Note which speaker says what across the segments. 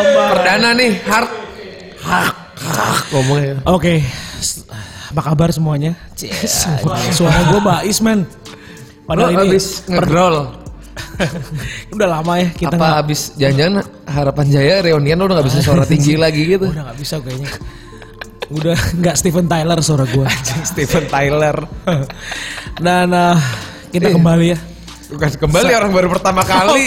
Speaker 1: Gimana ya. nih hard? Hak, hak ngomongnya.
Speaker 2: Oke, s- apa kabar semuanya? Suara, suara gue bais men.
Speaker 1: Lo
Speaker 2: Padahal ini
Speaker 1: habis ngedrol.
Speaker 2: udah lama ya kita
Speaker 1: apa
Speaker 2: nggak-
Speaker 1: habis jangan-jangan harapan jaya reunian lo udah gak bisa suara tinggi lagi gitu
Speaker 2: udah nggak bisa kayaknya. Udah nggak Steven Tyler suara gue.
Speaker 1: Steven Tyler
Speaker 2: Dan eh, kita
Speaker 1: Iya.
Speaker 2: kembali ya.
Speaker 1: bukan kembali orang baru pertama
Speaker 2: Oh,
Speaker 1: kali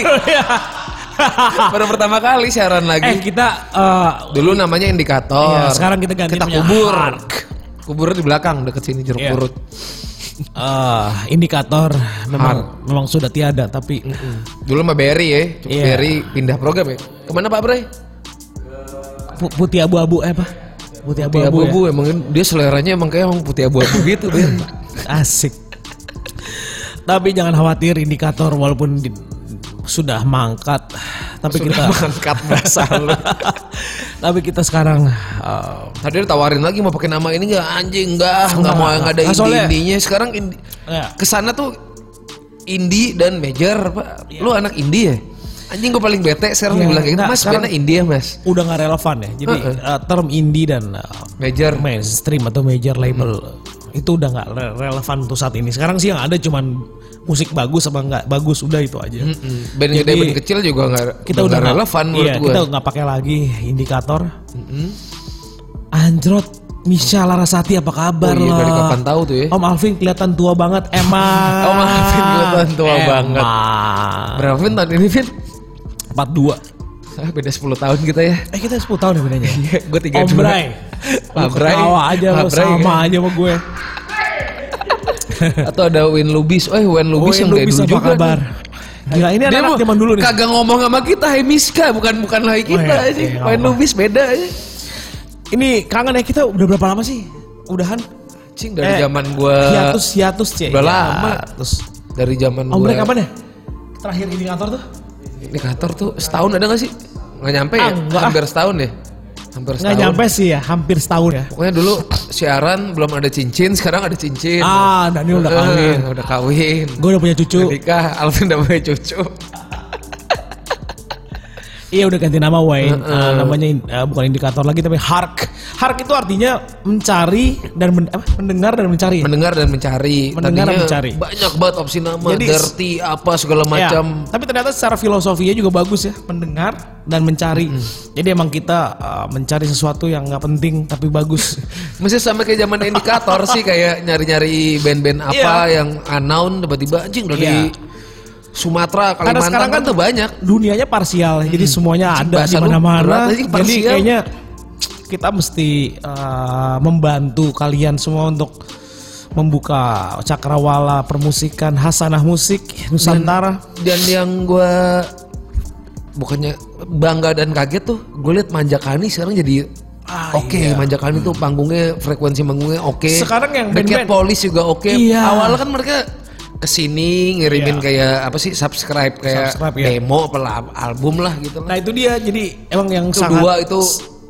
Speaker 1: baru pertama kali siaran
Speaker 2: eh
Speaker 1: lagi
Speaker 2: kita eh,
Speaker 1: dulu namanya indikator
Speaker 2: Iya, sekarang kita ganti
Speaker 1: kita
Speaker 2: namanya
Speaker 1: kubur
Speaker 2: Hark.
Speaker 1: kubur di belakang deket sini jeruk
Speaker 2: Iya.
Speaker 1: purut
Speaker 2: eh, indikator memang memang sudah tiada tapi
Speaker 1: dulu mah Berry ya
Speaker 2: Iya.
Speaker 1: Berry pindah program ya kemana Pak Bre?
Speaker 2: pu- putih abu-abu eh apa? Putih
Speaker 1: Putih
Speaker 2: abu-abu.
Speaker 1: abu-abu
Speaker 2: ya?
Speaker 1: emang dia seleranya emang kayak emang putih abu-abu gitu Berry
Speaker 2: Asik. Tapi jangan khawatir indikator walaupun di- sudah mangkat, tapi kita
Speaker 1: mangkat bahasa lu
Speaker 2: tapi kita sekarang uh,
Speaker 1: tadi ditawarin lagi mau pakai nama ini nggak anjing nggak nggak mau nggak ada
Speaker 2: Ah, soalnya-
Speaker 1: indi-indinya sekarang indi-
Speaker 2: ya,
Speaker 1: kesana tuh indie dan major pak lu anak indie ya anjing gue paling bete sekarang
Speaker 2: Iya,
Speaker 1: dibilang kayak gitu
Speaker 2: enggak,
Speaker 1: mas karena indie ya mas
Speaker 2: udah nggak relevan ya. Jadi uh, term indie dan uh,
Speaker 1: major
Speaker 2: mainstream atau major label uh, itu udah nggak re- relevan untuk saat ini. Sekarang sih yang ada cuman musik bagus sama nggak bagus udah itu aja.
Speaker 1: Mm-mm. band gede
Speaker 2: Jadi,
Speaker 1: band kecil juga nggak
Speaker 2: Kita udah
Speaker 1: nggak
Speaker 2: nggak-
Speaker 1: relevan
Speaker 2: Iya,
Speaker 1: menurut gue
Speaker 2: kita nggak pakai lagi indikator. Anjrot Misha Larasati apa kabar
Speaker 1: oh, iya, dari
Speaker 2: lo?
Speaker 1: kapan tahu tuh ya
Speaker 2: Om Alvin kelihatan tua banget emang.
Speaker 1: Om Alvin kelihatan tua banget.
Speaker 2: banget.
Speaker 1: berapa Vin, tahun ini Vin
Speaker 2: 42.
Speaker 1: Ah, beda 10 tahun kita ya
Speaker 2: Eh kita 10 tahun ya bedanya.
Speaker 1: Iya, gue tiga
Speaker 2: Om Bray.
Speaker 1: Pak
Speaker 2: Lu
Speaker 1: Bray.
Speaker 2: ketawa aja
Speaker 1: Pak
Speaker 2: lu
Speaker 1: Bray,
Speaker 2: sama aja sama gue.
Speaker 1: atau ada Win Lubis oh Win Lubis yang
Speaker 2: Lu
Speaker 1: kayak
Speaker 2: bisa
Speaker 1: dulu
Speaker 2: apa
Speaker 1: juga
Speaker 2: kabar? Gila ini
Speaker 1: dia
Speaker 2: anak
Speaker 1: mau-
Speaker 2: zaman dulu nih.
Speaker 1: kagak ngomong sama kita Hai Miska bukan bukan lagi kita
Speaker 2: iya,
Speaker 1: anjing.
Speaker 2: iya,
Speaker 1: Wayne
Speaker 2: apa.
Speaker 1: Lubis beda ya. aja
Speaker 2: Ini kangen ya kita udah berapa lama sih? Udahan?
Speaker 1: Cing dari
Speaker 2: Eh,
Speaker 1: zaman gue
Speaker 2: hiatus hiatus Iya. cie.
Speaker 1: udah lama.
Speaker 2: Terus
Speaker 1: dari zaman
Speaker 2: Om
Speaker 1: gue
Speaker 2: Bray kapan ya? Terakhir indikator tuh?
Speaker 1: Indikator tuh setahun ada gak sih? Gak nyampe ya?
Speaker 2: Ah, enggak.
Speaker 1: Hampir setahun ya? Hampir
Speaker 2: Nggak
Speaker 1: setahun.
Speaker 2: nyampe sih ya, hampir setahun ya.
Speaker 1: Pokoknya dulu siaran belum ada cincin, sekarang ada cincin.
Speaker 2: Ah, Daniel udah
Speaker 1: Eh,
Speaker 2: kawin.
Speaker 1: udah kawin.
Speaker 2: Gue udah punya
Speaker 1: Udah
Speaker 2: cucu.
Speaker 1: nikah, Alvin udah punya cucu.
Speaker 2: Iya udah ganti nama Wayne, Eh, namanya in- eh, bukan indikator lagi tapi hark. Hark itu artinya mencari dan men- apa? mendengar dan mencari. ya?
Speaker 1: Mendengar dan mencari.
Speaker 2: Mendengar dan
Speaker 1: Tadinya
Speaker 2: mencari.
Speaker 1: Banyak banget opsi nama,
Speaker 2: Jadi-
Speaker 1: dirty, apa segala
Speaker 2: Ya,
Speaker 1: macam.
Speaker 2: Tapi ternyata secara filosofinya juga bagus ya, mendengar dan mencari. Jadi emang kita eh, mencari sesuatu yang nggak penting tapi bagus.
Speaker 1: Mesti sampai kayak zaman indikator sih kayak nyari-nyari band-band apa yang unknown tiba-tiba anjing udah di
Speaker 2: Iya.
Speaker 1: Sumatera,
Speaker 2: Karena
Speaker 1: Kalimantan
Speaker 2: sekarang
Speaker 1: kan
Speaker 2: kan
Speaker 1: tuh banyak.
Speaker 2: Dunianya parsial, jadi semuanya ada
Speaker 1: Hmm. bahasa lu
Speaker 2: di
Speaker 1: berat
Speaker 2: mana-mana.
Speaker 1: aja,
Speaker 2: Jadi
Speaker 1: parsial.
Speaker 2: kayaknya kita mesti eh, membantu kalian semua untuk membuka cakrawala permusikan hasanah musik Nusantara.
Speaker 1: dan yang gue bukannya bangga dan kaget tuh gue liat manjakani sekarang jadi
Speaker 2: Ah,
Speaker 1: oke manjakani tuh panggungnya frekuensi panggungnya oke
Speaker 2: Sekarang yang
Speaker 1: The Cat
Speaker 2: band-band-
Speaker 1: Police juga oke
Speaker 2: Iya.
Speaker 1: awalnya kan mereka kesini ngirimin kayak apa sih subscribe kayak
Speaker 2: Subscribe, iya.
Speaker 1: demo apalah album lah gitu lah
Speaker 2: Nah itu dia jadi emang yang
Speaker 1: Itu
Speaker 2: sangat
Speaker 1: dua itu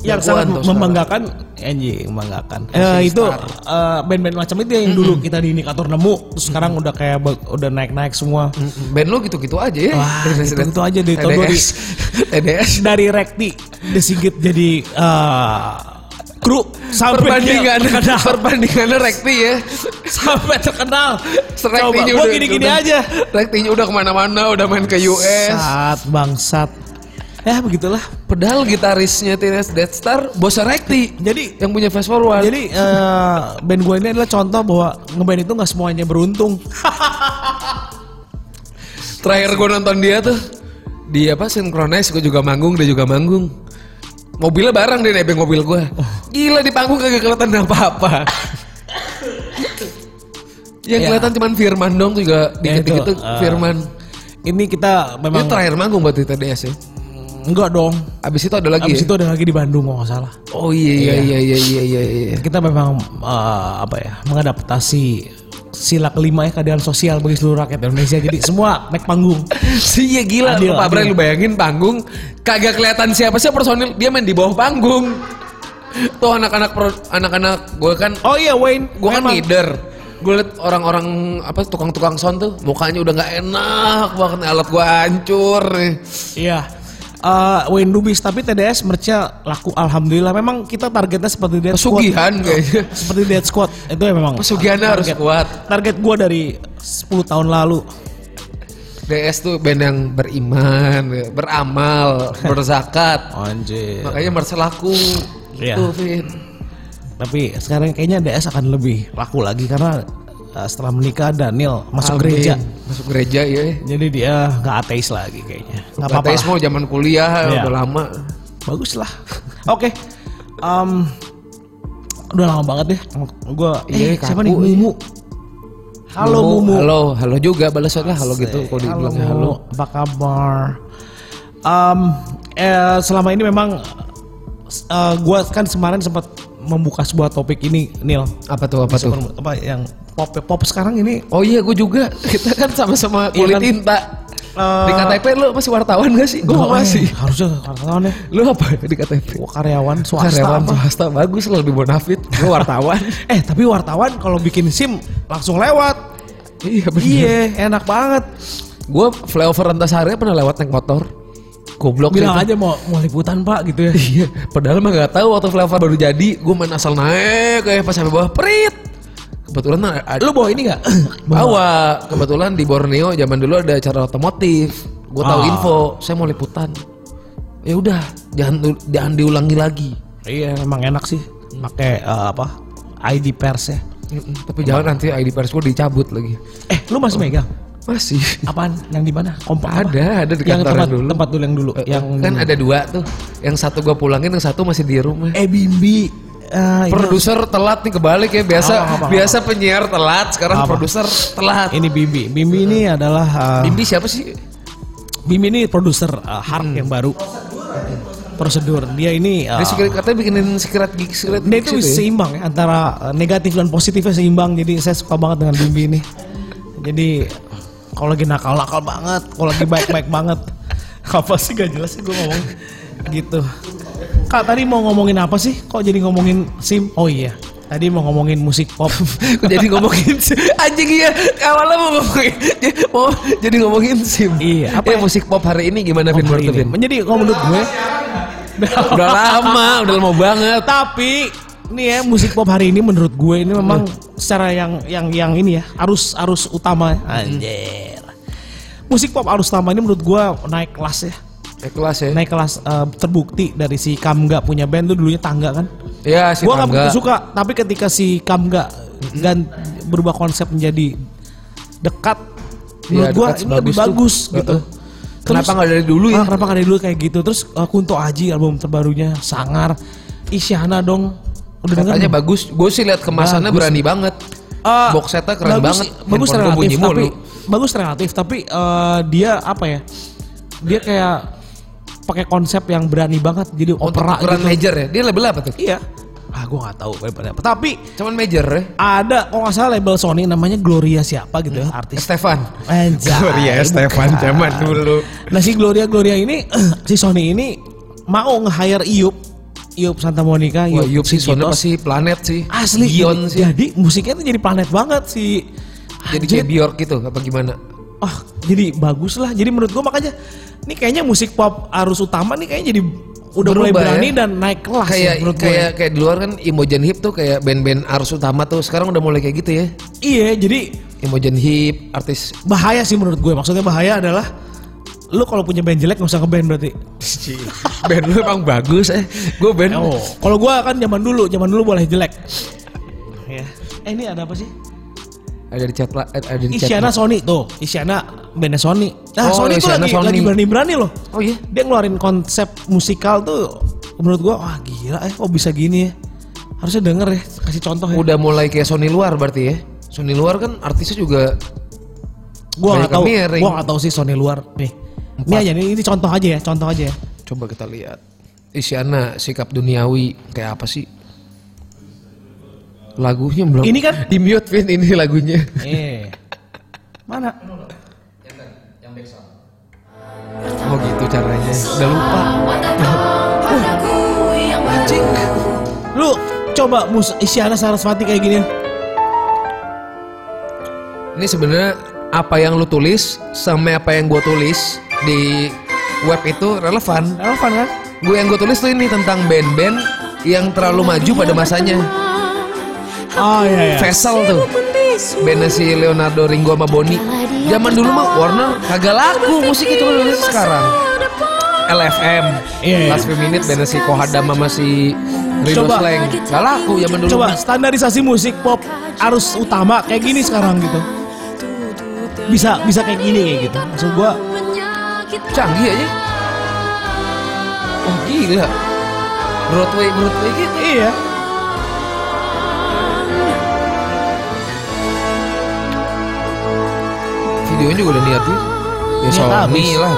Speaker 2: yang
Speaker 1: jagoan
Speaker 2: sangat
Speaker 1: tuh
Speaker 2: membanggakan anjing membanggakan. Eh, itu eh, band-band macam itu
Speaker 1: Hmm.
Speaker 2: yang dulu kita di indikator nemu terus sekarang udah kayak ba- udah naik-naik semua.
Speaker 1: Mm-mm. band lo gitu-gitu aja ya
Speaker 2: Wah, gitu-gitu aja deh, tau dua
Speaker 1: TDS
Speaker 2: di-
Speaker 1: TDS
Speaker 2: Dari Rekti The Sigit jadi eh, kru sampai
Speaker 1: perbandingan
Speaker 2: dia terkenal
Speaker 1: perbandingannya rekti ya
Speaker 2: sampai terkenal. Coba
Speaker 1: Rektinya
Speaker 2: gua gini-gini aja.
Speaker 1: Rektinya udah kemana-mana, udah main ke US.
Speaker 2: Saat bangsat. Ya begitulah.
Speaker 1: Pedal gitarisnya Teenage Death Star Bosa Rekti
Speaker 2: Jadi
Speaker 1: yang punya Fast Forward.
Speaker 2: jadi eh, band gue ini adalah contoh bahwa ngeband itu nggak semuanya beruntung.
Speaker 1: Terakhir gue nonton dia tuh di apa Synchronize gue juga manggung dia juga manggung. Mobilnya bareng dia nebeng mobil gue. Gila di panggung kagak kelihatan apa-apa. yang
Speaker 2: Ya.
Speaker 1: kelihatan cuman Firman dong juga
Speaker 2: Ya,
Speaker 1: dikit-dikit tuh
Speaker 2: itu, eh,
Speaker 1: Firman.
Speaker 2: Ini kita
Speaker 1: Dia
Speaker 2: memang
Speaker 1: terakhir manggung buat di TDS ya.
Speaker 2: Hmm, enggak dong.
Speaker 1: Abis itu ada lagi.
Speaker 2: Abis
Speaker 1: ya?
Speaker 2: itu ada lagi di Bandung kalau nggak salah.
Speaker 1: Oh iya iya iya iya iya iya.
Speaker 2: Kita memang eh, apa ya mengadaptasi sila kelima ya keadaan sosial bagi seluruh rakyat Indonesia. Jadi semua naik panggung.
Speaker 1: Iya gila lu
Speaker 2: Adil,
Speaker 1: Pak Bray
Speaker 2: adil.
Speaker 1: lu bayangin panggung kagak kelihatan siapa sih personil dia main di bawah panggung. Tuh anak-anak pro- anak-anak gue kan
Speaker 2: Oh iya Wayne,
Speaker 1: gue kan
Speaker 2: memang.
Speaker 1: leader. Gue liat orang-orang apa tukang-tukang sound tuh mukanya udah nggak enak banget alat gue hancur nih.
Speaker 2: Iya. eh, Wayne Dubis tapi TDS merchnya laku alhamdulillah. Memang kita targetnya seperti Dead Squad.
Speaker 1: Pesugihan kayaknya.
Speaker 2: Seperti Dead Squad. Itu ya memang.
Speaker 1: Pesugihannya harus
Speaker 2: target.
Speaker 1: kuat.
Speaker 2: Target gua dari 10 tahun lalu.
Speaker 1: DS tuh band yang beriman, beramal, berzakat.
Speaker 2: Anjir.
Speaker 1: Makanya merasa laku. Gitu,
Speaker 2: Iya.
Speaker 1: Tuh, Vin.
Speaker 2: Tapi sekarang kayaknya DS akan lebih laku lagi karena eh, setelah menikah Daniel masuk
Speaker 1: Amin.
Speaker 2: gereja.
Speaker 1: Masuk gereja ya.
Speaker 2: Jadi dia nggak ateis lagi kayaknya. Nggak apa-apa.
Speaker 1: Ateis
Speaker 2: lah.
Speaker 1: mau zaman kuliah
Speaker 2: Iya.
Speaker 1: udah lama.
Speaker 2: Bagus lah. Oke. Em, udah lama banget deh. Gue
Speaker 1: Iya,
Speaker 2: eh,
Speaker 1: kaku
Speaker 2: siapa nih
Speaker 1: ini.
Speaker 2: Mumu. Halo Mumu.
Speaker 1: Halo, halo juga balas lah halo gitu kalau
Speaker 2: Halo,
Speaker 1: dibilang halo.
Speaker 2: Apa kabar? Em, eh, selama ini memang gue kan kemarin sempat membuka sebuah topik ini Nil.
Speaker 1: Apa tuh apa tuh?
Speaker 2: Super- apa yang pop pop sekarang ini
Speaker 1: Oh iya, gue juga. Kita kan sama-sama
Speaker 2: Iya
Speaker 1: kulit
Speaker 2: kan?
Speaker 1: tinta.
Speaker 2: Eh,
Speaker 1: Di KTP lu masih wartawan gak sih? Gue
Speaker 2: nggak, eh,
Speaker 1: masih.
Speaker 2: harusnya wartawan ya.
Speaker 1: Lu apa di KTP?
Speaker 2: Gua karyawan swasta.
Speaker 1: Karyawan
Speaker 2: apa?
Speaker 1: swasta bagus lah lebih bonafit. Gue wartawan.
Speaker 2: Eh tapi wartawan kalau bikin SIM langsung lewat.
Speaker 1: iya bener.
Speaker 2: Iya, enak banget.
Speaker 1: Gue flyover antasari pernah lewat naik motor. Goblok
Speaker 2: Bilang
Speaker 1: gitu.
Speaker 2: aja mau mau liputan Pak gitu ya.
Speaker 1: Iya, padahal mah gak tahu waktu flyover baru jadi, gue main asal naik kayak pas sampai bawah perit. Kebetulan ada
Speaker 2: Lu bawa ini nggak?
Speaker 1: bawa kebetulan di Borneo zaman dulu ada acara otomotif. Gue tahu
Speaker 2: Ah.
Speaker 1: info, saya mau liputan. Ya udah, jangan jangan diulangi lagi.
Speaker 2: Iya, emang enak sih. Pakai eh, apa? ID pers ya.
Speaker 1: Mm-mm, Tapi jangan nanti ID pers gue dicabut lagi.
Speaker 2: Eh, lu masih megang?
Speaker 1: Masih
Speaker 2: Apaan? Yang di mana? Kompak apa?
Speaker 1: ada, ada di
Speaker 2: Yang
Speaker 1: kantornya
Speaker 2: tempat
Speaker 1: dulu.
Speaker 2: tempat dulu yang dulu yang
Speaker 1: kan ada dua tuh, yang satu gue pulangin, yang satu masih di rumah.
Speaker 2: eh Bimbi eh, ini-
Speaker 1: Produser telat nih kebalik ya biasa
Speaker 2: Apa, apa, apa?
Speaker 1: biasa penyiar telat sekarang
Speaker 2: Apa?
Speaker 1: produser telat.
Speaker 2: ini Bimbi. Bimbi ini adalah eh,
Speaker 1: Bimbi siapa sih?
Speaker 2: Bimbi ini produser eh, Hark yang baru. Prosedur. Dia ini eh,
Speaker 1: Dia secret, katanya bikinin secret gig secret
Speaker 2: Dia
Speaker 1: gigs
Speaker 2: itu
Speaker 1: gitu ya.
Speaker 2: seimbang ya, antara eh, negatif dan positifnya seimbang. Jadi saya suka banget dengan Bimbi ini. Jadi kalau lagi nakal-nakal banget, kalau lagi baik-baik banget. Apa sih gak jelas sih gue ngomong gitu. Kak tadi mau ngomongin apa sih? Kok jadi ngomongin SIM? Oh iya. Tadi mau ngomongin musik pop.
Speaker 1: Kok jadi ngomongin si- anjing iya awalnya mau ngomongin mau jadi ngomongin sim.
Speaker 2: Iya, apa
Speaker 1: Apa
Speaker 2: Oh,
Speaker 1: musik pop hari ini gimana Vin menurut Vin?
Speaker 2: Menjadi kalau menurut gue.
Speaker 1: Udah lama, udah lama banget.
Speaker 2: tapi nih ya musik pop hari ini menurut gue ini memang secara yang yang yang ini ya arus arus utama anjir musik pop arus utama ini menurut gue naik kelas ya
Speaker 1: Eh, kelas ya.
Speaker 2: naik kelas eh, terbukti dari si Kamga punya band tuh dulunya tangga kan
Speaker 1: Ya, si
Speaker 2: gue nggak
Speaker 1: Rangga.
Speaker 2: begitu suka tapi ketika si Kamga dan berubah konsep menjadi dekat menurut
Speaker 1: Iya,
Speaker 2: gue
Speaker 1: Dekat
Speaker 2: ini lebih bagus
Speaker 1: bagus tuh.
Speaker 2: gitu
Speaker 1: Heeh. Kenapa
Speaker 2: Terus-
Speaker 1: nggak dari dulu ya?
Speaker 2: Ah, kenapa nggak dari dulu kayak gitu? Terus uh, Kunto Aji album terbarunya Sangar, Isyana dong. Udah denger?
Speaker 1: Katanya
Speaker 2: belum?
Speaker 1: bagus. Gue sih lihat kemasannya
Speaker 2: Bagus.
Speaker 1: berani banget.
Speaker 2: Eh,
Speaker 1: Box setnya keren
Speaker 2: bagus,
Speaker 1: banget.
Speaker 2: Bagus
Speaker 1: Handphone gua bunyi
Speaker 2: relatif tapi
Speaker 1: mulu.
Speaker 2: bagus relatif tapi eh, dia apa ya? Dia kayak pakai konsep yang berani banget jadi
Speaker 1: Untuk
Speaker 2: opera
Speaker 1: ukuran
Speaker 2: gitu.
Speaker 1: major ya. Dia label apa tuh?
Speaker 2: Iya. Ah, gua nggak tahu daripada apa. Tapi
Speaker 1: Cuman major ya.
Speaker 2: ada kok nggak salah label Sony namanya Gloria siapa gitu ya artis
Speaker 1: Stefan.
Speaker 2: Anjay, bukan.
Speaker 1: dulu.
Speaker 2: Nah si Gloria Gloria ini si Sony ini mau nge-hire Iup Iup Santa Monica,
Speaker 1: Wah, Yup sih soalnya
Speaker 2: Sigitos.
Speaker 1: pasti planet sih.
Speaker 2: asli Iya.
Speaker 1: Gion
Speaker 2: jadi,
Speaker 1: sih.
Speaker 2: jadi musiknya tuh jadi planet banget si
Speaker 1: Jadi
Speaker 2: Anjir.
Speaker 1: kayak Bjork gitu apa gimana?
Speaker 2: Wah, jadi bagus lah. Jadi menurut gua makanya ini kayaknya musik pop arus utama nih kayaknya jadi udah mulai
Speaker 1: Berubah
Speaker 2: berani
Speaker 1: ya.
Speaker 2: dan naik kelas ya,
Speaker 1: kayak
Speaker 2: menurut
Speaker 1: kayak
Speaker 2: gue.
Speaker 1: kayak di luar kan Imogen Hip tuh kayak band-band arus utama tuh sekarang udah mulai kayak gitu ya.
Speaker 2: Iya, jadi
Speaker 1: Imogen Hip, artis
Speaker 2: bahaya sih menurut gue. Maksudnya bahaya adalah lu kalau punya band jelek nggak usah ngeband berarti.
Speaker 1: band lu emang bagus eh. Gue band
Speaker 2: Iya. Oh, kalau gua kan zaman dulu, zaman dulu boleh jelek. Ya. Eh ini ada apa sih?
Speaker 1: ada di chat lah, eh, ada di chat.
Speaker 2: Isyana Sony tuh, Isyana bandnya Sony. Nah,
Speaker 1: Oh,
Speaker 2: Sony tuh
Speaker 1: Isyana
Speaker 2: lagi
Speaker 1: Sony.
Speaker 2: lagi berani-berani loh.
Speaker 1: Oh iya.
Speaker 2: Dia ngeluarin konsep musikal tuh menurut gua wah gila eh kok bisa gini ya. Harusnya denger ya, kasih contoh ya.
Speaker 1: Udah mulai kayak Sony luar berarti ya. Sony luar kan artisnya juga
Speaker 2: Gua
Speaker 1: banyak
Speaker 2: nggak tahu,
Speaker 1: yang miring.
Speaker 2: gua nggak tahu sih Sony luar nih. Ini aja nih, ini contoh aja ya, contoh aja ya.
Speaker 1: coba kita lihat. Isyana sikap duniawi kayak apa sih? Lagunya belum.
Speaker 2: Ini kan-
Speaker 1: di mute Vin ini lagunya.
Speaker 2: Eh. Mana?
Speaker 1: Oh gitu caranya. Udah lupa.
Speaker 2: Anjing. Lu coba mus Isyana Sarasvati kayak gini.
Speaker 1: Ini sebenarnya apa yang lu tulis sama apa yang gua tulis di web itu relevan.
Speaker 2: Relevan kan?
Speaker 1: Gue yang gue tulis tuh ini tentang band-band yang terlalu maju pada masanya.
Speaker 2: Oh iya iya.
Speaker 1: Vessel tuh. Bandnya si Leonardo Ringo sama Boni. Zaman dulu mah Warner kagak laku musik itu kalau dilihat sekarang. LFM,
Speaker 2: Iya, iya.
Speaker 1: Last Few Minute, bandnya si Kohadam sama si Rido
Speaker 2: Coba.
Speaker 1: Slang. Gak laku zaman dulu.
Speaker 2: Coba standarisasi musik pop arus utama kayak gini sekarang gitu. Bisa bisa kayak gini kayak gitu. Maksud gua
Speaker 1: Canggih aja. Oh gila. Broadway, Broadway gitu.
Speaker 2: iya.
Speaker 1: Videonya juga udah niat Ya
Speaker 2: Niat
Speaker 1: Sony
Speaker 2: habis.
Speaker 1: lah.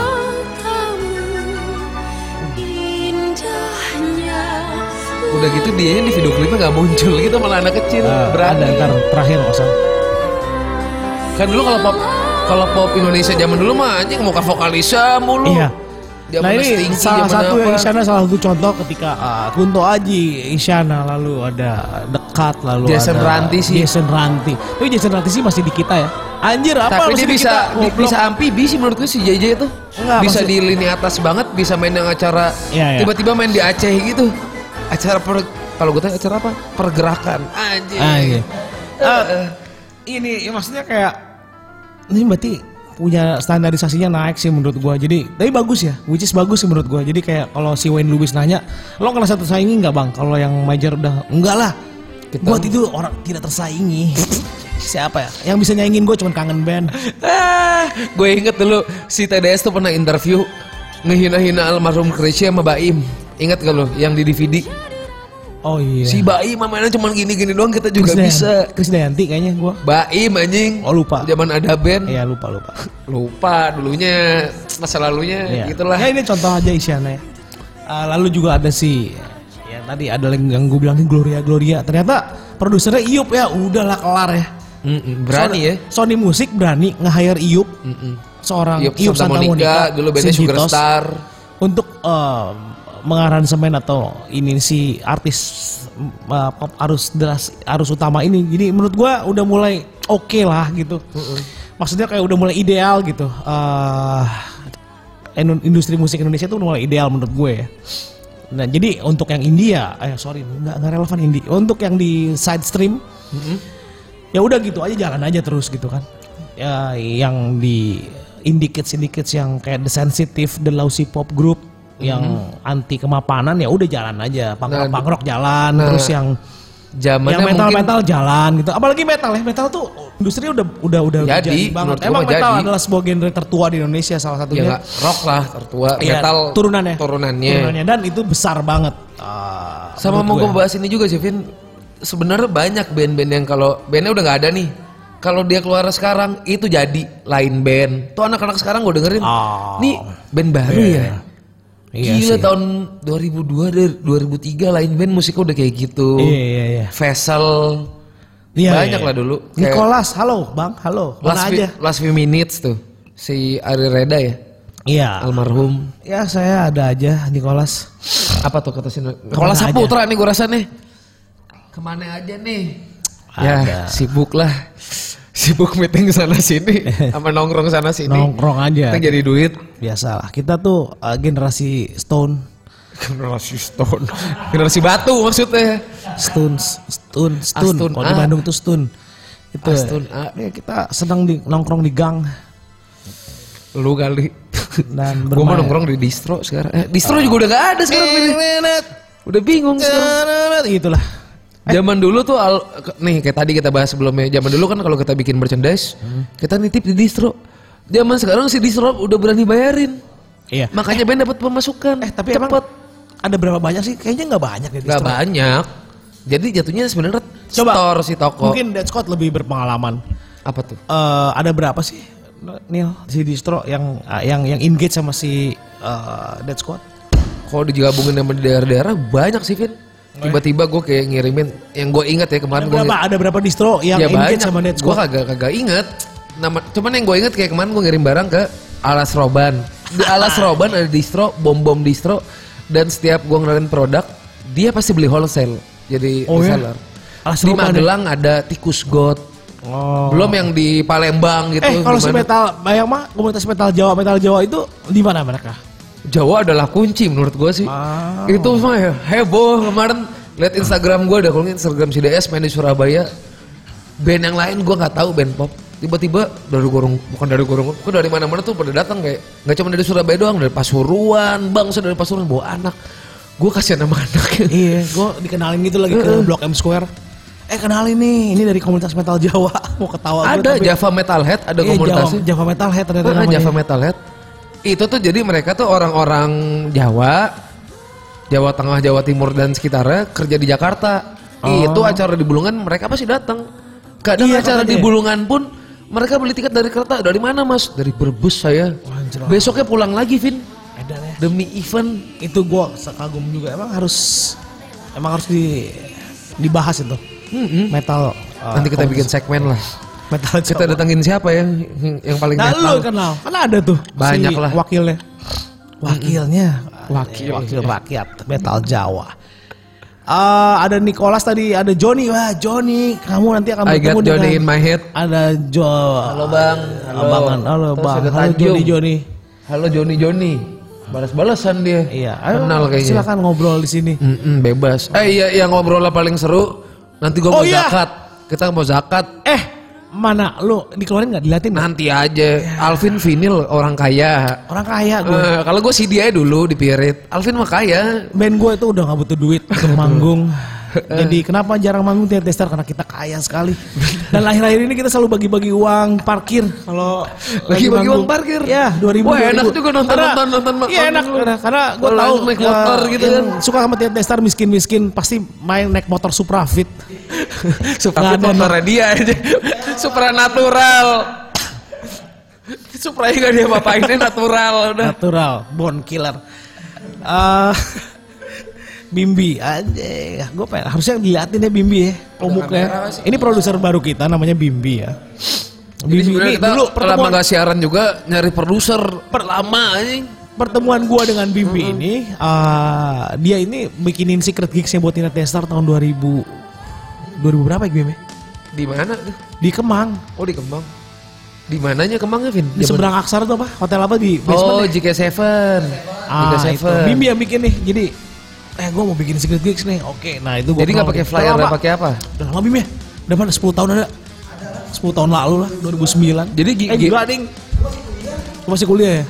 Speaker 1: Udah gitu dianya di video klipnya nggak muncul gitu malah anak kecil.
Speaker 2: Nah,
Speaker 1: berani.
Speaker 2: ada ntar terakhir kosong.
Speaker 1: Kan dulu kalau pop kalau pop Indonesia zaman dulu mah anjing muka vokalisa mulu.
Speaker 2: Iya.
Speaker 1: Zaman
Speaker 2: nah ini
Speaker 1: Stinky, zaman
Speaker 2: salah satu
Speaker 1: apa.
Speaker 2: Isyana salah satu contoh ketika ah, Kunto Aji, Isyana lalu ada Dekat lalu
Speaker 1: Jason
Speaker 2: ada
Speaker 1: Ranti sih.
Speaker 2: Jason Ranti. Tapi Jason Ranti sih masih di kita ya. Anjir apa
Speaker 1: Tapi
Speaker 2: masih
Speaker 1: dia
Speaker 2: di
Speaker 1: bisa
Speaker 2: kita?
Speaker 1: di-
Speaker 2: Goblok.
Speaker 1: bisa ampibi sih menurut gue si JJ itu.
Speaker 2: Enggak,
Speaker 1: bisa
Speaker 2: maksud-
Speaker 1: di lini atas banget, bisa main yang acara
Speaker 2: Iya, iya.
Speaker 1: tiba-tiba main di Aceh gitu. Acara per, kalau gue tanya acara apa? Pergerakan. Anjing.
Speaker 2: Ah, iya.
Speaker 1: Eh, eh.
Speaker 2: ini ya maksudnya kayak ini berarti punya standarisasinya naik sih menurut gua. Jadi tapi bagus ya, which is bagus sih menurut gua. Jadi kayak kalau si Wayne Lubis nanya, lo ngerasa tersaingi nggak bang? Kalau yang major udah enggak lah.
Speaker 1: Kita-
Speaker 2: Buat itu orang tidak tersaingi. Siapa ya? Yang bisa nyaingin gue cuman kangen band.
Speaker 1: Ah, gue inget dulu si TDS tuh pernah interview ngehina-hina almarhum Krisya sama Baim. Ingat gak lo yang di
Speaker 2: Iya.
Speaker 1: DVD?
Speaker 2: Oh iya.
Speaker 1: Si Baim mainnya cuma gini-gini doang kita juga
Speaker 2: Dayan-
Speaker 1: bisa.
Speaker 2: Chris Dayanti kayaknya gua.
Speaker 1: Baim anjing.
Speaker 2: Oh, lupa.
Speaker 1: Zaman ada band.
Speaker 2: Iya lupa lupa.
Speaker 1: Lupa dulunya masa lalunya
Speaker 2: Iya.
Speaker 1: gitulah.
Speaker 2: Ya ini contoh aja Isyana ya. Ah, lalu juga ada si ya tadi ada yang yang gue bilangin Gloria Gloria. Ternyata produsernya Iup ya, udahlah kelar ya.
Speaker 1: Mm-mm, berani ya.
Speaker 2: Sony Music berani nge-hire Iup. Seorang
Speaker 1: Iup
Speaker 2: Iup,
Speaker 1: Santa
Speaker 2: Santa,
Speaker 1: Monica,
Speaker 2: Monica,
Speaker 1: dulu bandnya
Speaker 2: Sinjitos,
Speaker 1: Sugar Star.
Speaker 2: Untuk eh, mengaransemen atau ini si artis eh, pop arus deras arus utama ini. Jadi menurut gua udah mulai oke lah gitu. Maksudnya kayak udah mulai ideal gitu. Eh Indo- industri musik Indonesia tuh mulai ideal menurut gue ya. Nah jadi untuk yang India, eh sorry nggak nggak relevan Indi. Untuk yang di side stream, ya udah gitu aja jalan aja terus gitu kan. Ya yang di indicates indicates yang kayak the sensitive, the lousy pop group
Speaker 1: Mhm.
Speaker 2: yang anti kemapanan ya udah jalan aja. Pangrok pangrok jalan terus yang
Speaker 1: Zamannya
Speaker 2: yang
Speaker 1: Nah,
Speaker 2: metal
Speaker 1: mungkin
Speaker 2: metal jalan gitu. Apalagi metal ya metal tuh industri udah udah udah
Speaker 1: Jadi,
Speaker 2: jadi banget.
Speaker 1: menurut gue
Speaker 2: Emang
Speaker 1: mah
Speaker 2: metal
Speaker 1: jadi.
Speaker 2: adalah sebuah genre tertua di Indonesia salah
Speaker 1: ya
Speaker 2: satunya.
Speaker 1: nggak, rock lah tertua
Speaker 2: Iya,
Speaker 1: metal
Speaker 2: turunannya.
Speaker 1: turunannya.
Speaker 2: Turunannya, dan itu besar banget. Ah,
Speaker 1: Sama mau gue
Speaker 2: menurut
Speaker 1: bahas ini juga sih Vin. Sebenarnya banyak band-band yang kalau bandnya udah nggak ada nih. Kalau dia keluar sekarang itu jadi lain band. Tuh anak-anak sekarang gue dengerin.
Speaker 2: Oh.
Speaker 1: Nih band baru ya.
Speaker 2: gue.
Speaker 1: Gila
Speaker 2: Iya sih.
Speaker 1: tahun 2002 dari 2003 lain band musiknya udah kayak gitu.
Speaker 2: Iya iya iya.
Speaker 1: Vessel.
Speaker 2: Iya,
Speaker 1: banyak
Speaker 2: iya.
Speaker 1: lah dulu. Kayak
Speaker 2: Nicholas, halo bang, halo. Mana
Speaker 1: last, few,
Speaker 2: aja?
Speaker 1: last few minutes tuh. Si Ari Reda ya.
Speaker 2: Iya.
Speaker 1: Almarhum.
Speaker 2: Ya saya ada aja Nicholas.
Speaker 1: Apa tuh kata si Kepala
Speaker 2: aja.
Speaker 1: Saputra nih gue rasa nih. Kemana aja nih? Ya
Speaker 2: Ada.
Speaker 1: sibuk lah. Sibuk meeting sana sini. Sama nongkrong ya. sana sini.
Speaker 2: Nongkrong aja.
Speaker 1: Kita jadi duit.
Speaker 2: Biasalah. Kita tuh eh, generasi Stone,
Speaker 1: Generasi stone. Generasi batu maksudnya.
Speaker 2: Stones, Stone, Stone.
Speaker 1: Astun,
Speaker 2: Kalau di
Speaker 1: ah.
Speaker 2: Bandung tuh Stone. Itu.
Speaker 1: Astun, ah.
Speaker 2: Ya, kita sedang di nongkrong di gang
Speaker 1: Lu kali.
Speaker 2: dan
Speaker 1: Gue mah
Speaker 2: bermain.
Speaker 1: nongkrong di distro sekarang. Eh, distro juga udah gak ada sekarang. Vin. Udah bingung sekarang.
Speaker 2: Itulah.
Speaker 1: Zaman dulu tuh al- ke- nih kayak tadi kita bahas sebelumnya. Zaman dulu kan kalau kita bikin merchandise, kita nitip di distro. Zaman sekarang si distro udah berani bayarin.
Speaker 2: Iya.
Speaker 1: Makanya band dapat pemasukan.
Speaker 2: Eh tapi emang ada berapa banyak sih? Kayaknya nggak banyak ya. di
Speaker 1: Gak
Speaker 2: store.
Speaker 1: banyak. Jadi jatuhnya sebenarnya
Speaker 2: Coba.
Speaker 1: store si toko.
Speaker 2: Mungkin Dead Scott lebih berpengalaman.
Speaker 1: Apa tuh?
Speaker 2: Eh, ada berapa sih Neil si distro yang yang yang engage sama si eh, Dead Squad?
Speaker 1: Kalau digabungin sama di daerah-daerah banyak sih
Speaker 2: Oh,
Speaker 1: Vin. Tiba-tiba gue kayak ngirimin yang gue ingat ya
Speaker 2: Ada
Speaker 1: kemarin gue
Speaker 2: iya. berapa? Ada berapa distro yang
Speaker 1: ya
Speaker 2: engage
Speaker 1: banyak.
Speaker 2: sama Dead
Speaker 1: Gue
Speaker 2: Squad?
Speaker 1: kagak kagak inget. Nama, cuman yang gue inget kayak kemarin gue ngirim barang ke Alas Roban. Di Alas Roban ada distro, bom bom distro, dan setiap gue ngeluarin produk, dia pasti beli wholesale. Jadi
Speaker 2: Oh ya?
Speaker 1: reseller.
Speaker 2: Alas
Speaker 1: di
Speaker 2: Roban ya?
Speaker 1: Magelang ada tikus god.
Speaker 2: Oh.
Speaker 1: Belum yang di Palembang gitu.
Speaker 2: eh kalau si
Speaker 1: gimana.
Speaker 2: metal, bayang mah komunitas metal Jawa, metal Jawa itu di mana mereka?
Speaker 1: Jawa adalah kunci menurut gue sih.
Speaker 2: Ah.
Speaker 1: Itu mah ya, heboh kemarin lihat Instagram gue ada kalau nggak Instagram si DS main di Surabaya. Band yang lain gue nggak tahu band pop. Tiba-tiba dari gorong bukan dari gorong, bukan dari mana-mana tuh pada datang kayak nggak cuma dari Surabaya doang, dari Pasuruan, bangsa dari Pasuruan bawa anak. Gue kasihan sama anaknya.
Speaker 2: Iya, gue dikenalin gitu lagi ke Blok M Square. Eh kenalin nih, ini dari komunitas metal Jawa. Mau ketawa gua,
Speaker 1: Ada
Speaker 2: tapi-
Speaker 1: Java Metalhead, ada
Speaker 2: Iya,
Speaker 1: komunitasnya.
Speaker 2: Jawa, Java Metal Head ternyata
Speaker 1: Mana
Speaker 2: namanya.
Speaker 1: Java Metalhead? Itu tuh jadi mereka tuh orang-orang Jawa, Jawa Tengah, Jawa Timur dan sekitarnya kerja di Jakarta. Itu acara di Bulungan mereka pasti datang. Kadang
Speaker 2: Iya,
Speaker 1: acara di
Speaker 2: katanya.
Speaker 1: Bulungan pun mereka beli tiket dari kereta. Dari mana mas? Dari Brebes saya.
Speaker 2: Wah, anjir.
Speaker 1: Besoknya pulang lagi Vin.
Speaker 2: Edan ya.
Speaker 1: Demi event.
Speaker 2: Itu gue kagum juga. Emang harus emang harus di dibahas itu.
Speaker 1: Mm-mm.
Speaker 2: Metal eh,
Speaker 1: Nanti kita bikin
Speaker 2: komunitas-
Speaker 1: segmen lah.
Speaker 2: metal
Speaker 1: Mm-hmm. Kita
Speaker 2: Jawa.
Speaker 1: datangin siapa ya yang paling
Speaker 2: Nah
Speaker 1: metal.
Speaker 2: lu kenal, kan ada tuh
Speaker 1: Banyak
Speaker 2: si
Speaker 1: lah.
Speaker 2: wakilnya. Wakilnya,
Speaker 1: Wakil.
Speaker 2: wakil rakyat metal Jawa. Eh, ada Nicholas tadi, ada Joni. Wah, Joni, kamu nanti akan
Speaker 1: I
Speaker 2: bertemu
Speaker 1: got
Speaker 2: dengan
Speaker 1: Johnny in my head.
Speaker 2: ada Jo.
Speaker 1: Halo bang.
Speaker 2: Halo, Bang. Halo,
Speaker 1: Terus
Speaker 2: Bang.
Speaker 1: ada
Speaker 2: Halo,
Speaker 1: Tanjung.
Speaker 2: Joni, Joni.
Speaker 1: Halo Joni Joni. Balas-balasan dia.
Speaker 2: Iya, ayo,
Speaker 1: Kenal kayaknya.
Speaker 2: Silakan ngobrol di sini.
Speaker 1: Mm-mm, bebas. Eh iya yang ngobrol lah paling seru. Nanti gue
Speaker 2: Oh,
Speaker 1: mau
Speaker 2: iya.
Speaker 1: zakat. Kita mau zakat.
Speaker 2: Eh, mana lu dikeluarin nggak dilatih nggak?
Speaker 1: Nanti aja. Alvin Vinil orang kaya.
Speaker 2: Orang kaya gue.
Speaker 1: Eh, kalau gue CD aja dulu di Pirit. Alvin mah kaya.
Speaker 2: Band gue itu udah nggak butuh duit untuk manggung.
Speaker 1: Eh.
Speaker 2: Jadi kenapa jarang manggung tiap tester karena kita kaya sekali. Dan akhir-akhir ini kita selalu bagi-bagi uang parkir kalau
Speaker 1: Bagi-bagi
Speaker 2: lagi manggung.
Speaker 1: uang parkir?
Speaker 2: Ya, 2000.
Speaker 1: Wah, enak
Speaker 2: 2000.
Speaker 1: juga nonton-
Speaker 2: Karena-
Speaker 1: nonton- nonton-
Speaker 2: Iya,
Speaker 1: nonton
Speaker 2: enak
Speaker 1: dulu.
Speaker 2: karena, karena gue
Speaker 1: Kalau
Speaker 2: tahu
Speaker 1: naik motor
Speaker 2: eh,
Speaker 1: gitu
Speaker 2: yang
Speaker 1: kan.
Speaker 2: Suka sama tiap tester miskin-miskin pasti main naik motor Supra Fit.
Speaker 1: Supra
Speaker 2: Nggak ada
Speaker 1: motornya dia aja. Supranatural. Supra gak dia bapainnya natural udah.
Speaker 2: Natural, bone killer. Eh, Bimbi aja, gue pengen harusnya diliatin ya Bimbi ya, pemuknya. Ini produser baru kita namanya Bimbi ya.
Speaker 1: Jadi
Speaker 2: Bimbi
Speaker 1: sebenarnya
Speaker 2: ini
Speaker 1: kita
Speaker 2: dulu
Speaker 1: lama
Speaker 2: pertemuan
Speaker 1: gak siaran juga nyari produser perlama anjing.
Speaker 2: pertemuan gue dengan Bimbi ini, eh, dia ini bikinin secret gigsnya buat Tina Tester tahun 2000 2000 berapa ya Bim? ya?
Speaker 1: Di mana?
Speaker 2: Di Kemang,
Speaker 1: Oh di Kemang. Di mananya Kemangnya Vin?
Speaker 2: di
Speaker 1: Zaman-
Speaker 2: seberang Aksara tuh apa? Hotel apa di
Speaker 1: Iya, Oh,
Speaker 2: basement? ya?
Speaker 1: JK7.
Speaker 2: Ah,
Speaker 1: JK7.
Speaker 2: itu. Bimbi yang bikin nih. Jadi eh gue mau bikin secret gigs nih. Oke, nah itu gue
Speaker 1: Jadi nggak pakai flyer, nggak pakai apa?
Speaker 2: Udah lama Bim ya? Udah mana 10 tahun ada? 10 tahun lalu lah, 2009.
Speaker 1: Jadi gi-
Speaker 2: eh,
Speaker 1: gi-
Speaker 2: gila ding. Lu masih kuliah ya?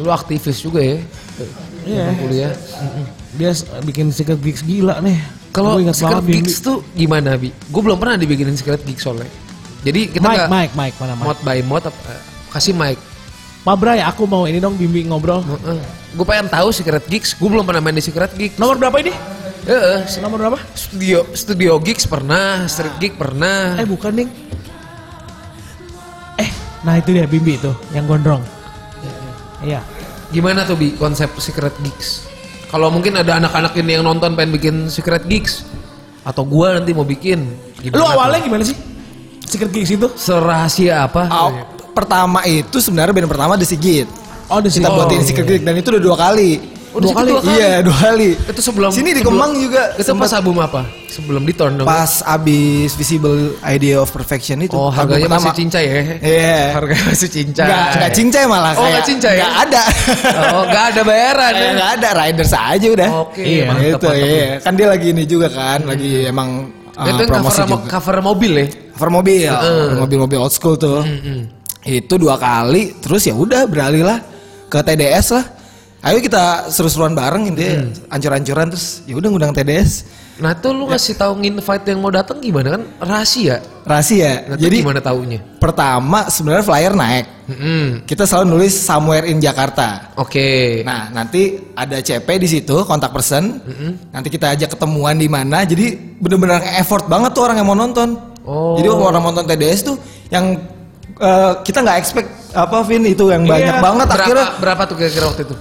Speaker 1: Lu aktivis juga ya.
Speaker 2: Iya.
Speaker 1: zaman Kuliah.
Speaker 2: Dia s- bikin secret gigs gila nih.
Speaker 1: Kalau
Speaker 2: Gua
Speaker 1: secret
Speaker 2: Bimbi.
Speaker 1: gigs tuh gimana bi? Gue belum pernah dibikinin secret gigs soalnya. Jadi kita
Speaker 2: Mike,
Speaker 1: nggak
Speaker 2: Mike, Mike, mana Mike?
Speaker 1: mod by mod apa- eh, kasih mic.
Speaker 2: Mabra ya, aku mau ini dong Bimbi ngobrol.
Speaker 1: Gue pengen tahu secret gigs. Gue belum pernah main di secret gig.
Speaker 2: Nomor berapa ini?
Speaker 1: Heeh.
Speaker 2: Nomor berapa?
Speaker 1: Studio studio gigs pernah, street gig pernah.
Speaker 2: Eh bukan ding. Eh, nah itu dia Bimbi itu yang gondrong. Iya.
Speaker 1: Gimana tuh bi konsep secret gigs? Kalau mungkin ada anak-anak ini yang nonton pengen bikin secret gigs atau gua nanti mau bikin.
Speaker 2: Lu
Speaker 1: Gimana tuh?
Speaker 2: awalnya gimana sih? Secret Gigs itu?
Speaker 1: serahasia apa?
Speaker 3: Aw, pertama itu sebenarnya band pertama The Sigit.
Speaker 2: Oh, di
Speaker 3: Kita buatin Secret Geek dan itu udah dua kali.
Speaker 1: iya, Oh, The Sigit dua kali?
Speaker 3: Iya, dua kali.
Speaker 1: Itu sebelum
Speaker 3: Sini di
Speaker 1: sebelum-
Speaker 3: Kemang juga
Speaker 1: Itu
Speaker 3: sempet
Speaker 1: pas album apa? Sebelum di turn dong.
Speaker 3: pas abis Visible Idea of Perfection itu.
Speaker 1: oh, harganya
Speaker 3: album
Speaker 1: masih
Speaker 3: pertama.
Speaker 1: cincay ya.
Speaker 3: Iya.
Speaker 1: Harganya masih cincay.
Speaker 3: Enggak, enggak cincay malah
Speaker 1: Oh, enggak cincay.
Speaker 3: Enggak ada.
Speaker 1: Oh, enggak ada bayaran. ya?
Speaker 3: Kayak Enggak ada Riders aja udah.
Speaker 1: Oke,
Speaker 3: Iya,
Speaker 1: mantep,
Speaker 3: itu
Speaker 1: mantep.
Speaker 3: iya. Kan dia lagi ini juga kan, lagi emang uh,
Speaker 1: itu yang
Speaker 3: promosi
Speaker 1: cover, mo-
Speaker 3: juga.
Speaker 1: cover mobil ya.
Speaker 3: Cover mobil, cover mobil-mobil old school tuh.
Speaker 1: Mm,
Speaker 3: Itu dua kali, terus ya udah beralih lah ke TDS lah. Ayo kita seru-seruan bareng gitu ya,
Speaker 1: Mm.
Speaker 3: ancur-ancuran terus ya udah ngundang TDS.
Speaker 1: Nah, tuh
Speaker 3: Ya.
Speaker 1: lu ngasih tahu invite yang mau datang gimana kan? Rahasia.
Speaker 3: Rahasia.
Speaker 1: Nah, tuh
Speaker 3: Jadi
Speaker 1: gimana taunya?
Speaker 3: pertama sebenarnya flyer naik.
Speaker 1: Mm-mm.
Speaker 3: Kita selalu nulis somewhere in Jakarta.
Speaker 1: Oke.
Speaker 3: Nah, nanti ada CP di situ, kontak person. Nanti kita ajak ketemuan di mana. Jadi bener-bener effort banget tuh orang yang mau nonton.
Speaker 1: Oh.
Speaker 3: Jadi orang mau nonton TDS tuh yang eh, kita nggak expect apa Vin itu yang banyak banget
Speaker 1: Iya. berapa,
Speaker 3: akhirnya
Speaker 1: berapa tuh kira-kira waktu itu?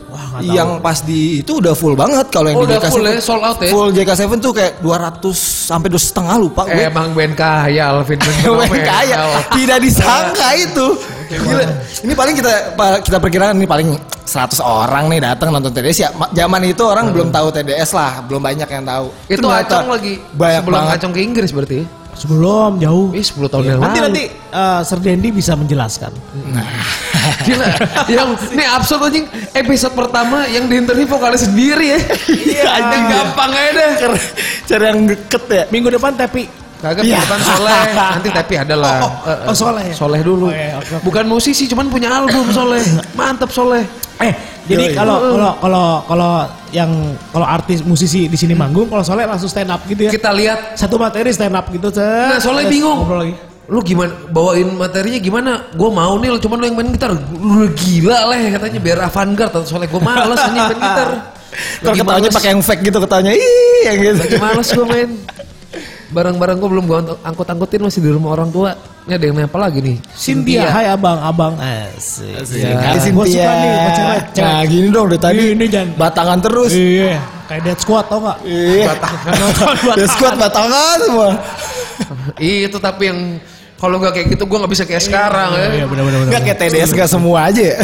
Speaker 3: yang pas di itu udah full banget kalau yang
Speaker 1: Oh,
Speaker 3: di
Speaker 1: udah
Speaker 3: JK7.
Speaker 1: full ya, sold out ya?
Speaker 3: Full JK7 tuh kayak 200 sampai 2,5 setengah lupa gue.
Speaker 1: Emang Ben kaya Alvin Ben
Speaker 3: Pemain
Speaker 1: Fenomen.
Speaker 3: kaya
Speaker 1: Tahu.
Speaker 3: tidak disangka itu. Gila. Ini paling kita pa- kita perkirakan ini paling 100 orang nih datang nonton TDS ya. ma- Zaman itu orang belum tahu TDS lah, belum banyak yang tahu.
Speaker 1: Itu
Speaker 3: Ternyata
Speaker 1: Acong lagi
Speaker 3: banyak
Speaker 1: sebelum
Speaker 3: banget.
Speaker 1: Acong ke Inggris berarti. ya?
Speaker 2: Sebelum jauh.
Speaker 1: Ih, 10 tahun yang
Speaker 2: Nanti
Speaker 1: lalu.
Speaker 2: nanti eh, Sir Dendi bisa menjelaskan.
Speaker 1: Gila. yang ini absurd anjing episode pertama yang diinterview vokalis sendiri ya. Iya, anjing gampang aja dah.
Speaker 3: Cara yang deket ya.
Speaker 2: Minggu depan tapi
Speaker 1: Kagak depan Soleh, nanti tapi ada lah.
Speaker 2: Iya.
Speaker 1: Eh,
Speaker 2: Oh, oh, oh, Soleh ya?
Speaker 1: Soleh dulu.
Speaker 2: Oh, iya, oke, oke.
Speaker 1: Bukan musisi, cuman punya album Soleh. Mantap Soleh.
Speaker 2: eh
Speaker 1: Yoi.
Speaker 2: jadi kalau kalau kalau kalau yang kalau artis musisi di sini manggung kalau Soleh langsung stand up gitu ya.
Speaker 1: Kita lihat.
Speaker 2: Satu materi stand up gitu.
Speaker 1: Nah,
Speaker 2: Nah,
Speaker 1: Soleh bingung.
Speaker 2: Ngobrol lagi.
Speaker 1: Lu gimana bawain materinya gimana? Gua mau nih, lu cuman lu yang main gitar. Lu gila leh katanya biar avant-garde atau Soleh gua males anjing main gitar.
Speaker 3: Terus
Speaker 1: Lagi
Speaker 3: ketawanya
Speaker 1: males.
Speaker 3: pakai yang fake gitu ketawanya. Ih, yang gitu.
Speaker 1: Lagi males gue main. Barang-barang gue belum gue angkut-angkutin masih di rumah orang tua. Ini ada yang nempel lagi nih.
Speaker 2: Cynthia, hai abang, abang. Asik. Iya.
Speaker 3: Kali
Speaker 2: Gua suka nih, sama cewek, cewek.
Speaker 3: Nah gini dong dari tadi.
Speaker 2: Ini jangan-
Speaker 3: Batangan terus.
Speaker 2: Iya, kayak dead squad tau gak?
Speaker 3: Iya. Batangan. Ya squad batangan semua.
Speaker 1: Ih, Iya, itu tapi yang kalau nggak kayak gitu gue nggak bisa kayak sekarang ya.
Speaker 2: Iya benar-benar.
Speaker 3: Enggak kayak TDS enggak semua aja ya.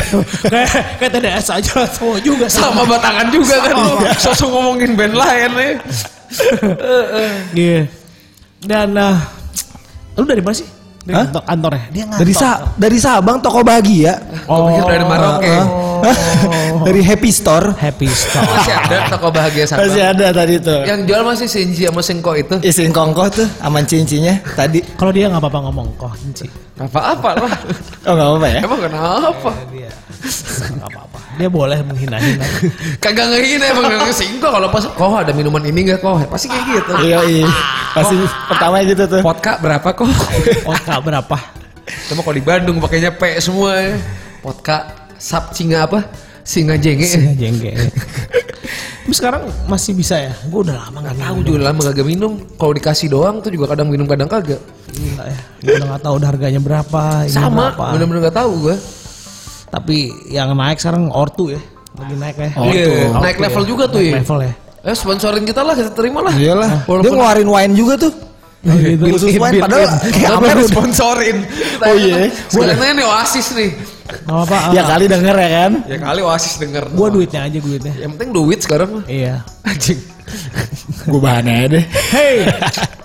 Speaker 2: kayak kayak TDS aja semua juga sama.
Speaker 1: Sama batangan juga kan lu. Sosok ngomongin band lain ya. nih.
Speaker 2: Iya. Dan eh, lu dari mana sih? Dari
Speaker 3: Hah?
Speaker 2: kantor- kantornya. Dia ngantor.
Speaker 3: Dari Sa dari Sabang toko bahagia.
Speaker 1: Gue pikir dari Maroke.
Speaker 3: Hah? dari Happy Store.
Speaker 2: Happy Store.
Speaker 1: Masih ada toko bahagia sama.
Speaker 3: Masih ada Iya. tadi tuh.
Speaker 1: Yang jual masih Senji sama Sengko itu.
Speaker 3: Isin kongkoh tuh aman cincinnya tadi.
Speaker 2: Kalau dia nggak apa-apa ngomong kok Hinci.
Speaker 1: Apa-apa lah.
Speaker 3: Oh enggak apa-apa ya.
Speaker 1: Emang kenapa?
Speaker 3: Iya.
Speaker 2: Dia nggak apa-apa. Dia boleh menghina-hina.
Speaker 1: Kagak ngehina emang nggak Sengko kalau pas kok ada minuman ini nggak kok pasti kayak gitu.
Speaker 3: Iya, iya. Pasti pertama gitu tuh.
Speaker 1: Vodka berapa kok?
Speaker 2: Otak Oh, berapa?
Speaker 1: Cuma kalau di Bandung pakainya P semua ya. Vodka sap singa apa? Singa jenge.
Speaker 2: Singa jengge. Tapi sekarang masih bisa ya? Gue udah lama nggak tahu
Speaker 1: Aku juga lama kagak minum. Kalau dikasih doang tuh juga kadang minum kadang kagak.
Speaker 2: Gila ya. Gue udah nggak tahu udah harganya berapa. ini
Speaker 1: Sama,
Speaker 2: berapa.
Speaker 1: bener-bener gak tahu gue.
Speaker 2: Tapi yang naik sekarang ortu ya. Lagi naik ya.
Speaker 3: Oh,
Speaker 1: Iya,
Speaker 3: tuh.
Speaker 1: naik level juga tuh ya.
Speaker 2: Naik level ya.
Speaker 1: Eh sponsorin kita lah, kita terima lah.
Speaker 3: Iyalah. Dia
Speaker 1: Walaupun
Speaker 3: ngeluarin wine juga tuh.
Speaker 2: Oh, gitu.
Speaker 3: Khusus wine padahal kayak Amer udah-
Speaker 1: sponsorin.
Speaker 3: Oh, iya.
Speaker 1: Sebenarnya ini Oasis nih.
Speaker 2: Nggak apa-apa.
Speaker 3: Ya kali denger ya kan.
Speaker 1: Ya kali Oasis denger.
Speaker 2: Gue duitnya aja duitnya.
Speaker 1: Yang penting duit sekarang lah.
Speaker 2: Iya.
Speaker 1: Anjing.
Speaker 3: Gue bahan aja deh.
Speaker 2: Hey.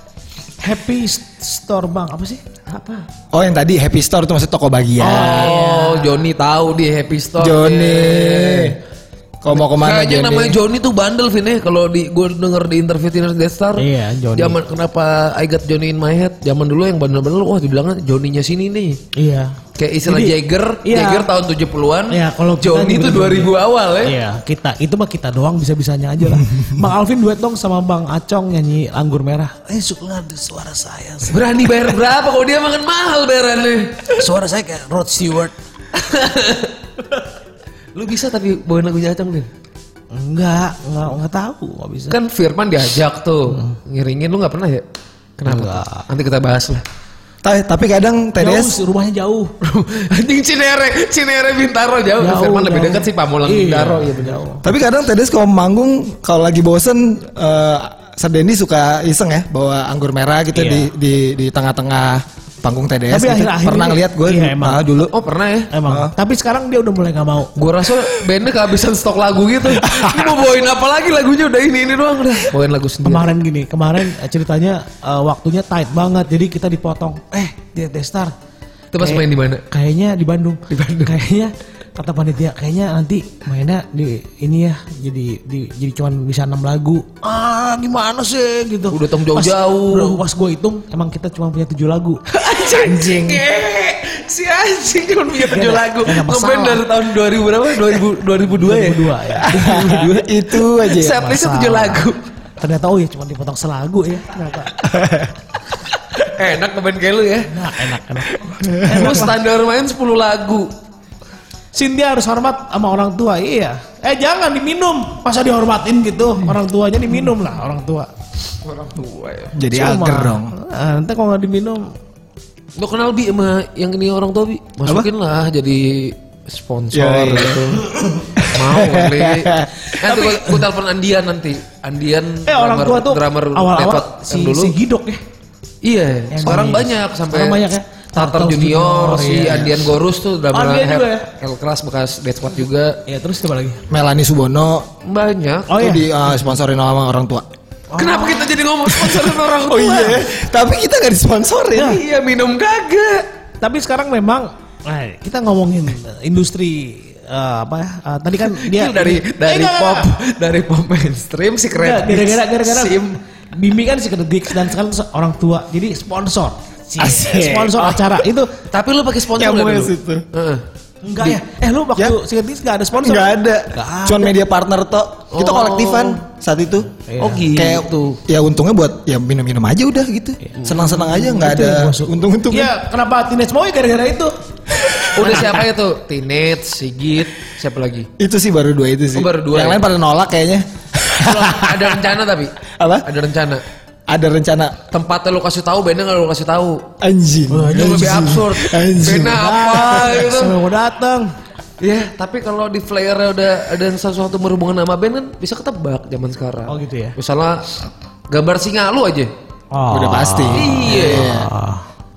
Speaker 2: Happy Store Bang apa sih? Apa?
Speaker 3: Oh yang tadi Happy Store tuh maksud toko bahagia.
Speaker 1: Oh, iya. Joni tahu di Happy Store. Iya.
Speaker 3: Joni. Kau mau kemana
Speaker 1: Kayaknya namanya
Speaker 3: Joni?
Speaker 1: Joni tuh bandel Vin ya kalau di gue denger di interview Teenage Death Star.
Speaker 2: Iya, Joni.
Speaker 1: Zaman kenapa I got Johnny in my head? Zaman dulu yang bandel-bandel wah dibilangnya Joninya sini nih.
Speaker 2: Iya.
Speaker 1: Kayak istilah
Speaker 2: Jadi,
Speaker 1: Jagger,
Speaker 2: iya.
Speaker 1: Jagger tahun 70-an.
Speaker 2: Iya, kalau kita
Speaker 1: Johnny itu
Speaker 2: juga
Speaker 1: 2000 awal ya.
Speaker 2: Iya, kita itu mah kita doang bisa-bisanya aja lah. Bang Alvin duet dong sama Bang Acong nyanyi Anggur Merah. Eh, suka suara saya.
Speaker 1: Berani bayar berapa kalau dia makan mahal bayarannya.
Speaker 2: Suara saya kayak Rod Stewart.
Speaker 1: Lu bisa tapi bawain lagunya Acang deh.
Speaker 2: Enggak, enggak enggak tahu, enggak bisa.
Speaker 1: Kan Firman diajak tuh
Speaker 2: Hmm.
Speaker 1: ngiringin lu nggak pernah ya? Kenapa? tuh? Nanti kita bahas lah.
Speaker 3: Ta- Tapi
Speaker 2: Jauh,
Speaker 3: kadang TDS
Speaker 2: sih, rumahnya jauh.
Speaker 1: Anjing Cinere, Cinere Bintaro jauh.
Speaker 2: Jauh,
Speaker 1: Firman lebih
Speaker 2: jauh.
Speaker 1: dekat sih Pamulang
Speaker 2: Iya,
Speaker 1: Bintaro ya benar.
Speaker 2: jauh.
Speaker 3: Tapi kadang TDS kalau manggung kalau lagi bosen eh Sir Dendi suka iseng ya bawa anggur merah gitu
Speaker 2: Iya.
Speaker 3: di di di tengah-tengah panggung TDS.
Speaker 2: Tapi
Speaker 3: gitu.
Speaker 2: akhir-akhir
Speaker 3: Pernah
Speaker 2: ini-
Speaker 3: ngeliat gue
Speaker 2: iya, emang.
Speaker 3: dulu.
Speaker 1: Oh pernah ya?
Speaker 2: Emang. Tapi sekarang dia udah mulai nggak mau.
Speaker 1: Gue rasa bandnya kehabisan stok lagu gitu. Ini mau bawain apa lagi lagunya udah ini ini doang udah. Bawain lagu sendiri.
Speaker 2: Kemarin gini, kemarin eh, ceritanya eh, waktunya tight banget, jadi kita dipotong. Eh, dia Destar,
Speaker 1: Itu pas main di mana?
Speaker 2: kayaknya di Bandung. Di Bandung. Kayaknya kata panitia, kayaknya nanti mainnya di ini ya, jadi di, jadi cuman bisa enam lagu. Ah, gimana sih gitu.
Speaker 1: Udah tong
Speaker 2: Pas-
Speaker 1: jauh-jauh.
Speaker 2: bro, Pas, gue hitung, emang kita cuma punya tujuh lagu.
Speaker 1: Anjing. Ngek. Si anjing kan punya tujuh lagu.
Speaker 2: gak ada masalah.
Speaker 1: Ngeband dari tahun 2000 berapa? 2000, 2002 ya?
Speaker 2: Dua ya.
Speaker 3: itu aja. ya.
Speaker 1: Setlistnya tujuh
Speaker 2: Masalah.
Speaker 1: lagu.
Speaker 2: Ternyata oh ya cuma dipotong selagu ya. Ternyata.
Speaker 1: Enak ngeband kayak lu ya.
Speaker 2: Nah, enak enak.
Speaker 1: Lu standar main 10 lagu.
Speaker 2: Cynthia harus hormat sama orang tua, iya. Eh jangan diminum, masa dihormatin gitu. Orang tuanya diminum lah, orang tua.
Speaker 1: Orang tua ya.
Speaker 3: Jadi
Speaker 2: Cuma,
Speaker 3: ager dong.
Speaker 2: eh, nanti kalau nggak diminum,
Speaker 1: Lu kenal Bi sama yang ini orang tua Bi? Masukin lah jadi sponsor
Speaker 3: Ya, iya.
Speaker 1: gitu. Mau kali. Nanti gua, gua telepon Andian nanti. Andian
Speaker 2: eh orang tua tuh
Speaker 1: drummer Detot
Speaker 2: awal-awal si,
Speaker 1: yang dulu.
Speaker 2: si Gidok ya.
Speaker 1: iya,
Speaker 2: Yang
Speaker 1: sekarang
Speaker 2: ini.
Speaker 1: banyak sampai
Speaker 2: Sekarang banyak ya?
Speaker 1: Tartar
Speaker 2: Tartar
Speaker 1: Junior,
Speaker 2: Junior,
Speaker 1: si
Speaker 2: iya.
Speaker 1: Andian Gorus tuh drummer
Speaker 2: Oh, Andian
Speaker 1: Hell-
Speaker 2: juga ya?
Speaker 1: Hell Class bekas Dead Squad juga.
Speaker 2: Ya terus siapa lagi?
Speaker 3: Melani Subono
Speaker 1: Banyak.
Speaker 2: Oh
Speaker 3: itu
Speaker 2: iya,
Speaker 3: di eh, sponsorin sama orang tua.
Speaker 2: Oh.
Speaker 1: Kenapa kita jadi ngomong sponsorin orang tua?
Speaker 3: Oh iya, tapi kita nggak disponsorin.
Speaker 1: Iya minum kagak.
Speaker 2: Tapi sekarang memang eh, kita ngomongin eh, industri eh, apa ya? eh, tadi kan
Speaker 1: Itu
Speaker 2: dia
Speaker 1: dari
Speaker 2: Eh,
Speaker 1: dari
Speaker 2: enggak,
Speaker 1: pop
Speaker 2: enggak,
Speaker 1: dari pop mainstream si
Speaker 2: enggak,
Speaker 1: keren.
Speaker 2: gara-gara gara-gara
Speaker 1: Sim.
Speaker 2: Bimbi kan si Geeks dan sekarang se- orang tua. Jadi sponsor. Cie,
Speaker 1: Asik. Oh.
Speaker 2: Sponsor acara itu
Speaker 1: Tapi lu pakai sponsor
Speaker 3: Nyambung
Speaker 1: nggak
Speaker 3: ke situ.
Speaker 1: Heeh.
Speaker 2: enggak ya? Eh lu waktu
Speaker 3: Ya.
Speaker 2: si Geeks enggak ada sponsor.
Speaker 3: Nggak ada.
Speaker 2: Nggak ada.
Speaker 3: Cuman media partner tok. Kita
Speaker 1: Oh.
Speaker 3: kolektifan saat itu.
Speaker 2: Iya.
Speaker 1: Oh gitu.
Speaker 3: Kayak ya untungnya buat ya minum-minum aja udah gitu. Senang-senang aja nggak ada untung-untung.
Speaker 2: Iya, kenapa Teenage Boy gara-gara itu?
Speaker 1: Udah siapa itu? Teenage, Sigit, siapa lagi?
Speaker 3: Itu sih baru dua itu sih.
Speaker 1: Oh, baru dua
Speaker 3: Yang
Speaker 1: ya?
Speaker 3: lain pada nolak kayaknya.
Speaker 1: Belum, ada rencana tapi.
Speaker 3: Apa?
Speaker 1: Ada rencana.
Speaker 3: Ada rencana
Speaker 1: Tempatnya lu kasih tahu, bandnya nggak lu kasih tahu.
Speaker 3: anjing.
Speaker 1: Itu lebih absurd.
Speaker 3: Anjing.
Speaker 1: Bandnya apa
Speaker 2: Ah.
Speaker 1: gitu?
Speaker 2: Semua mau datang.
Speaker 1: Ya, tapi kalau di flyernya udah ada yang sesuatu berhubungan sama band kan bisa ketebak zaman sekarang.
Speaker 2: Oh, gitu ya?
Speaker 1: Misalnya gambar singa lu aja.
Speaker 2: Oh.
Speaker 3: Udah pasti.
Speaker 1: Iya.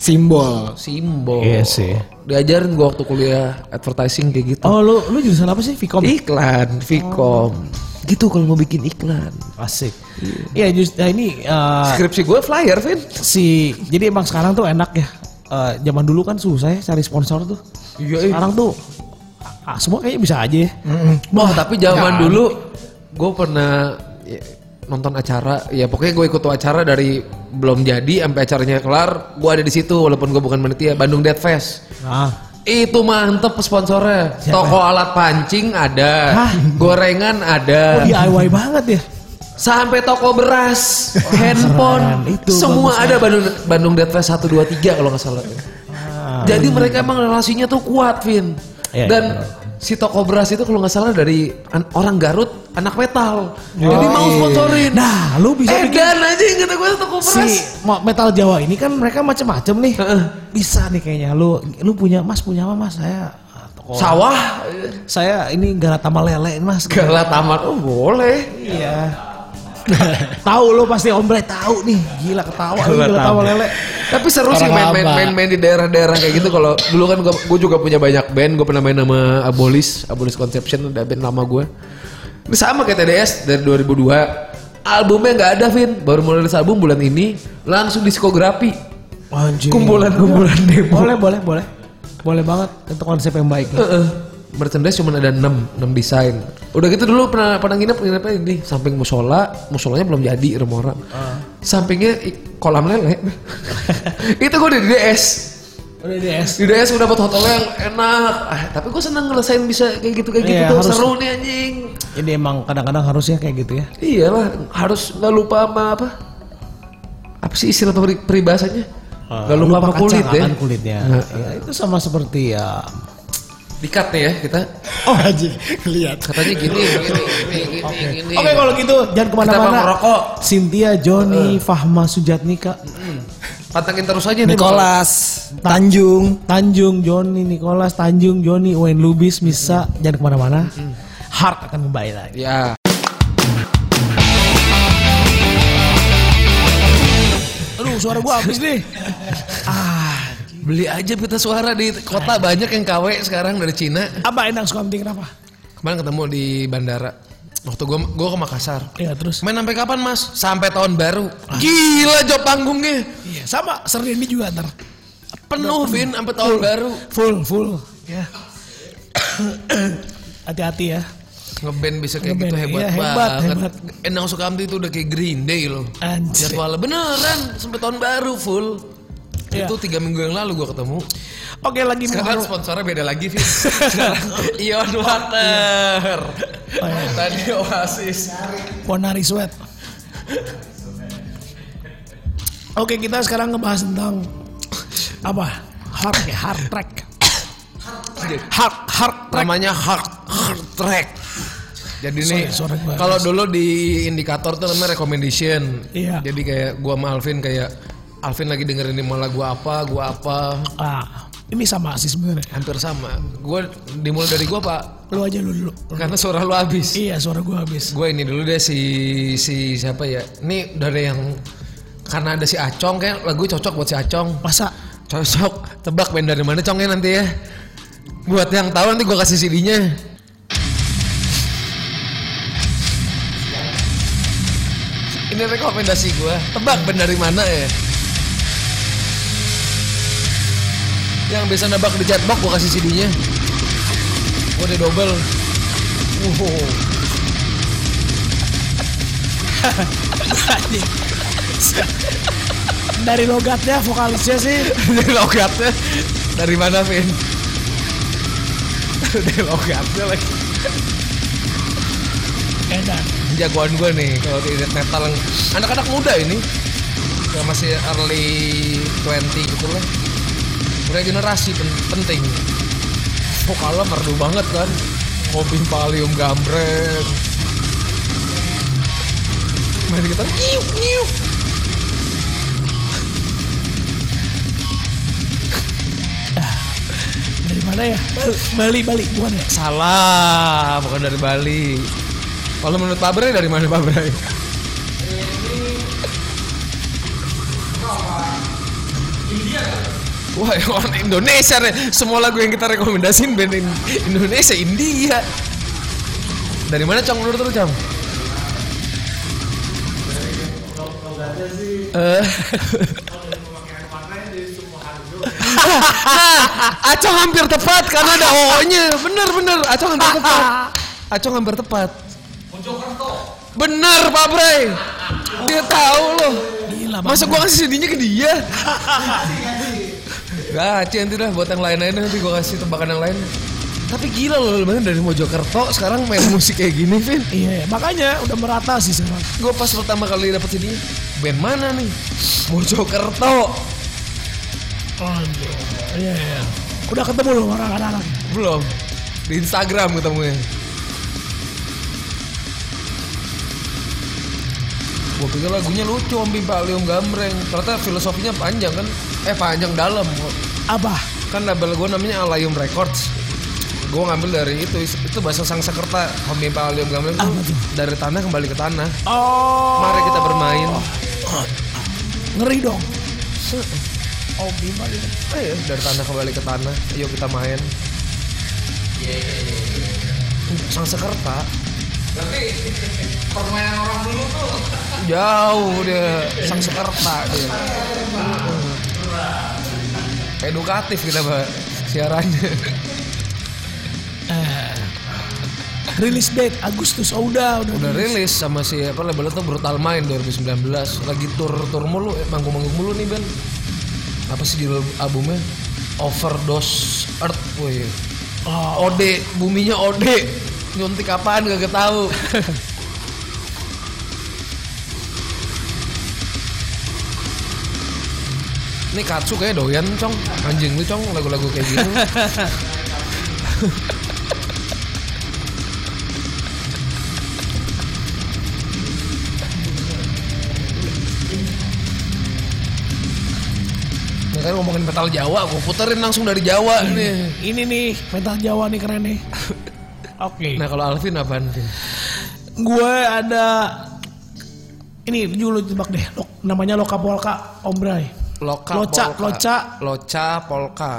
Speaker 3: Simbol.
Speaker 1: Simbol.
Speaker 2: Iya sih.
Speaker 1: Diajarin gua waktu kuliah advertising kayak gitu.
Speaker 2: Oh lu lu jurusan apa sih? Vkom.
Speaker 1: Iklan, Vicom. Gitu kalau mau bikin iklan.
Speaker 2: Asik. Iya just nah ini eh,
Speaker 1: Skripsi gue flyer, Vin.
Speaker 2: si jadi emang sekarang tuh enak ya. Eh, zaman dulu kan susah ya cari sponsor tuh.
Speaker 1: Iya, iya.
Speaker 2: Sekarang tuh ah, semua kayaknya bisa aja ya.
Speaker 1: Oh, tapi zaman dulu gue pernah ya, nonton acara, ya pokoknya gue ikut tuh acara dari belum jadi sampai acaranya kelar, gue ada di situ walaupun gue bukan panitia Bandung Dead Fest.
Speaker 2: Nah,
Speaker 1: Itu mantep sponsornya. Toko alat pancing ada,
Speaker 2: Hah?
Speaker 1: gorengan
Speaker 2: oh,
Speaker 1: ada,
Speaker 2: DIY banget ya.
Speaker 1: sampai toko beras, handphone,
Speaker 2: keren. Itu
Speaker 1: semua
Speaker 2: bagus ya.
Speaker 1: ada Bandung Bandung Dead Fest 1 2 3 kalau nggak salah. Jadi mereka emang relasinya tuh kuat, Vin.
Speaker 2: Ah. Iya,
Speaker 1: Dan
Speaker 2: iya,
Speaker 1: si toko beras itu kalau nggak salah dari an- orang Garut, anak metal. Jadi mau sponsorin.
Speaker 2: Nah, lu bisa
Speaker 1: eh,
Speaker 2: bikin
Speaker 1: dan aja yang kata gue toko
Speaker 2: si
Speaker 1: beras.
Speaker 2: mo- metal Jawa ini kan mereka macam-macam nih. Bisa nih kayaknya lu lu punya Mas punya apa Mas? Saya ah, toko
Speaker 1: Sawah,
Speaker 2: saya ini galatama lele Mas.
Speaker 1: galah tamat. Oh, boleh.
Speaker 2: Iya. tahu lo pasti ombre tahu nih gila ketawa lu
Speaker 3: Gila
Speaker 2: gila ketawa
Speaker 3: tahu.
Speaker 2: lele
Speaker 1: Tapi seru sih
Speaker 3: Orang
Speaker 1: main-main
Speaker 3: lama.
Speaker 1: main-main di daerah-daerah kayak gitu. Kalau dulu kan gue, juga punya banyak band. Gue pernah main sama Abolis, Abolis Conception, udah band lama gue. Ini sama kayak TDS dari 2002. Albumnya nggak ada, Vin. Baru mulai rilis album bulan ini, langsung diskografi.
Speaker 2: anjing
Speaker 1: Kumpulan-kumpulan demo.
Speaker 2: boleh boleh boleh boleh banget itu konsep yang baik
Speaker 1: Eh, eh. merchandise cuma ada 6, 6 desain. Udah gitu dulu pernah pernah nginep nginepnya ini samping musola, musolanya belum jadi rumah orang. Sampingnya i- kolam lele. itu gue di DS.
Speaker 2: udah DS
Speaker 1: Di DS udah dapat hotelnya yang enak. Ah, tapi gue seneng ngelesain bisa kayak gitu kayak gitu
Speaker 2: Iya,
Speaker 1: tuh.
Speaker 2: harus.
Speaker 1: Seru nih anjing.
Speaker 2: jadi emang kadang-kadang harusnya kayak gitu ya
Speaker 1: Iyalah, harus nggak lupa sama apa? Apa sih istilah peri- peribahasanya? Nggak lupa, sama
Speaker 2: Ah, kacang
Speaker 1: kulit ya.
Speaker 2: akan kulitnya Ya, itu sama seperti ya
Speaker 1: Dikat nih ya kita.
Speaker 3: Oh anjing, lihat.
Speaker 1: Katanya gini, gini, gini, gini, gini.
Speaker 2: oke kalau gitu jangan
Speaker 1: Kita
Speaker 2: kemana-mana
Speaker 1: mau ngerokok.
Speaker 2: Cynthia Joni Fahma Sujatnika
Speaker 1: Pantengin terus aja nih.
Speaker 3: Nicholas, Tanjung.
Speaker 2: Tanjung Joni Nicholas Tanjung Joni Wayne Lubis Misa jangan kemana-mana Heart akan kembali lagi
Speaker 1: Ya.
Speaker 2: aduh suara gua habis nih
Speaker 1: Ah, beli aja pita suara di kota banyak yang KW sekarang dari Cina.
Speaker 2: apa enak suka penting kenapa
Speaker 1: Kemarin ketemu di bandara. Waktu gua gua ke Makassar.
Speaker 2: ya terus
Speaker 1: Main sampai kapan, Mas? Sampai tahun baru. Gila job panggungnya.
Speaker 2: iya sama Serdendi juga ntar
Speaker 1: Penuh Vin sampai tahun baru.
Speaker 2: full full ya hati-hati ya
Speaker 1: Ngeband bisa kayak gitu
Speaker 2: Ngeband,
Speaker 1: hebat,
Speaker 2: iya, hebat,
Speaker 1: banget.
Speaker 2: hebat.
Speaker 1: Endang Sukamti itu udah kayak Green Day loh.
Speaker 2: anjir
Speaker 1: Jadwalnya beneran sampai tahun baru full.
Speaker 2: Iya.
Speaker 1: Itu tiga minggu yang lalu gua ketemu.
Speaker 2: oke lagi
Speaker 1: Sekarang
Speaker 2: mengharu-
Speaker 1: sponsornya beda lagi, Fit. Sekarang Ion Water.
Speaker 2: Iya.
Speaker 1: Tadi Oasis.
Speaker 2: Ponari Sweat oke kita sekarang ngebahas tentang apa hard ya hard track hard hard track
Speaker 1: Namanya hard, hard track. Jadi nih,
Speaker 2: Sorry, sorry, gua-
Speaker 1: kalau dulu di indikator tuh namanya recommendation.
Speaker 2: Iya.
Speaker 1: Jadi kayak gua sama Alvin kayak Alvin lagi dengerin ini malah gua apa, gua apa,
Speaker 2: ah ini sama sih sebenarnya
Speaker 1: hampir sama. Gua dimulai dari gua, Pak.
Speaker 2: lu aja lu dulu
Speaker 1: Karena suara lu habis.
Speaker 2: iya suara gua habis
Speaker 1: Gue ini dulu deh si si siapa ya? Ini dari yang karena ada si Acong kayak lagu cocok buat si Acong.
Speaker 2: masa
Speaker 1: Cocok. Tebak band dari mana congnya nanti ya. Buat yang tahu nanti gue kasih CD-nya. Ini rekomendasi gua. Tebak band dari mana ya? Yang biasa nebak di chatbox gua kasih CD-nya. Gua udah double. Wow.
Speaker 2: Dari logatnya, vokalisnya sih.
Speaker 1: Dari logatnya dari mana, Vin? Dari logatnya lagi.
Speaker 2: Edan.
Speaker 1: jagoan gue nih kalau di Death metal yang anak-anak muda ini yang masih early 20 gitu lah regenerasi pen- penting vokalnya merdu banget kan kopi palium gambreng main gitar nyiuk nyiuk
Speaker 2: Dari mana ya? Bali, Bali, bukan ya?
Speaker 1: salah bukan dari Bali kalau menurut Pak Bray dari mana Pak Bray? Wah, yang orang Indonesia Re. Semua lagu yang kita rekomendasiin band in- Indonesia, India. Dari mana Cong menurut lu Cong? Eh. Acong hampir tepat karena ada O-nya. Bener bener, Acong hampir tepat. Acong hampir tepat. Bener Pak Bray. Dia tahu loh.
Speaker 2: Gila, Bang.
Speaker 1: Masa gua kasih CD-nya ke dia? Gaci nanti dah buat yang lain-lain nanti gua kasih tebakan yang lain. Tapi gila loh lu bayangin dari Mojokerto sekarang main musik kayak gini, Vin.
Speaker 2: Iya, makanya udah merata sih sekarang.
Speaker 1: Gua pas pertama kali dapet CD band mana nih? Mojokerto.
Speaker 2: Aduh. Iya, iya. Udah ketemu loh orang anak-anak.
Speaker 1: Belum. Di Instagram ketemunya. Gua pikir lagunya lucu Om Bimpa Lium Gambreng. Ternyata filosofinya panjang kan. Eh panjang dalam
Speaker 2: Abah.
Speaker 1: kan label gue namanya Alayum Records gue ngambil dari itu itu bahasa Sangsekerta Homipa Alium Gamleng itu
Speaker 2: Apa tuh?
Speaker 1: dari tanah kembali ke tanah
Speaker 2: Oh.
Speaker 1: mari kita bermain
Speaker 2: Ngeri dong.
Speaker 1: oh gimana eh, dari tanah kembali ke tanah ayo kita main Sangsekerta berarti permainan orang dulu tuh jauh dia Sangsekerta dia edukatif kita pak siarannya
Speaker 2: Rilis date Agustus oh, udah udah.
Speaker 1: udah rilis sama si apa labelnya tuh Brutal Mind 2019 lagi tur tur mulu eh, manggung manggung mulu nih band apa sih judul albumnya Overdose Earth woi Ah,
Speaker 2: Oh,
Speaker 1: Ode buminya Ode nyuntik apaan gak tahu Ini Katsu kayak doyan, Cong. Anjing lu, Cong, lagu-lagu kayak gitu. Nah, kan ngomongin metal Jawa, gue puterin langsung dari Jawa nih.
Speaker 2: ini nih metal Jawa nih keren nih. Oke.
Speaker 1: Nah, kalau Alvin apaan, Vin?
Speaker 2: Gue ada ini dulu tebak deh. Lo- namanya Loka Polka Om Bray.
Speaker 1: Loka,
Speaker 2: Loca,
Speaker 1: polka.
Speaker 2: loca.
Speaker 1: Loca, polka.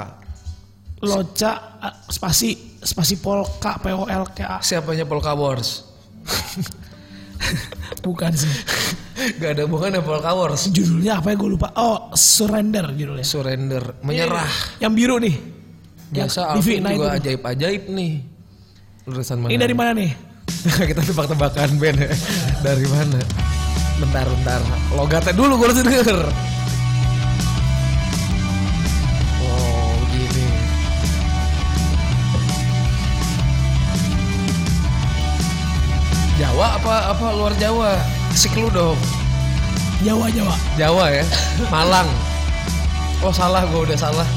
Speaker 2: Loca ah, spasi spasi Polka P O L K A.
Speaker 1: Siapanya Polka Wars?
Speaker 2: Bukan sih.
Speaker 1: Gak ada hubungannya Polka Wars.
Speaker 2: Judulnya apa ya gue lupa. Oh, Surrender judulnya.
Speaker 1: Surrender, menyerah.
Speaker 2: Yang biru nih.
Speaker 1: Biasa
Speaker 2: Yang
Speaker 1: Alvin
Speaker 2: Divina
Speaker 1: juga
Speaker 2: itu.
Speaker 1: ajaib-ajaib nih. Lulusan mana?
Speaker 2: Ini dari mana nih?
Speaker 1: Kita tebak-tebakan Ben. dari mana? Bentar, bentar. Logatnya dulu gue harus denger. Oh, gini. Jawa apa apa luar Jawa? Asik lu dong.
Speaker 2: Jawa Jawa.
Speaker 1: Jawa ya, Malang. Oh salah, gue udah salah.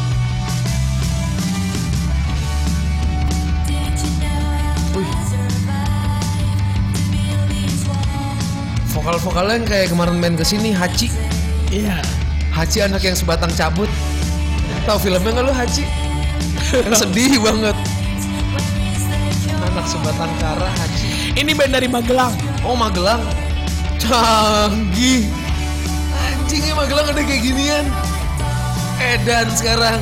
Speaker 1: Wih. Vokal-vokalnya yang kayak kemarin main kesini Haji,
Speaker 2: Iya.
Speaker 1: Haji anak yang sebatang cabut. Tahu filmnya nggak lu Haji? Yang sedih banget. Anak sebatang kara Haji.
Speaker 2: Ini band dari Magelang.
Speaker 1: Oh Magelang Canggih Anjingnya Magelang ada kayak ginian Edan sekarang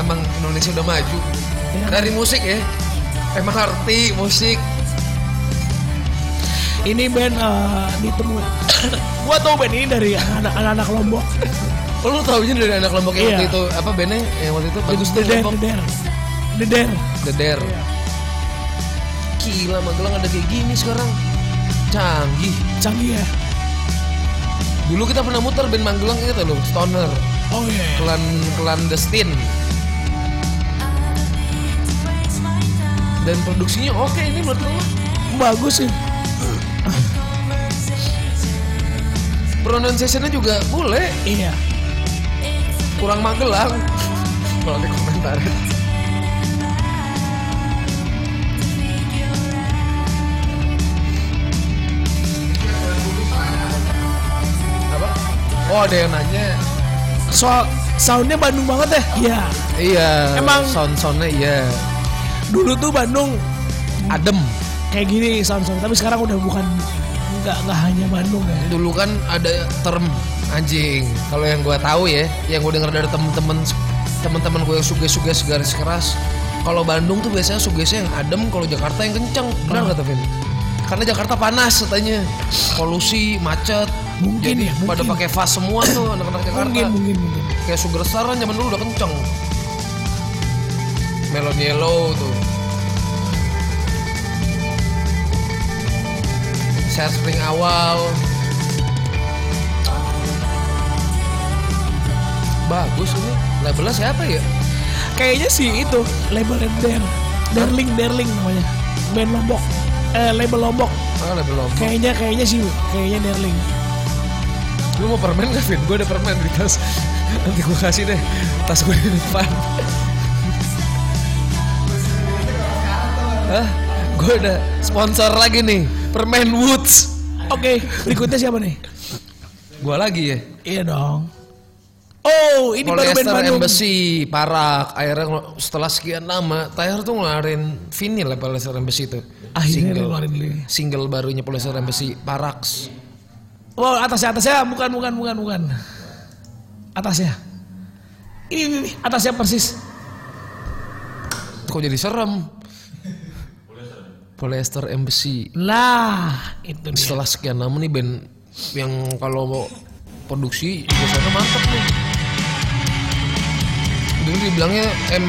Speaker 1: Emang Indonesia udah maju
Speaker 2: Iya.
Speaker 1: Dari musik ya Emang arti musik
Speaker 2: Ini band eh, ditemuin. gua tau band ini dari anak- anak-anak Lombok.
Speaker 1: Oh, lu taunya dari anak Lombok yang
Speaker 2: Iya.
Speaker 1: waktu itu apa bandnya yang waktu itu bagus tuh
Speaker 2: Deder,
Speaker 1: Lombok
Speaker 2: Deder. Deder.
Speaker 1: The Dare.
Speaker 2: Iya.
Speaker 1: Gila Magelang ada kayak gini sekarang. Canggih.
Speaker 2: Canggih ya.
Speaker 1: Dulu kita pernah muter band Magelang inget gak lu Stoner,
Speaker 2: Oh iya.
Speaker 1: Klan Clandestine. Dan produksinya oke ini menurut gua.
Speaker 2: Bagus sih.
Speaker 1: Pronunciation-nya juga boleh,
Speaker 2: Iya.
Speaker 1: kurang Magelang. Kalau di komentar. Apa? Oh ada yang nanya
Speaker 2: Soal soundnya Bandung banget ya. Iya.
Speaker 1: Iya.
Speaker 2: Emang-
Speaker 1: sound-soundnya iya.
Speaker 2: Dulu tuh Bandung
Speaker 1: Adem.
Speaker 2: kayak gini sound-sound. Tapi sekarang udah bukan nggak nggak hanya Bandung ya.
Speaker 1: Dulu kan ada term anjing. Kalau yang gua tahu ya, yang gue denger dari temen-temen temen-temen gue yang suges-suges garis keras. Kalau Bandung tuh biasanya sugesnya yang adem, kalau Jakarta yang kenceng. Benar nggak tapi? Karena Jakarta panas katanya, polusi, macet.
Speaker 2: Mungkin
Speaker 1: Jadi
Speaker 2: ya, mungkin.
Speaker 1: Pada pakai fast semua tuh anak-anak Jakarta.
Speaker 2: Mungkin mungkin mungkin.
Speaker 1: Kayak Sugerstar kan zaman dulu udah kenceng. Melon Yellow tuh. Share Spring awal. Bagus ini. Labelnya siapa ya?
Speaker 2: Kayaknya sih itu label Der. Derling Derling namanya. Band Lombok. Eh, label Lombok.
Speaker 1: Ah, label lama.
Speaker 2: Kayaknya kayaknya sih kayaknya Derling.
Speaker 1: Lu mau permen gak, Vin? Gue ada permen di tas. Nanti gue kasih deh. Tas gue di depan. Hah? Gue ada sponsor lagi nih. Permen Woods.
Speaker 2: Oke, berikutnya siapa nih?
Speaker 1: Gua lagi ya.
Speaker 2: Iya dong. Oh, ini baru band
Speaker 1: Polyester
Speaker 2: Bandung.
Speaker 1: Embassy, Parak, akhirnya ngelu- setelah sekian lama, Tahir tuh ngeluarin vinil ya Polyester Embassy itu.
Speaker 2: Akhirnya
Speaker 1: single,
Speaker 2: ngeluarin ini.
Speaker 1: single barunya Polyester Embassy, Parax.
Speaker 2: Wow, Oh, atasnya atasnya bukan bukan bukan bukan. Atasnya. Ini ini, ini, atasnya persis.
Speaker 1: Kok jadi serem? Polyester Embassy.
Speaker 2: Lah, itu dia.
Speaker 1: Setelah sekian lama nih band yang kalau mau produksi biasanya mantep nih. Dulu dibilangnya M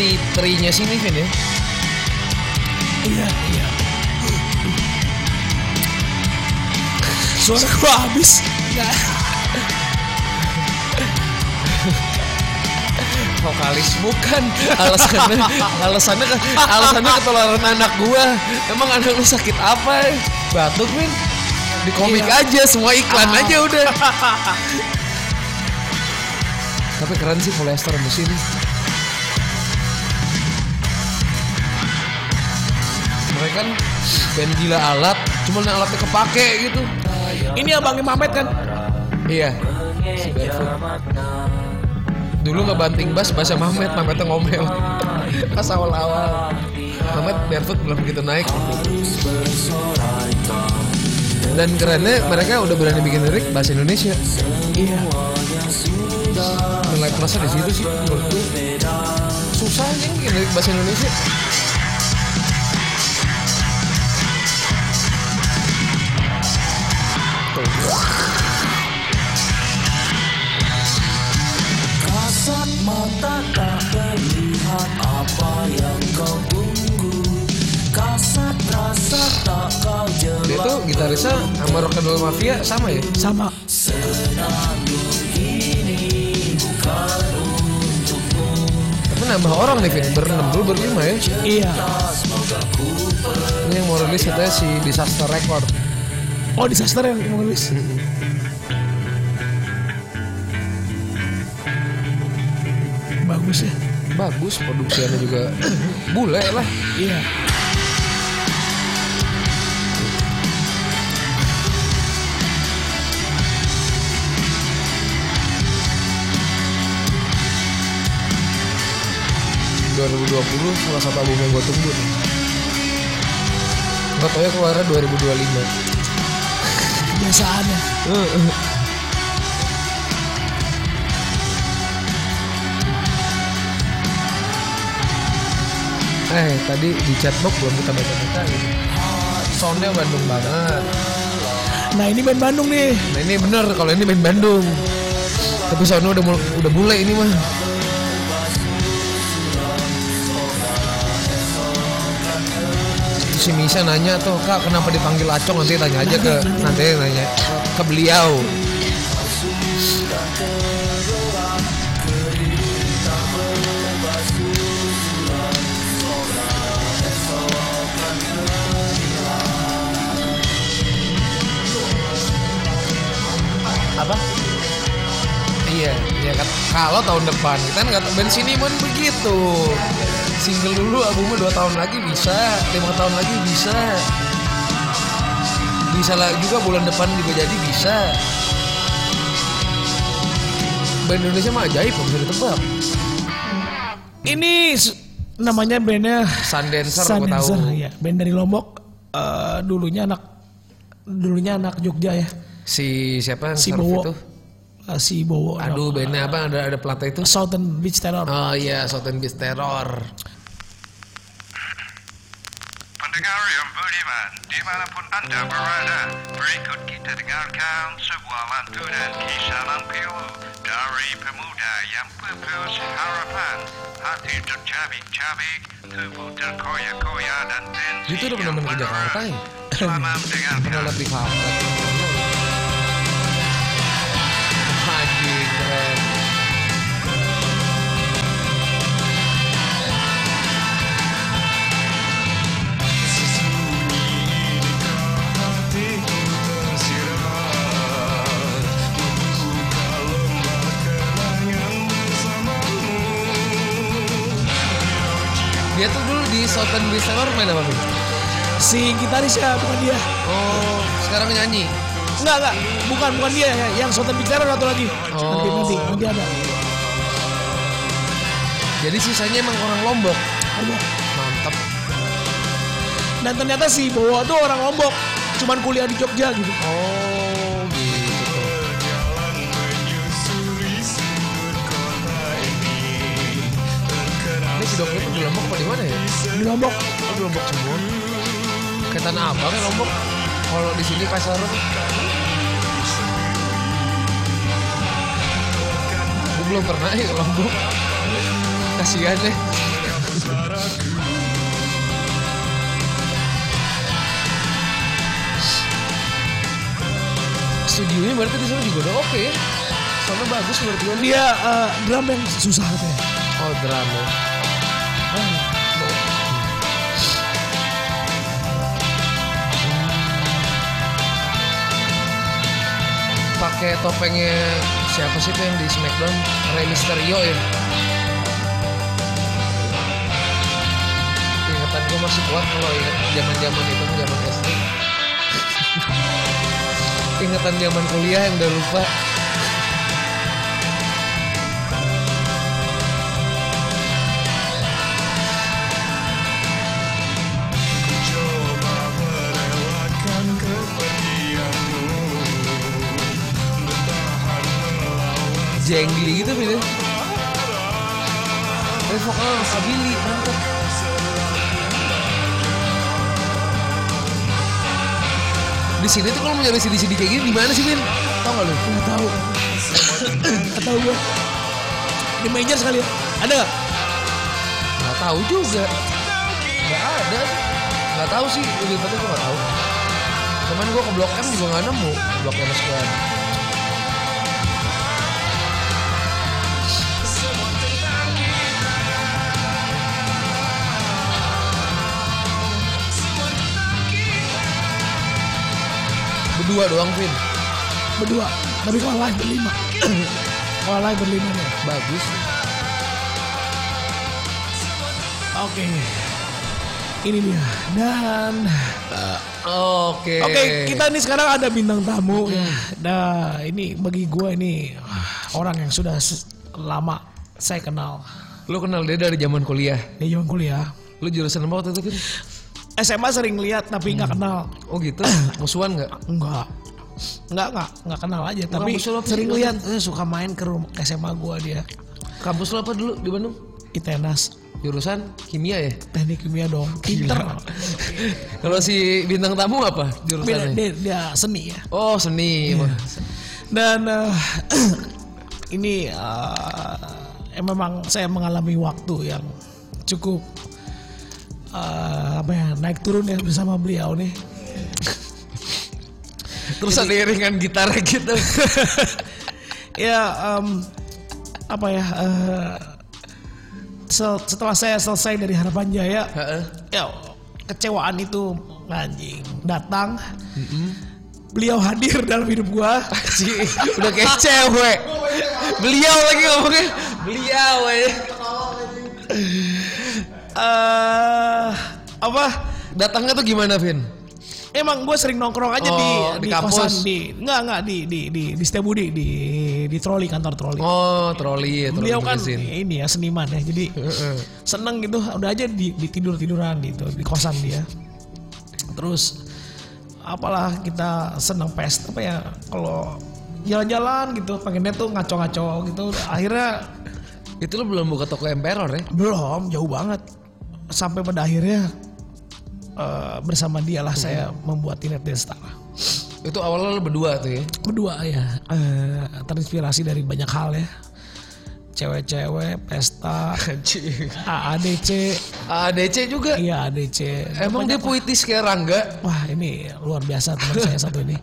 Speaker 1: T3-nya sini Vin ya.
Speaker 2: Iya, iya. Suara gua habis. Nggak.
Speaker 1: vokalis bukan alasannya alasannya alasannya ketularan anak gua emang anak lu sakit apa batuk min di komik aja semua iklan aja udah tapi keren sih Polyester mesin mereka kan band gila alat cuman alatnya kepake gitu
Speaker 2: Ini abangnya Mamet kan?
Speaker 1: iya si Barefoot. dulu nggak banting bas bahasa Mamet Mametnya ngomel pas awal-awal Mamet barefoot belum begitu naik dan kerennya mereka udah berani bikin lirik bahasa Indonesia
Speaker 2: Iya.
Speaker 1: nilai plusnya di situ sih menurut gue susah aja bikin lirik bahasa Indonesia
Speaker 4: Kasat mata tak terlihat apa yang kau tunggu Kasat rasa tak kau jelas
Speaker 1: dia tuh gitarisnya sama rock and roll mafia sama ya
Speaker 2: Sama.
Speaker 1: tapi nambah orang nih Vin berenam dulu berlima ya
Speaker 2: Iya.
Speaker 1: ini yang mau rilis katanya si Disaster Record
Speaker 2: Oh, disaster yang nulis. Bagus ya.
Speaker 1: bagus produksiannya juga bule lah
Speaker 2: Iya.
Speaker 1: 2020 salah satu album yang gue tunggu nih. Gak tau ya keluarnya 2025
Speaker 2: Kebiasaannya.
Speaker 1: Eh tadi di chatbox belum kita baca-baca gitu. soundnya Bandung banget.
Speaker 2: Nah ini band Bandung nih.
Speaker 1: Nah ini bener kalau ini main Bandung. Tapi soundnya udah mul- udah bule ini mah. Terus Si Misha nanya tuh kak kenapa dipanggil Acong nanti tanya aja ke nanti nanya ke beliau. Apa? Iya, iya kan. Kalau tahun depan kita kan nggak band sini pun begitu. Single dulu albumnya dua tahun lagi bisa, lima tahun lagi bisa. Bisa lah juga bulan depan juga jadi bisa. Band Indonesia mah ajaib, nggak bisa ditebak.
Speaker 2: Ini s- namanya bandnya
Speaker 1: Sundancer, gue tahu.
Speaker 2: Sundancer, ya. Band dari Lombok. eh, dulunya anak dulunya anak Jogja ya.
Speaker 1: Si siapa yang
Speaker 2: Si
Speaker 1: surf
Speaker 2: Bowo.
Speaker 1: itu?
Speaker 2: Eh, si Bowo.
Speaker 1: Aduh, bandnya apa? Ada ada pelatih itu?
Speaker 2: Southern Beach Terror.
Speaker 1: Oh iya, Southern Beast Terror.
Speaker 5: Pendengar yang beriman, dimanapun Anda berada, berikut kita dengarkan sebuah lantunan kisaran pilu dari pemuda yang pupus harapan, hati tercabik-cabik, tubuh terkoyak-koyak Ya, dan tensi
Speaker 1: Itu udah pernah main ke Jakarta ya?
Speaker 5: Selamat
Speaker 1: Pernah
Speaker 5: mendengarkan.
Speaker 1: lebih hafal. Haji keren. Dia tuh dulu di Southern Beast Terror main apa Bim?
Speaker 2: Si gitarisnya bukan dia.
Speaker 1: Oh, sekarang nyanyi.
Speaker 2: Enggak, enggak. Bukan, bukan dia. ya. Yang Southern Beach Terror atau lagi. Nanti,
Speaker 1: Oh.
Speaker 2: nanti, nanti ada.
Speaker 1: Jadi sisanya emang orang Lombok.
Speaker 2: Ada.
Speaker 1: Mantap.
Speaker 2: Dan ternyata si Bowo tuh orang Lombok. Cuman kuliah di Jogja gitu.
Speaker 1: Oh, gitu. Ini si dokter di Lombok apa di mana ya?
Speaker 2: Di Lombok.
Speaker 1: Oh, di Lombok semua. Ke Tanah Abang ya Lombok. Kalau di sini kasar. Gue belum pernah ya ke Lombok. Kasihan deh. Studionya berarti di sana juga udah oke ya. Soalnya bagus berarti kan dia.
Speaker 2: Dia eh, drum yang susah katanya.
Speaker 1: Oh drama. Hmm. Pakai topengnya siapa sih tuh yang di Smackdown? Rey Mysterio ya. Ingatan gue masih kuat kalau ingat zaman-zaman itu zaman SD. Ingatan zaman kuliah yang udah lupa. jengli gitu gitu tapi vokal sabili mantep di sini tuh kalau mau nyari CD-CD kayak gini di mana sih Bin? Tau gak lu?
Speaker 2: Nggak tahu. Nggak tahu gue. Di major sekali ya. Ada nggak?
Speaker 1: Gak tahu juga. Gak ada. sih. Gak tahu sih. Lebih tepatnya gue gak tahu. Cuman gue ke Blok M juga gak nemu. Blok M Square. Berdua doang, Vin.
Speaker 2: Berdua. Tapi kalau live berlima. kalau live berlima nih.
Speaker 1: Bagus.
Speaker 2: Oke. Ini dia. Dan
Speaker 1: Oke.
Speaker 2: oke kita nih sekarang ada bintang tamu. ya. Nah ini bagi gue ini orang yang sudah se- lama saya kenal
Speaker 1: Lu kenal dia dari zaman kuliah.
Speaker 2: di zaman kuliah.
Speaker 1: Lu jurusan apa waktu itu, Vin?
Speaker 2: SMA sering lihat tapi nggak kenal.
Speaker 1: Oh gitu? Musuhan gak?
Speaker 2: Enggak. Enggak, enggak, enggak kenal aja. Tapi
Speaker 1: musuh lo apa
Speaker 2: sering
Speaker 1: sih?
Speaker 2: lihat, eh, suka main ke rumah ke SMA gua dia.
Speaker 1: Kampus lu apa dulu di Bandung?
Speaker 2: ITENAS
Speaker 1: Jurusan kimia ya?
Speaker 2: teknik kimia dong pinter
Speaker 1: Kalau si bintang tamu apa
Speaker 2: Beda-
Speaker 1: jurusannya?
Speaker 2: dia, dia seni ya
Speaker 1: Oh seni.
Speaker 2: dan eh, ini eh, eh, memang saya mengalami waktu yang cukup eh, apa ya naik turun ya bersama beliau nih
Speaker 1: Terus ada iringan gitar gitu.
Speaker 2: ya em, apa ya eh, sel- setelah saya selesai dari Harapan Jaya
Speaker 1: Heeh.
Speaker 2: ya kecewaan itu anjing datang beliau hadir dalam hidup gua
Speaker 1: Si, udah kayak cewek. Beliau lagi ngomongnya. Beliau aja.
Speaker 2: eh apa
Speaker 1: Datangnya tuh gimana Vin?
Speaker 2: Emang gue sering nongkrong aja
Speaker 1: Oh,
Speaker 2: di
Speaker 1: di
Speaker 2: di,
Speaker 1: kampus.
Speaker 2: kosan di enggak enggak di di di di Setiabudi di di troli kantor troli.
Speaker 1: Oh troli ya troli
Speaker 2: Beliau kan
Speaker 1: bensin.
Speaker 2: ini ya seniman ya. Jadi seneng gitu udah aja di, di tidur-tiduran gitu di kosan dia. Terus apalah kita seneng pesta apa ya kalau jalan-jalan gitu pengennya tuh ngaco-ngaco gitu akhirnya
Speaker 1: Itu lo belum buka toko emperor ya?
Speaker 2: belum jauh banget sampai pada akhirnya eh, bersama dia lah saya membuat Tinet Destara
Speaker 1: Itu awalnya lo berdua tuh ya?
Speaker 2: kedua ya eh, terinspirasi dari banyak hal ya cewek-cewek pesta
Speaker 1: Anjing.
Speaker 2: AADC
Speaker 1: ADC juga.
Speaker 2: iya ADC
Speaker 1: Emang dia puitis kayak Rangga?
Speaker 2: wah ini luar biasa teman saya satu ini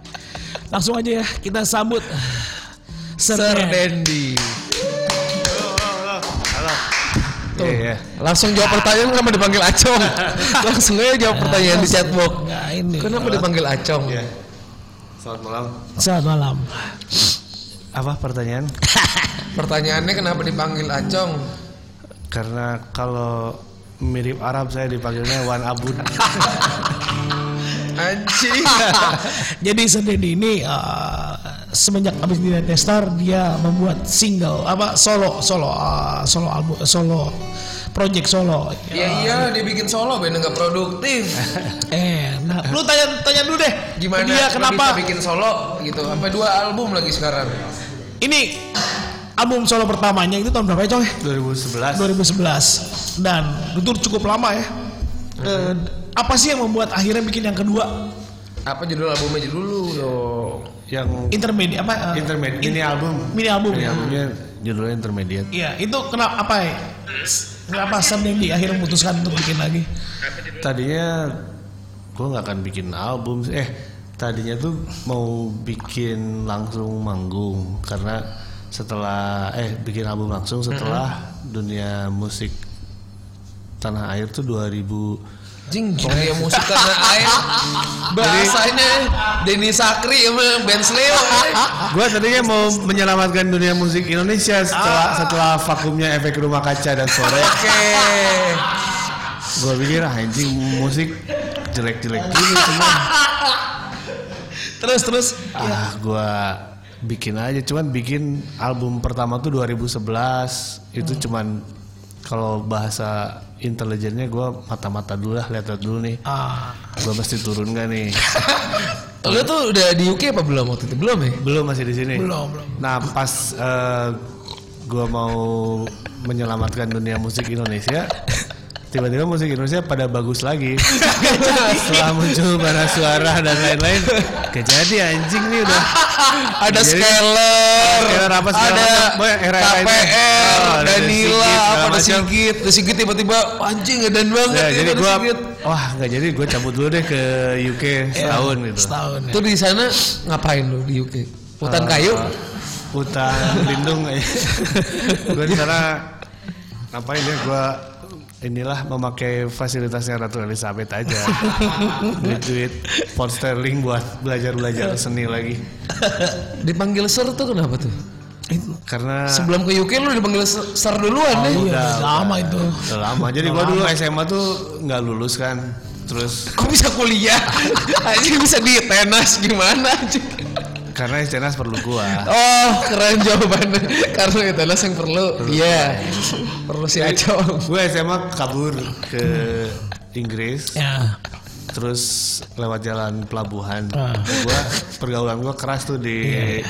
Speaker 2: langsung aja ya kita sambut Sir
Speaker 1: Sir
Speaker 2: Dan.
Speaker 1: Dendi. Tuh. Langsung jawab pertanyaan kenapa dipanggil Acong? Langsung aja jawab pertanyaan di chatbox.
Speaker 2: Enggak, Nah, ini
Speaker 1: Kenapa dipanggil Acong?
Speaker 6: Selamat malam.
Speaker 2: selamat malam
Speaker 6: Apa pertanyaan?
Speaker 1: Pertanyaannya kenapa dipanggil Acong?
Speaker 6: Karena kalau mirip Arab saya dipanggilnya Wan Abud.
Speaker 1: Anjing.
Speaker 2: jadi Sir Dendi ini eh, semenjak habis di Star dia membuat single apa solo solo eh, solo album solo project solo
Speaker 1: ya iya dia bikin solo bener nggak produktif.
Speaker 2: Eh, nah, lu tanya tanya dulu deh.
Speaker 1: Gimana
Speaker 2: Dia Iya, kenapa?
Speaker 1: bisa bikin solo gitu? Sampai dua album lagi sekarang.
Speaker 2: Ini album solo pertamanya itu tahun berapa ya, Coy?
Speaker 6: 2011.
Speaker 2: 2011. Dan itu cukup lama ya. Eh, apa sih yang membuat akhirnya bikin yang kedua?
Speaker 1: Apa judul albumnya aja dulu dong.
Speaker 6: Yang
Speaker 2: Intermediate apa? eh,
Speaker 6: intermediate
Speaker 2: in-
Speaker 6: ini album.
Speaker 2: Mini album.
Speaker 6: Ini albumnya judulnya intermediate.
Speaker 2: Iya, itu kenapa apa ya? S- Kenapa Sam Dendi akhirnya memutuskan untuk bikin lagi?
Speaker 6: Tadinya gue nggak akan bikin album. sih. Eh tadinya tuh mau bikin langsung manggung karena setelah eh bikin album langsung setelah dunia musik tanah air tuh 2000
Speaker 1: Jing, dunia musik tanah air Bahasanya Denny Sakri sama Ben Sleo eh.
Speaker 6: Gue tadinya mau menyelamatkan dunia musik Indonesia setelah setelah vakumnya efek rumah kaca dan sore.
Speaker 1: Oke
Speaker 6: Gue pikir ah, anjing musik jelek-jelek gini semua.
Speaker 2: Terus terus
Speaker 6: Ah, gue bikin aja cuman bikin album pertama tuh 2011 itu cuman kalau bahasa intelijennya gue mata-mata dulu lah lihat dulu nih
Speaker 2: ah,
Speaker 6: gue mesti turun gak nih
Speaker 1: Lu tuh udah di UK apa belum waktu itu? Belum ya?
Speaker 6: belum masih di sini
Speaker 2: belum belum.
Speaker 6: Nah pas eh, gua mau menyelamatkan dunia musik Indonesia, tiba-tiba musik Indonesia pada bagus lagi. Setelah muncul bara suara dan lain-lain, gak jadi anjing nih udah.
Speaker 1: Ada
Speaker 6: Jadi,
Speaker 1: Skeller
Speaker 6: Skeller apa segala
Speaker 1: Ada
Speaker 6: macam. Boy, era-era ini.
Speaker 1: KPR
Speaker 6: Oh, ada
Speaker 1: Danila
Speaker 6: Sigit, segala
Speaker 1: apa Ada
Speaker 6: macam.
Speaker 1: Sigit Ada Sigit tiba-tiba Anjing ngedan banget
Speaker 6: Ya,
Speaker 1: ya,
Speaker 6: jadi
Speaker 1: ada
Speaker 6: gua
Speaker 1: Sigit.
Speaker 6: wah nggak jadi gue cabut dulu deh ke UK setahun gitu.
Speaker 2: Iya. Setahun ya.
Speaker 1: Tuh di sana ngapain lu di UK?
Speaker 6: Ah.
Speaker 1: Hutan kayu?
Speaker 6: hutan ya. lindung gue di sana ngapain ya gue inilah memakai fasilitasnya Ratu Elizabeth aja duit duit pound sterling buat belajar belajar seni lagi
Speaker 1: Dipanggil Sir tuh kenapa tuh?
Speaker 6: karena
Speaker 1: Sebelum ke UK lu dipanggil Sir duluan
Speaker 6: Ah,
Speaker 1: deh
Speaker 2: Iya, lama itu.
Speaker 6: udah lama jadi gue dulu SMA tuh nggak lulus kan terus
Speaker 1: Kok bisa kuliah? Anjing bisa di tenas gimana anjing?
Speaker 6: karena Istenas perlu gue
Speaker 1: Oh, keren jawabannya. Karena itu adalah yang perlu. Iya. Perlu si Acong.
Speaker 6: gue SMA kabur ke Inggris
Speaker 2: Ya.
Speaker 6: terus lewat jalan pelabuhan. Gua pergaulan gua keras tuh di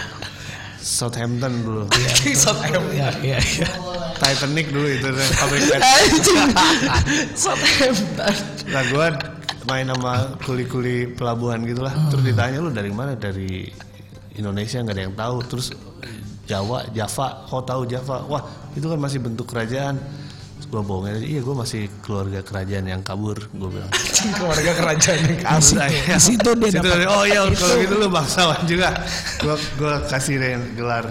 Speaker 6: Southampton dulu.
Speaker 1: Kingsot M.
Speaker 2: Ya, ya, ya.
Speaker 6: Titanic dulu itu deh, Coming Back.
Speaker 1: Anjing. Southampton.
Speaker 6: Nah gue main sama kuli-kuli pelabuhan gitu lah. Terus ditanya lu dari mana? Dari Indonesia nggak ada yang tahu. Terus Jawa, Java, kau tahu Java? Wah itu kan masih bentuk kerajaan. Gue bohongin aja, iya gue masih keluarga kerajaan yang kabur. Gue bilang.
Speaker 3: keluarga kerajaan yang
Speaker 6: Kabur aja.
Speaker 2: Di situ dia
Speaker 6: Iya. Situ
Speaker 2: dapat
Speaker 6: dari, oh iya kalau gitu lu bangsawan juga. Gue gue kasih deh gelar.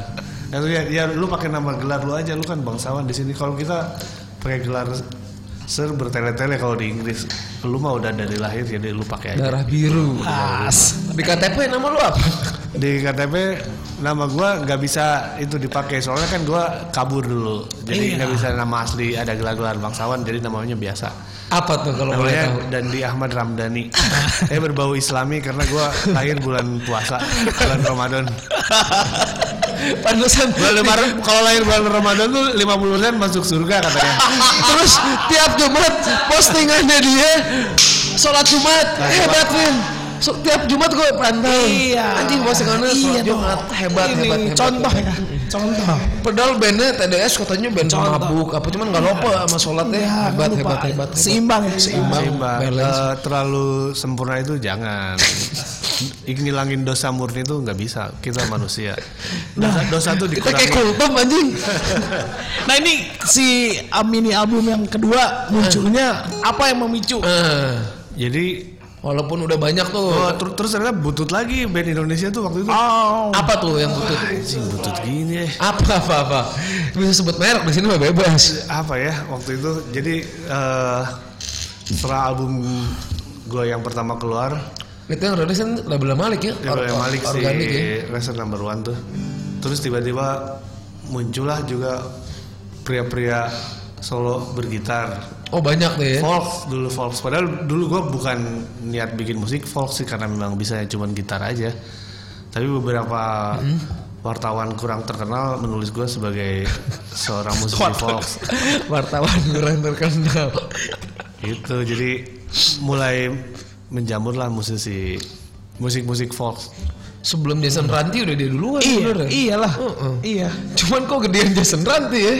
Speaker 6: Ya, lu- ya, ya, lu pakai nama gelar lu aja, lu kan bangsawan di sini. Kalau kita pakai gelar ser bertele-tele kalau di Inggris, lu mah udah dari lahir jadi lu pakai aja.
Speaker 1: Darah biru. Di KTP nama lu apa?
Speaker 6: Di KTP nama gua nggak bisa itu dipakai soalnya kan gua kabur dulu. Jadi
Speaker 2: Iya.
Speaker 6: nggak bisa nama asli ada gelar-gelar bangsawan jadi namanya biasa.
Speaker 1: Apa tuh kalau boleh
Speaker 6: namanya
Speaker 1: tahu?
Speaker 6: Dandi ya? Ahmad Ramdhani. Saya berbau Islami karena gua lahir bulan puasa, bulan Ramadan.
Speaker 1: Pantesan
Speaker 6: Bulan Ramadan kalau lahir bulan Ramadan tuh 50% masuk surga katanya.
Speaker 1: Terus tiap Jumat postingannya dia sholat Jumat hebat Vin. So, tiap Jumat gue pantau.
Speaker 2: Iya.
Speaker 1: Anjing postingannya sholat
Speaker 2: Iya dong.
Speaker 1: Jumat hebat
Speaker 2: Ini
Speaker 1: hebat hebat.
Speaker 2: Contoh ya, contoh.
Speaker 1: Padahal bandnya TDS katanya band mabuk apa cuman nggak lupa sama sholatnya
Speaker 2: Ya,
Speaker 1: hebat,
Speaker 2: lupa.
Speaker 1: hebat hebat hebat.
Speaker 2: Seimbang ya, seimbang.
Speaker 6: Seimbang.
Speaker 1: balance.
Speaker 6: Eh, terlalu sempurna itu jangan. Ngilangin dosa murni itu nggak bisa. Kita manusia. Dosa, dosa tuh
Speaker 1: Kita kayak
Speaker 6: dikurangi.
Speaker 1: kultum anjing.
Speaker 2: Nah ini si uh, mini album yang kedua munculnya apa yang memicu?
Speaker 1: Eh,
Speaker 6: Jadi
Speaker 1: walaupun udah banyak tuh.
Speaker 6: oh, Ah. ter- terus ternyata butut lagi band Indonesia tuh waktu itu.
Speaker 2: Oh,
Speaker 1: Apa tuh yang butuh?
Speaker 6: Anjing, butut gini. eh.
Speaker 1: Apa apa apa? Bisa sebut merek di sini mah bebas.
Speaker 6: apa ya waktu itu jadi eh setelah album gue yang pertama keluar
Speaker 1: Itu yang rilis kan label Malik ya.
Speaker 6: ya yang
Speaker 1: Or-
Speaker 6: Malik si
Speaker 1: organik ya.
Speaker 6: Lesser Number One tuh terus tiba-tiba muncullah juga pria-pria solo bergitar
Speaker 1: Oh banyak tuh ya.
Speaker 6: folk dulu folk padahal dulu gue bukan niat bikin musik folk sih karena memang bisa cuman gitar aja tapi beberapa
Speaker 1: Hmm?
Speaker 6: wartawan kurang terkenal menulis gue sebagai seorang musisi folk
Speaker 1: wartawan kurang terkenal.
Speaker 6: Gitu, jadi mulai menjamurlah musisi musik-musik folk.
Speaker 1: Sebelum Jason Ranti udah dia duluan
Speaker 2: iya,
Speaker 1: sebenarnya.
Speaker 2: iyalah,
Speaker 1: Heeh.
Speaker 2: iya.
Speaker 1: Cuman kok gedean Jason Ranti ya?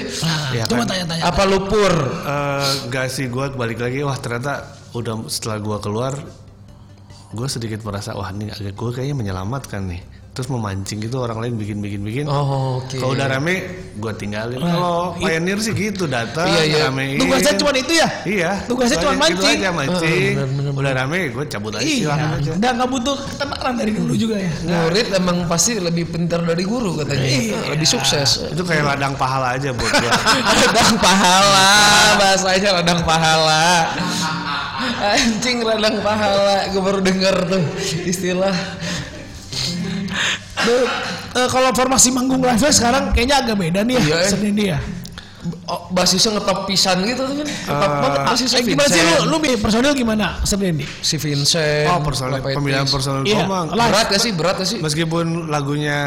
Speaker 6: Ya
Speaker 2: Coba
Speaker 6: kan?
Speaker 2: tanya-tanya.
Speaker 1: Apa lupur?
Speaker 6: Eh, gak sih gue balik lagi, wah ternyata udah setelah gua keluar, gue sedikit merasa wah ini agak gue kayaknya menyelamatkan nih. Terus memancing gitu orang lain bikin bikin bikin.
Speaker 1: Oh, oke.
Speaker 6: Kalau udah rame, gue tinggalin. Kalau pioneer sih gitu datang,
Speaker 1: Iya, iya.
Speaker 6: ramein.
Speaker 2: Tugasnya cuma itu ya?
Speaker 6: Iya.
Speaker 2: Tugasnya cuma
Speaker 6: Soalnya gitu
Speaker 2: mancing. Ah,
Speaker 6: aja, mancing.
Speaker 1: Heeh, bener, bener,
Speaker 6: Udah rame, gue cabut aja.
Speaker 2: Iya,
Speaker 6: silahkan aja.
Speaker 2: dan nggak butuh ketenaran dari dulu juga ya.
Speaker 1: Murid emang pasti lebih pintar dari guru katanya. Lebih sukses.
Speaker 6: Itu kayak ladang pahala aja buat gue.
Speaker 1: Radang pahala, bahasanya radang pahala. Anjing radang pahala, gue baru denger tuh istilah.
Speaker 2: Duh, eh, kalau formasi manggung live sekarang kayaknya agak beda nih ya
Speaker 1: Iya, eh.
Speaker 2: Senin dia.
Speaker 1: Oh, basisnya ngetop pisan gitu tuh kan. Ngetop banget basisnya
Speaker 2: Eh, gimana sih
Speaker 1: Vincent.
Speaker 2: lu? Lu milih personil gimana Senin di?
Speaker 1: Si Vincent.
Speaker 6: Oh personal
Speaker 1: Papa Etis.
Speaker 6: pemilihan personal
Speaker 2: Iya.
Speaker 6: Komang.
Speaker 2: Live.
Speaker 1: Berat gak sih? Berat gak sih?
Speaker 6: Meskipun lagunya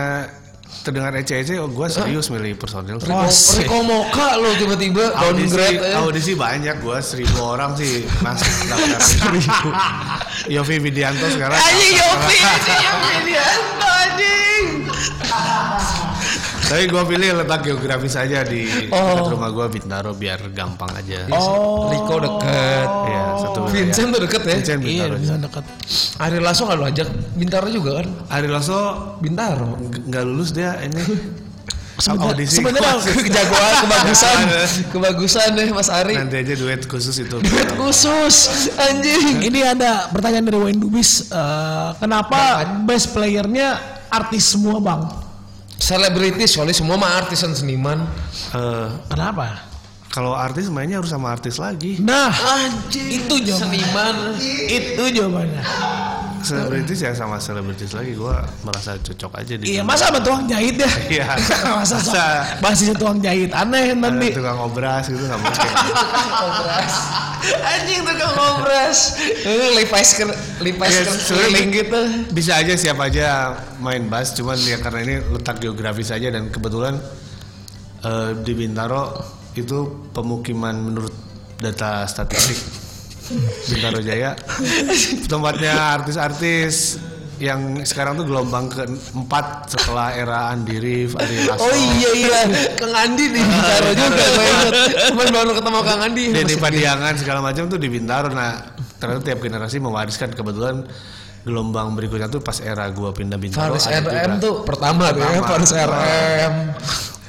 Speaker 6: terdengar ece-ece, oh, gue serius milih personil.
Speaker 1: Riko, Riko Moka lo tiba-tiba
Speaker 6: Audisi,
Speaker 1: downgrade eh. aja.
Speaker 6: audisi banyak gue seribu orang sih masuk daftar. Yofi Widianto sekarang.
Speaker 1: Anjing Yopi, anjing Yopi Widianto anjing.
Speaker 6: Tapi gue pilih letak geografis aja di
Speaker 1: Oh.
Speaker 6: dekat rumah gue Bintaro biar gampang aja.
Speaker 1: Riko deket.
Speaker 6: Iya, satu wilayah.
Speaker 1: Vincent tuh deket ya.
Speaker 6: Vincent Bintaro.
Speaker 2: Jangan dekat.
Speaker 1: Ari Lasso gak lo ajak Bintaro juga kan?
Speaker 6: Ari Lasso
Speaker 1: Bintaro.
Speaker 6: g- nggak lulus dia ini
Speaker 2: Sebenarnya,
Speaker 6: audisi.
Speaker 2: sebenarnya
Speaker 1: Kejagoan, kebagusan. kebagusan deh Mas Ari.
Speaker 6: Nanti aja duet khusus itu.
Speaker 1: Duit khusus anjing.
Speaker 2: ini ada pertanyaan dari Wayne Dubis. Eh, kenapa best playernya artis semua bang?
Speaker 1: Selebriti soalnya semua mah artis dan seniman.
Speaker 6: Eh,
Speaker 2: Kenapa?
Speaker 6: kalau artis mainnya harus sama artis lagi.
Speaker 2: Nah,
Speaker 1: Anjing. Itu jawaban. Seniman.
Speaker 6: Iya,
Speaker 2: itu jawabannya.
Speaker 6: Selebritis ya sama selebritis lagi gua merasa cocok aja di
Speaker 2: Iya, masa sama tukang jahit ya?
Speaker 6: Iya.
Speaker 2: masa sama-
Speaker 6: Masa-
Speaker 2: masih tukang jahit aneh
Speaker 6: nanti
Speaker 2: nanti.
Speaker 6: tukang obras gitu nggak mungkin
Speaker 1: Obras. Anjing tukang obras. Eh, Levi's ker Levi's
Speaker 6: Iya,
Speaker 1: ker
Speaker 6: sebenarnya
Speaker 1: keliling gitu.
Speaker 6: bisa aja siapa aja main bass cuman ya karena ini letak geografis aja dan kebetulan eh, di Bintaro itu pemukiman menurut data statistik Bintaro Jaya tempatnya artis-artis yang sekarang tuh gelombang keempat setelah era Andi Rif, Ari Lasso,
Speaker 1: Oh iya iya, Kang Andi nih Bintaro
Speaker 6: Iya,
Speaker 1: juga gue ingat. Cuman baru ketemu Kang Andi.
Speaker 6: Denny
Speaker 1: Masih-
Speaker 6: Padiangan segala macam tuh di Bintaro. Nah, ternyata tiap generasi mewariskan kebetulan gelombang berikutnya tuh pas era gua pindah Bintaro.
Speaker 1: Faris
Speaker 6: ada
Speaker 1: RM
Speaker 6: juga.
Speaker 1: tuh pertama tuh ya,
Speaker 6: Pertama.
Speaker 1: Faris RM.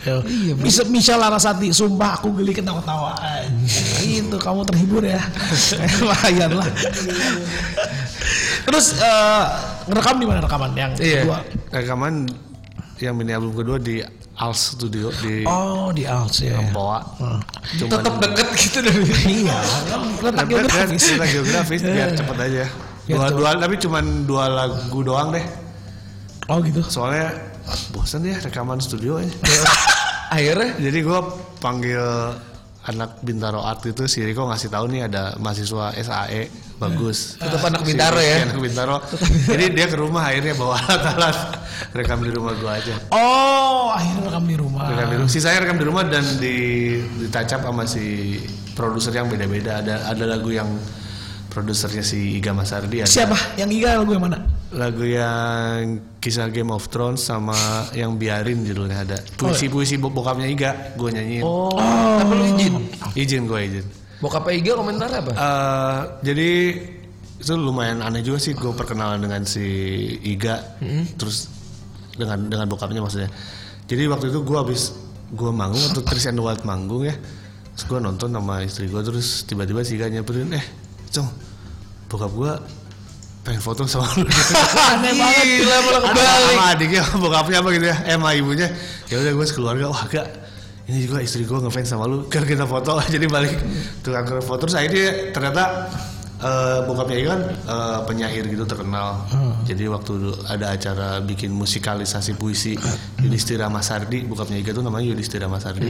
Speaker 2: Iya, bisa Michelle Larasati, sumpah aku geli ketawa-tawa. Itu kamu terhibur ya. Lumayan lah. Terus eh, ngerekam di mana rekaman yang
Speaker 1: Iya.
Speaker 2: kedua?
Speaker 6: Rekaman Eh, yang mini album kedua di Al Studio di
Speaker 2: Oh, di Alts ya.
Speaker 6: Bawa. Cuman
Speaker 1: Tetap deket gitu dari
Speaker 2: Iya, kan letak
Speaker 6: Letak
Speaker 2: geografis.
Speaker 6: geografis, letak geografis biar cepet aja.
Speaker 2: Biar
Speaker 6: Dua,
Speaker 2: cepet.
Speaker 6: dua, tapi cuman dua lagu doang deh.
Speaker 2: Oh gitu.
Speaker 6: Soalnya ah, bosan ya rekaman studio aja.
Speaker 1: akhirnya.
Speaker 6: Jadi gue panggil anak Bintaro Art itu si Riko ngasih tahu nih ada mahasiswa SAE bagus.
Speaker 1: Tetep anak
Speaker 6: Si
Speaker 1: Bintaro
Speaker 6: Rizky
Speaker 1: ya?
Speaker 6: Anak Bintaro. Jadi dia ke rumah akhirnya bawa alat-alat rekam di rumah gue aja.
Speaker 2: Oh, akhirnya rekam di rumah.
Speaker 6: Rekam di rumah. Sisanya rekam di rumah dan di ditacap sama si produser yang beda-beda. Ada ada lagu yang produsernya si Iga Masardi. Ada
Speaker 2: Siapa? Yang Iga lagu yang mana?
Speaker 6: lagu yang kisah Game of Thrones sama yang biarin judulnya ada puisi-puisi bo- bokapnya Iga gue nyanyiin
Speaker 1: iya. Oh, tapi lu izin.
Speaker 6: izin gue izin
Speaker 1: Bokapnya IG komentar apa?
Speaker 6: Eh, jadi itu lumayan aneh juga sih gue perkenalan dengan si Iga terus dengan dengan bokapnya maksudnya jadi waktu itu gue habis gue manggung atau Tris and the Wild manggung ya terus gue nonton sama istri gue terus tiba-tiba si Iga nyamperin eh cong bokap gue pengen foto sama lu
Speaker 2: Aneh banget.
Speaker 1: Gila malah
Speaker 6: Anak-
Speaker 1: kebalik.
Speaker 6: sama adiknya bokapnya apa gitu ya eh, sama ibunya ya udah gue sekeluarga wah gak ini juga istri gue ngefans sama lu kan kita foto jadi balik tukang ke foto terus akhirnya ternyata eh, bokapnya Iwan eh, penyair gitu terkenal jadi waktu dulu ada acara bikin musikalisasi puisi Yudhistira Masardi bokapnya Iga tuh namanya Yudhistira Masardi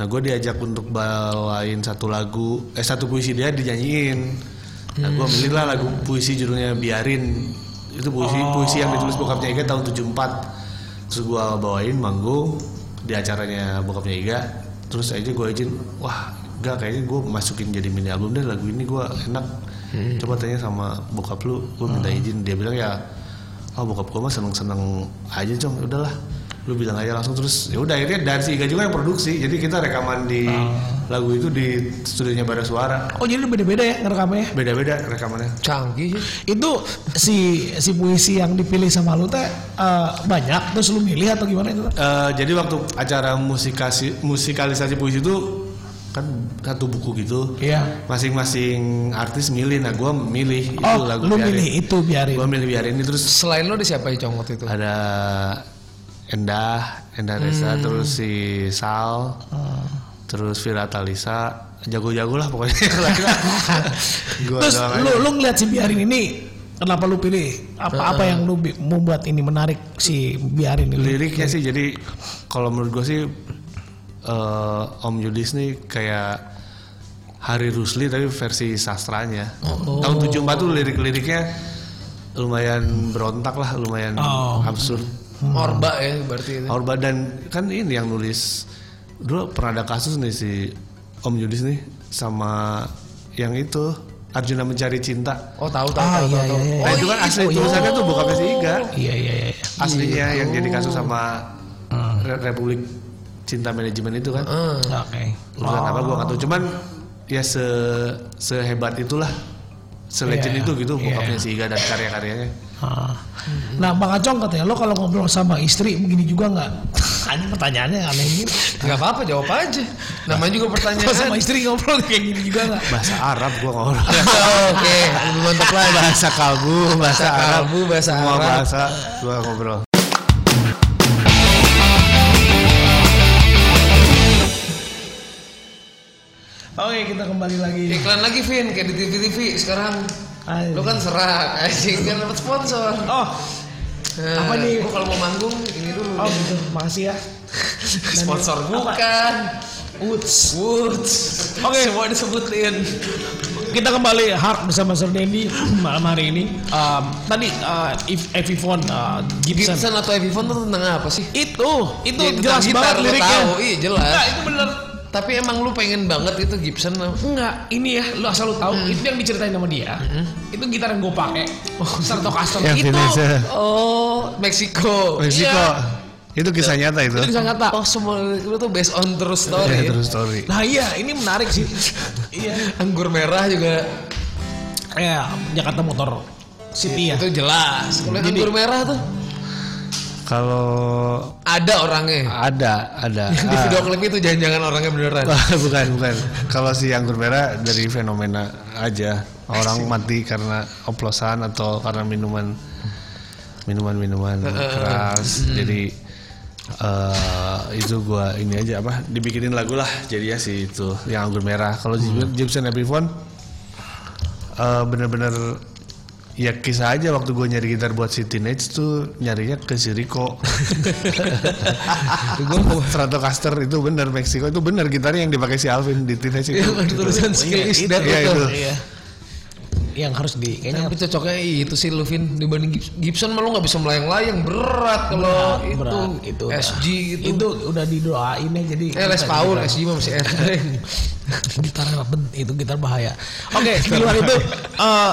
Speaker 6: nah gue diajak untuk bawain satu lagu eh satu puisi dia dinyanyiin Nah, gue ambilin lah lagu puisi judulnya Biarin. Itu puisi puisi yang ditulis bokapnya Iga tahun 74. Terus gue bawain manggung di acaranya bokapnya Iga. Terus aja gue izin, wah gak kayaknya gue masukin jadi mini album deh lagu ini gue enak. Coba tanya sama bokap lu, gue minta izin. Dia bilang ya, oh bokap gue mah seneng-seneng aja cong, Ya udahlah lu bilang aja langsung terus ya udah akhirnya dan si Iga juga yang produksi jadi kita rekaman di
Speaker 2: Ah.
Speaker 6: lagu itu di studionya Bara Suara
Speaker 2: Oh, jadi beda-beda ya ngerekamnya.
Speaker 6: beda-beda rekamannya
Speaker 1: Canggih.
Speaker 2: Itu si si puisi yang dipilih sama lu teh eh, banyak terus lu milih atau gimana itu? Teh?
Speaker 6: Eh, jadi waktu acara musikasi musikalisasi puisi itu kan satu buku gitu
Speaker 2: Iya.
Speaker 6: masing-masing artis milih nah gue milih itu
Speaker 2: Oh,
Speaker 6: lagu
Speaker 2: lu
Speaker 6: biarin
Speaker 2: milih itu biarin.
Speaker 6: gue milih biarin ini terus
Speaker 1: Selain lu ada siapa yang congot itu?
Speaker 6: ada Endah Endah Reza terus si Sal terus Vira Talisa jago-jago lah pokoknya gue
Speaker 2: Terus lu lu ngeliat si biarin ini kenapa lu pilih apa apa yang lu bi- membuat ini menarik si biarin ini?
Speaker 6: liriknya sih jadi kalau menurut gue sih eh, Om Yudis nih kayak Hari Rusli tapi versi sastranya tahun 74 tuh lirik-liriknya lumayan berontak lah lumayan
Speaker 2: Oh.
Speaker 6: absurd
Speaker 1: Orba ya berarti itu.
Speaker 6: Orba dan kan ini yang nulis dulu pernah ada kasus nih si Om Yudis nih sama yang itu Arjuna mencari cinta
Speaker 1: Oh tahu tahu
Speaker 2: Ah,
Speaker 1: tahu. tahu, Oh,
Speaker 2: iya, iya,
Speaker 1: tahu.
Speaker 2: iya.
Speaker 6: nah itu kan asli tulisannya tuh bokapnya si Iga
Speaker 2: Iya iya iya. iya.
Speaker 6: aslinya yang jadi kasus sama Re- Republik Cinta Manajemen itu kan
Speaker 1: Hmm.
Speaker 2: Oke.
Speaker 6: urusan apa gue nggak tahu cuman ya se sehebat itulah
Speaker 2: Iya,
Speaker 6: selegend itu gitu
Speaker 2: iya.
Speaker 6: bokapnya si Iga dan karya-karyanya
Speaker 2: Ah. Nah, Bang Acong katanya lo kalau ngobrol sama istri begini juga nggak? Anjing pertanyaannya aneh gitu.
Speaker 1: Gak apa-apa jawab aja. Namanya juga
Speaker 2: Lo sama iya.
Speaker 1: pertanyaan.
Speaker 2: istri ngobrol kayak gini juga nggak?
Speaker 6: bahasa Arab gue ngobrol
Speaker 1: Oke, lebih mantap lah.
Speaker 6: bahasa kalbu bahasa
Speaker 1: Bahasa
Speaker 6: Arab
Speaker 1: kalbu, bahasa
Speaker 6: semua
Speaker 1: Arab.
Speaker 6: bahasa gue ngobrol
Speaker 2: Oke, kita kembali lagi.
Speaker 1: Iklan lagi Vin kayak di TV-TV sekarang.
Speaker 2: Ayo.
Speaker 1: Lu kan serak, anjing kan dapat sponsor.
Speaker 2: Oh,
Speaker 1: Eh,
Speaker 2: Apa nih?
Speaker 1: Gua kalau mau manggung ini dulu.
Speaker 2: oh gitu. Makasih ya.
Speaker 1: Sponsor
Speaker 2: Apa?
Speaker 1: bukan.
Speaker 2: Woods.
Speaker 1: Woods. Oke, semua disebutin.
Speaker 2: Kita kembali hard bersama Sir Dendi malam hari ini. Um, tadi uh, if Evifon uh, Gibson.
Speaker 1: Gibson atau Epiphone tuh tentang apa sih?
Speaker 2: Itu, itu
Speaker 1: Ya, tentang
Speaker 2: jelas
Speaker 1: gitar,
Speaker 2: banget
Speaker 1: lu
Speaker 2: liriknya.
Speaker 1: tahu. Iya, jelas.
Speaker 2: Nah, itu bener.
Speaker 1: Tapi emang lu pengen banget itu Gibson?
Speaker 2: Enggak, ini ya lu asal lu tahu itu yang diceritain sama dia. Itu gitar yang gue pakai. Serta custom
Speaker 6: Yang
Speaker 2: itu.
Speaker 6: Vanessa.
Speaker 1: Oh, Meksiko.
Speaker 6: Iya. Meksiko.
Speaker 1: Iya.
Speaker 6: Itu kisah nyata itu.
Speaker 2: Itu Iya. bisa nyata.
Speaker 1: Oh, semua itu tuh based on true
Speaker 6: Ya,
Speaker 1: story. ya?
Speaker 6: terus story.
Speaker 2: Nah iya, ini menarik sih. iya.
Speaker 1: Anggur merah juga
Speaker 2: Ya, Jakarta Motor City ya.
Speaker 1: itu jelas. Kalau yang
Speaker 2: Jadi-
Speaker 1: anggur merah tuh
Speaker 6: Kalau
Speaker 1: ada orangnya.
Speaker 6: ada, ada.
Speaker 1: Yang di
Speaker 6: Ah.
Speaker 1: video klip itu jangan-jangan orangnya beneran.
Speaker 6: bukan, bukan. Kalau si anggur merah dari fenomena aja. Orang mati karena oplosan atau karena minuman minuman-minuman keras. Jadi eh, itu gua ini aja apa dibikinin lagu lah jadinya si itu yang anggur merah. Kalau Jim- Gibson Epiphone eh, bener-bener ya kisah aja waktu gue nyari gitar buat si Teenage tuh nyarinya ke si Rico gue Stratocaster itu bener Meksiko itu bener gitarnya yang dipakai si Alvin di Teenage itu
Speaker 1: Yang ada tulisan
Speaker 2: Iya,
Speaker 1: Sky is
Speaker 2: itu,
Speaker 1: Dead
Speaker 6: Iya,
Speaker 1: itu.
Speaker 6: itu.
Speaker 2: Iya. Yang harus di kayaknya
Speaker 1: Tapi cocoknya itu sih Luvin dibanding Gips- Gibson mah lu nggak bisa melayang-layang berat kalau itu
Speaker 2: berat, itu udah.
Speaker 1: SG itu.
Speaker 2: itu udah didoain ya jadi
Speaker 1: Eh Les Paul SG mah masih enteng.
Speaker 2: gitar apa? itu gitar bahaya. Oke, di luar itu eh,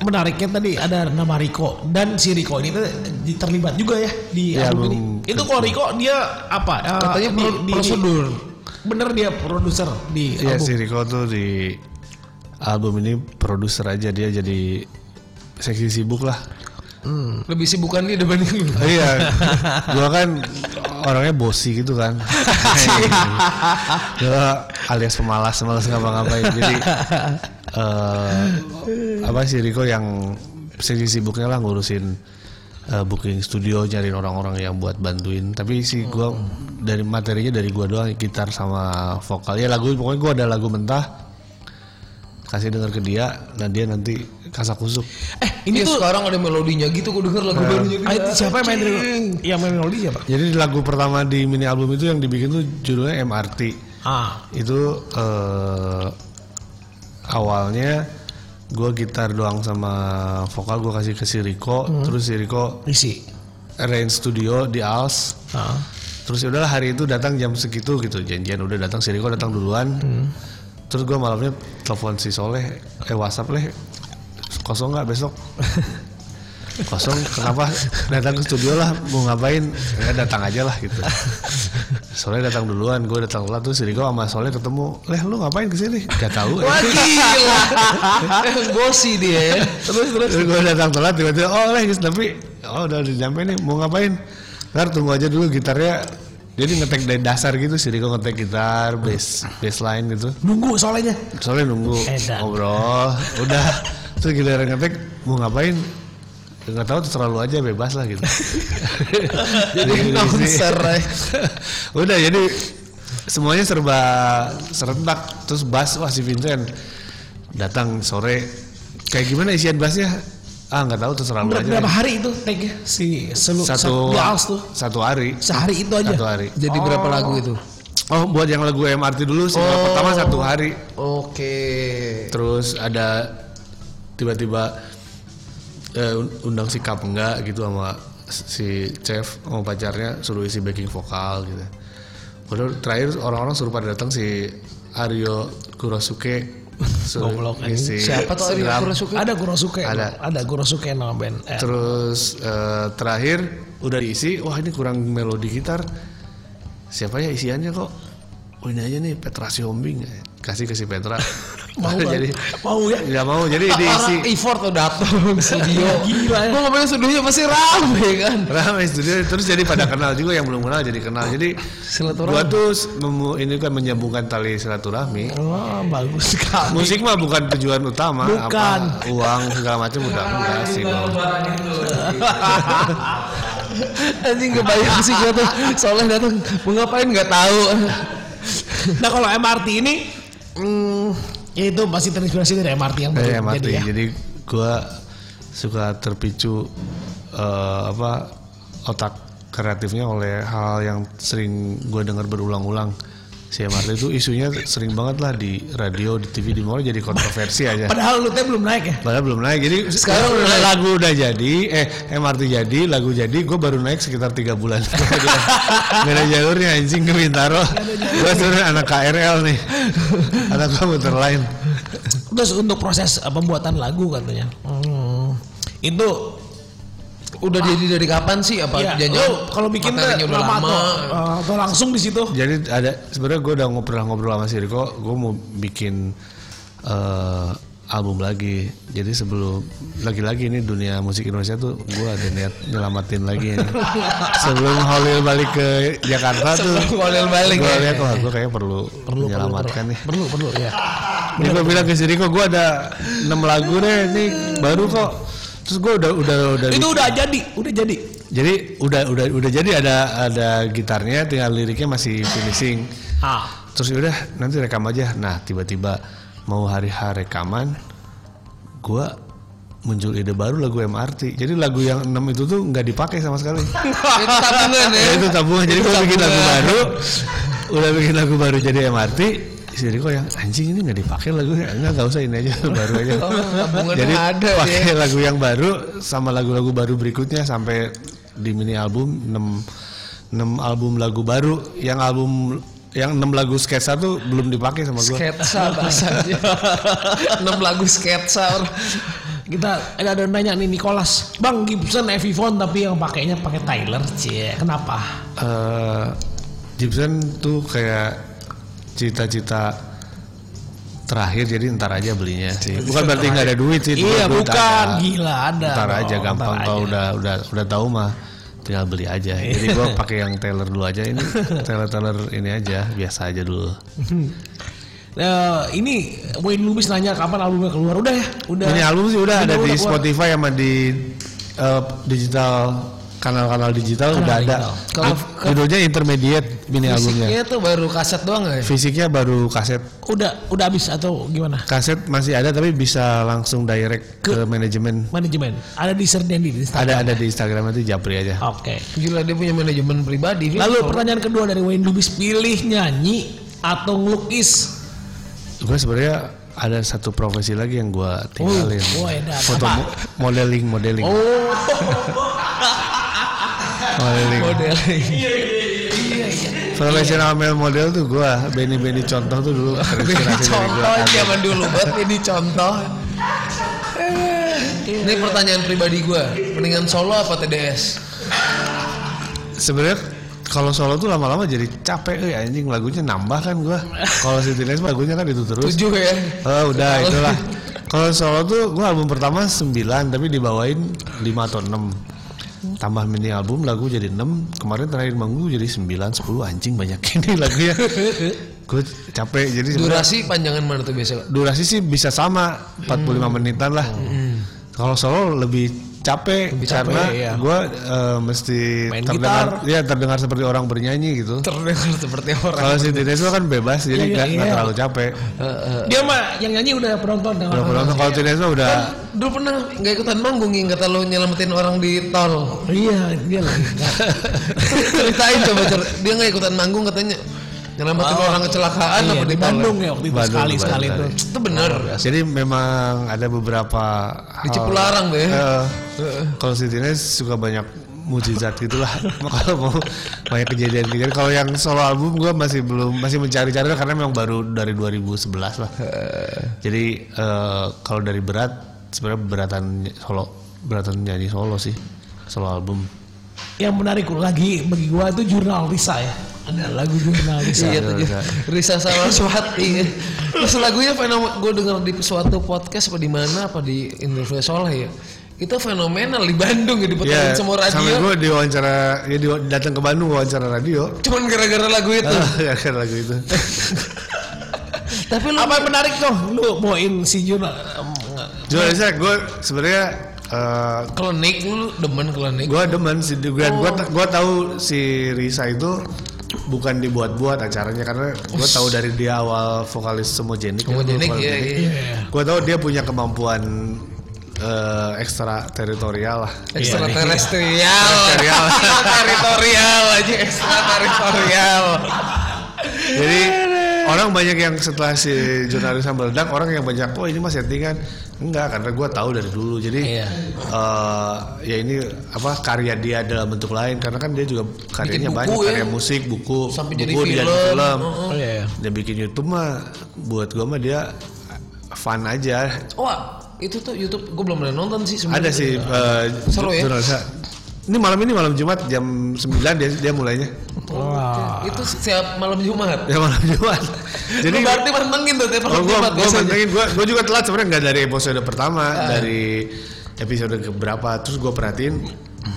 Speaker 2: menariknya tadi ada nama Riko dan si Riko ini tuh di- terlibat juga ya di
Speaker 6: Ya,
Speaker 2: album ini.
Speaker 6: belum-
Speaker 2: Itu kalau Riko dia apa? eh,
Speaker 1: Katanya pro- prosedur.
Speaker 2: bener dia produser di
Speaker 6: Iya
Speaker 2: album.
Speaker 6: si Rico tuh di album ini produser aja dia jadi seksi sibuk lah
Speaker 1: Lebih sibukan dia dibanding lu.
Speaker 6: iya gua kan orangnya bosi gitu kan gua alias pemalas malas ngapa-ngapain jadi eh, apa sih Riko yang segi sibuknya lah ngurusin eh, booking studio nyariin orang-orang yang buat bantuin tapi sih gua dari materinya dari gua doang gitar sama vokal ya lagu pokoknya gua ada lagu mentah kasih denger ke dia nah dia nanti kasak kusuk
Speaker 2: Eh, ini
Speaker 1: Ini Ya,
Speaker 2: tuh
Speaker 1: sekarang ada melodinya gitu gue denger lagu barunya
Speaker 2: ah,
Speaker 1: dia.
Speaker 2: itu siapa yang main Riko? Yang main melodi siapa?
Speaker 6: Jadi lagu pertama di mini album itu yang dibikin tuh judulnya MRT.
Speaker 2: Ah,
Speaker 6: Itu eh, awalnya gue gitar doang sama vokal gue kasih ke si Riko, terus si Riko
Speaker 2: isi.
Speaker 6: arrange studio di Als.
Speaker 2: Ah.
Speaker 6: Terus ya udahlah hari itu datang jam segitu gitu, janjian udah datang si Riko datang duluan. Terus gue malamnya telepon si Soleh, eh WhatsApp leh kosong nggak besok? kosong kenapa datang ke studio lah mau ngapain ya datang aja lah gitu Soleh datang duluan gue datang duluan terus si Riko sama Soleh ketemu leh lu ngapain kesini gak tahu eh."
Speaker 1: Wah gila. Emang bosi dia. ya.
Speaker 6: terus terus gue datang telat tiba-tiba oh leh guys, tapi oh udah udah nyampe nih mau ngapain ntar tunggu aja dulu gitarnya jadi ngetek dari dasar gitu sih Riko ngetek gitar bass bass line gitu
Speaker 2: Nunggu soalnya.
Speaker 6: soalnya nunggu
Speaker 2: Edan.
Speaker 6: ngobrol udah terus giliran ngetek mau ngapain nggak tahu terserah lu aja bebas lah gitu
Speaker 1: Jadi
Speaker 6: Jadi-
Speaker 1: konser.
Speaker 6: udah jadi semuanya serba serentak terus bass wah si Vincent datang sore kayak gimana isian bassnya ah nggak tahu terserah lu
Speaker 2: Ber-
Speaker 6: aja
Speaker 2: berapa
Speaker 6: deh.
Speaker 2: hari itu take si selu
Speaker 6: satu
Speaker 2: di Als tuh.
Speaker 6: satu hari
Speaker 2: Sehari itu aja.
Speaker 6: satu hari
Speaker 1: Jadi berapa lagu itu?
Speaker 6: oh buat yang lagu MRT dulu single
Speaker 1: Oh.
Speaker 6: pertama satu hari
Speaker 1: Oke.
Speaker 6: terus ada tiba-tiba eh, undang si Kap enggak gitu sama si chef sama pacarnya suruh isi backing vokal gitu. Baru terakhir orang-orang suruh pada datang si Aryo Kurosuke suruh
Speaker 2: Goblok,
Speaker 6: ngisi
Speaker 1: Siapa tuh Aryo
Speaker 6: drum.
Speaker 1: Kurosuke?
Speaker 2: Ada Kurosuke.
Speaker 6: Ada.
Speaker 2: Ada Kurosuke nama band. Eh,
Speaker 6: Terus eh, terakhir udah diisi, wah ini kurang melodi gitar. Siapa ya isiannya kok? Oh ini aja nih Petra Siombing kasih ke si Petra.
Speaker 2: Mau, iya. Bang. Mau ya?
Speaker 6: Nggak mau jadi diisi.
Speaker 1: Orang effort tuh datang studio.
Speaker 2: Gila ya.
Speaker 1: Gue ngomongin studionya pasti rame kan.
Speaker 6: Ramai studio terus jadi pada kenal juga yang belum kenal jadi kenal. Jadi
Speaker 1: Silaturahmi.
Speaker 6: gua tuh memu- ini kan menyambungkan tali silaturahmi.
Speaker 2: Wah,
Speaker 1: Oh,
Speaker 2: bagus sekali.
Speaker 6: Musik mah bukan tujuan utama,
Speaker 2: Bukan.
Speaker 6: apa uang segala macam udah enggak sih. Bang.
Speaker 1: Anjing kebayang sih gue tuh. Soalnya datang mau ngapain nggak tahu.
Speaker 2: Nah, kalau MRT ini hmm, ya itu masih terinspirasi dari MRT yang baru
Speaker 6: Dari MRT.
Speaker 2: jadi ya.
Speaker 6: Iya, Jadi gua suka terpicu eh, apa otak kreatifnya oleh hal yang sering gue dengar berulang-ulang. CMRT itu isunya sering banget lah di radio, di TV, di mana jadi kontroversi aja.
Speaker 2: Padahal lu teh belum naik ya.
Speaker 6: Padahal belum naik. Jadi
Speaker 1: Sekarang
Speaker 6: sekarang
Speaker 1: udah naik.
Speaker 6: lagu udah jadi, eh MRT jadi, lagu jadi, gue baru naik sekitar tiga bulan. Gak ada jalurnya anjing ke Bintaro. Gue turun anak KRL nih. Anak gue muter lain.
Speaker 2: Terus untuk proses eh, pembuatan lagu katanya. Hmm. Itu
Speaker 1: Udah jadi dari kapan sih apa
Speaker 2: ya,
Speaker 1: jangan-
Speaker 2: lu kalau bikin teh
Speaker 1: materinya udah
Speaker 2: lama
Speaker 1: lama.
Speaker 2: atau, eh, atau langsung di situ.
Speaker 6: Jadi ada sebenarnya gue udah ngobrol pernah ngobrol sama si Riko, gue mau bikin eh, album lagi. Jadi sebelum lagi-lagi ini dunia musik Indonesia tuh gue ada niat nyelamatin lagi. ini. sebelum Holil balik ke Jakarta tuh,
Speaker 1: Sebelum Holil balik
Speaker 6: gue
Speaker 1: ya.
Speaker 6: lihat wah gue kayaknya perlu, menyelamatkan nih.
Speaker 2: Perlu, perlu ya.
Speaker 6: Ini gue bilang ke si Riko, gue ada 6 lagu deh, ini baru kok. Terus gue udah udah udah
Speaker 2: Itu udah jadi, udah jadi.
Speaker 6: jadi udah udah udah jadi ada ada gitarnya, tinggal liriknya masih finishing
Speaker 2: Ah,
Speaker 6: terus ya udah nanti rekam aja nah tiba-tiba mau hari hari rekaman gua muncul ide baru lagu MRT jadi lagu yang 6 itu tuh nggak dipakai sama sekali
Speaker 1: Itu tabungan ya.
Speaker 6: Ya, itu tabungan jadi gua bikin lagu
Speaker 1: tabungan.
Speaker 6: baru udah bikin lagu baru jadi MRT si Riko yang anjing ini nggak dipakai lagunya enggak nggak usah ini aja baru aja
Speaker 1: tabungan
Speaker 6: jadi
Speaker 1: mah ada,
Speaker 6: pakai lagu yang baru sama lagu-lagu baru berikutnya sampai di mini album 6 6 album lagu baru yang album yang 6 lagu sketsa tuh belum dipakai sama gua
Speaker 1: Sketsa bahasanya. 6 lagu sketsa. orang.
Speaker 2: kita ada ada yang nanya nih Nicholas. Bang Gibson Evivon tapi yang pakainya pakai Tyler, cie. Kenapa?
Speaker 6: Eh, Gibson tuh kayak cita-cita terakhir jadi ntar aja belinya sih. Bukan berarti nggak ada duit sih.
Speaker 2: Iya,
Speaker 6: duit
Speaker 2: bukan.
Speaker 6: ada.
Speaker 2: Gila, ada
Speaker 6: Ntar
Speaker 2: dong,
Speaker 6: aja
Speaker 2: ntar
Speaker 6: gampang kalau
Speaker 2: aja. Iya.
Speaker 6: udah udah udah tahu mah tinggal beli aja. Jadi gua pakai yang Taylor dulu aja ini Taylor Taylor ini aja biasa aja dulu.
Speaker 2: Eh, ini Wayne Lubis nanya kapan albumnya keluar. Udah ya, udah.
Speaker 6: Ini album sih udah ada
Speaker 2: udah
Speaker 6: di
Speaker 2: keluar.
Speaker 6: Spotify sama di eh, digital kanal-kanal digital udah ada.
Speaker 1: Kalau-
Speaker 6: Judulnya Intermediate mini albumnya.
Speaker 1: Fisiknya Iya tuh baru kaset doang ya.
Speaker 6: Fisiknya baru kaset
Speaker 2: Udah, udah habis atau gimana?
Speaker 6: kaset masih ada tapi bisa langsung direct ke, manajemen
Speaker 2: Manajemen. Ada di Serdendi di Instagram.
Speaker 6: ada ada di Instagram nanti Japri aja
Speaker 2: Oke.
Speaker 1: Gila dia punya manajemen pribadi.
Speaker 2: Lalu pertanyaan kedua dari Wayne Lubis pilih nyanyi atau ngelukis?
Speaker 6: gue sebenarnya ada satu profesi lagi yang gue tinggalin
Speaker 2: Oh, oh, edan.
Speaker 6: foto
Speaker 2: Apa? Oh.
Speaker 6: mo- modeling modeling modeling
Speaker 1: model.
Speaker 2: Iya,
Speaker 6: profesional male model tuh gue Benny Benny contoh tuh dulu
Speaker 1: Ini
Speaker 6: terinspirasi dari
Speaker 1: contoh
Speaker 6: gua.
Speaker 1: zaman dulu banget ini contoh. Ini pertanyaan pribadi gue. Mendingan solo apa TDS?
Speaker 6: sebenarnya kalau solo tuh lama-lama jadi capek eh anjing lagunya nambah kan gue kalau si Tines lagunya kan itu terus
Speaker 1: Tujuh ya.
Speaker 6: Oh udah itulah. Kalau solo tuh gue album pertama 9 tapi dibawain 5 atau 6 tambah mini album lagu jadi 6 kemarin terakhir manggung jadi 9 10 anjing banyak ini lagunya gue capek jadi sebenarnya
Speaker 1: Durasi panjangan mana tuh biasa?
Speaker 6: durasi sih bisa sama 45
Speaker 1: Hmm.
Speaker 6: menitan lah kalau solo lebih capek,
Speaker 1: Lebih capek,
Speaker 6: karena
Speaker 1: iya.
Speaker 6: gue mesti
Speaker 2: Main
Speaker 6: terdengar ya terdengar seperti orang bernyanyi gitu
Speaker 1: Terdengar seperti orang.
Speaker 6: kalau si Tines tuh kan bebas
Speaker 2: Iya,
Speaker 6: jadi nggak
Speaker 2: iya,
Speaker 6: nggak
Speaker 2: iya.
Speaker 6: terlalu capek
Speaker 2: Eh. Dia mah yang nyanyi udah penonton dengan
Speaker 6: udah
Speaker 2: orang-orang.
Speaker 6: penonton kalau Tines mah udah
Speaker 1: Dulu pernah nggak ikutan manggung yang kata lo nyelamatin orang di tol.
Speaker 2: Iya, dia lagi.
Speaker 1: ceritain coba cer- dia nggak ikutan manggung katanya nyelamatin orang kecelakaan
Speaker 2: Iya,
Speaker 1: apa
Speaker 2: di Oh, iya,
Speaker 1: di tol
Speaker 2: Bandung ya waktu itu
Speaker 6: Bandung,
Speaker 2: sekali sekali itu.
Speaker 6: Bandung.
Speaker 1: itu Iya, bener
Speaker 6: Jadi memang ada beberapa
Speaker 1: Di
Speaker 6: hal-
Speaker 1: Cipularang tuh ya?
Speaker 6: Eh, kalau si Tines suka banyak mujizat gitulah. kalau mau banyak kejadian-kejadian. Kalau yang solo album gue masih belum masih mencari-cari lah, karena memang baru dari 2011 lah. Jadi eh, kalau dari berat sebenarnya beratan solo beratan nyanyi solo sih solo album.
Speaker 2: Yang menarik lagi bagi gua itu jurnal Risa ya. Ada lagu jurnal Risa.
Speaker 1: iya
Speaker 6: Bisa,
Speaker 1: tuh
Speaker 6: bisa.
Speaker 1: Risa Saraswati terus lagunya fenomenal gue denger di suatu podcast apa di mana apa di interview Soleh ya itu fenomenal di Bandung ya diputarin
Speaker 6: Iya,
Speaker 1: semua
Speaker 6: Sampai
Speaker 1: radio
Speaker 6: gue diwawancara ya di- datang ke Bandung wawancara radio.
Speaker 1: cuman gara-gara lagu itu
Speaker 6: Ya kan lagu itu.
Speaker 1: tapi lu
Speaker 2: Apa yang menarik tuh? Lu bawain si jurnal
Speaker 6: Jualnya gue sebenarnya eh,
Speaker 1: klinik lu demen klinik
Speaker 2: Iya,
Speaker 6: Gua demen sih gue gue tahu si Risa itu bukan dibuat-buat acaranya karena gue tahu dari dia awal vokalis ya, semojenik
Speaker 1: Homogenik, iya, iya.
Speaker 6: gue tahu dia punya kemampuan eh, ekstra teritorial lah
Speaker 1: ekstraterestrial
Speaker 6: Teritorial.
Speaker 1: teritorial aja ekstraterestrial
Speaker 6: jadi orang banyak yang setelah si jurnalis meledak orang yang banyak oh ini mas settingan enggak karena gue tahu dari dulu jadi
Speaker 1: Iya.
Speaker 6: eh, ya ini apa karya dia dalam bentuk lain karena kan dia juga karyanya
Speaker 1: buku
Speaker 6: banyak
Speaker 1: ya.
Speaker 6: karya musik buku
Speaker 1: Sampai jadi
Speaker 6: buku dia
Speaker 1: film.
Speaker 6: film
Speaker 1: Oh,
Speaker 2: iya.
Speaker 6: dia bikin YouTube mah buat gue mah dia fun aja
Speaker 1: Wah, Oh, ah, itu tuh YouTube gue belum pernah nonton sih
Speaker 6: ada
Speaker 1: sebenarnya.
Speaker 6: sih eh,
Speaker 1: Seru ya?
Speaker 6: jurnalis ini malam ini malam Jumat jam 9 dia dia mulainya
Speaker 1: Oh, Itu siap malam Jumat.
Speaker 6: ya malam Jumat
Speaker 1: Jadi
Speaker 6: jadi
Speaker 1: berarti mantengin tuh tiap malam
Speaker 6: Oh, gue
Speaker 1: Jumat
Speaker 6: gue
Speaker 1: biasanya. Ah.
Speaker 6: mantengin gue gue juga telat sebenarnya nggak dari episode pertama dari episode keberapa terus gue perhatiin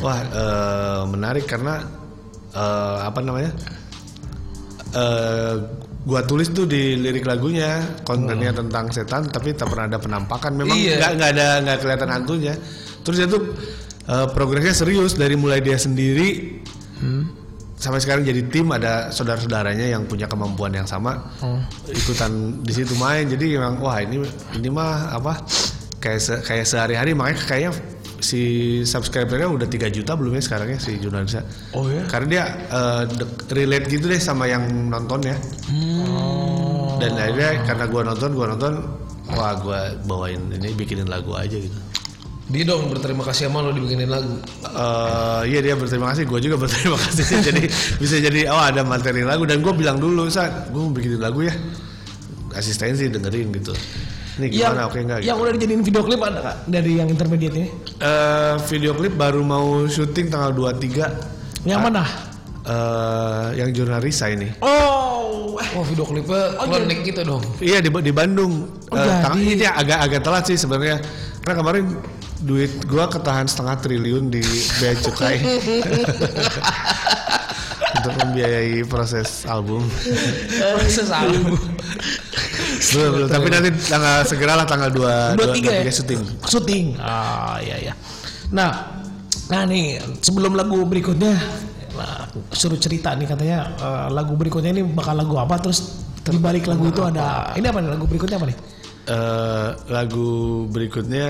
Speaker 6: wah eh, menarik karena eh, apa namanya eh gue tulis tuh di lirik lagunya kontennya tentang setan tapi tak pernah ada penampakan memang
Speaker 1: Iya.
Speaker 6: nggak nggak ada nggak kelihatan hantunya terus itu progresnya serius dari mulai dia sendiri sampai sekarang jadi tim ada saudara-saudaranya yang punya kemampuan yang sama ikutan di situ main jadi memang wah ini ini mah apa kayak se- kayak sehari-hari makanya kayaknya si subscribernya udah 3 juta belum ya sekarang ya si jurnalisnya oh ya karena dia eh, dek- relate gitu deh sama yang nonton ya dan akhirnya karena gua nonton gua nonton wah gua bawain ini bikinin lagu aja gitu
Speaker 1: Di dong berterima kasih sama lo dibikinin lagu.
Speaker 6: eh iya dia berterima kasih, gue juga berterima kasih. jadi bisa jadi oh ada materi lagu dan gue bilang dulu saat gue mau bikin lagu ya asistensi dengerin gitu. Ini
Speaker 2: yang,
Speaker 6: gimana oke enggak?
Speaker 2: yang udah dijadiin video klip ada kak dari yang intermediate ini
Speaker 6: Eh, video klip baru mau syuting tanggal 23
Speaker 2: yang mana
Speaker 6: eh yang jurnalisa ini.
Speaker 2: oh eh,
Speaker 1: Wah, video klipnya klinik gitu dong.
Speaker 6: Iya di, di Bandung.
Speaker 2: Oh,
Speaker 6: Eh, tang-
Speaker 2: jadi.
Speaker 6: ini agak agak telat sih sebenarnya. Karena kemarin duit gua ketahan setengah triliun di bea cukai untuk membiayai proses album.
Speaker 2: Iya,
Speaker 1: Sesama.
Speaker 6: Belum, belum. Tapi nanti tanggal segeralah tanggal 2
Speaker 2: dua tiga ya
Speaker 6: syuting.
Speaker 2: syuting ah ya ya nah nah nih sebelum lagu berikutnya nah, suruh cerita nih katanya eh, lagu berikutnya ini bakal lagu apa terus di balik lagu itu ada ini apa nih lagu berikutnya apa nih
Speaker 6: Eh, lagu berikutnya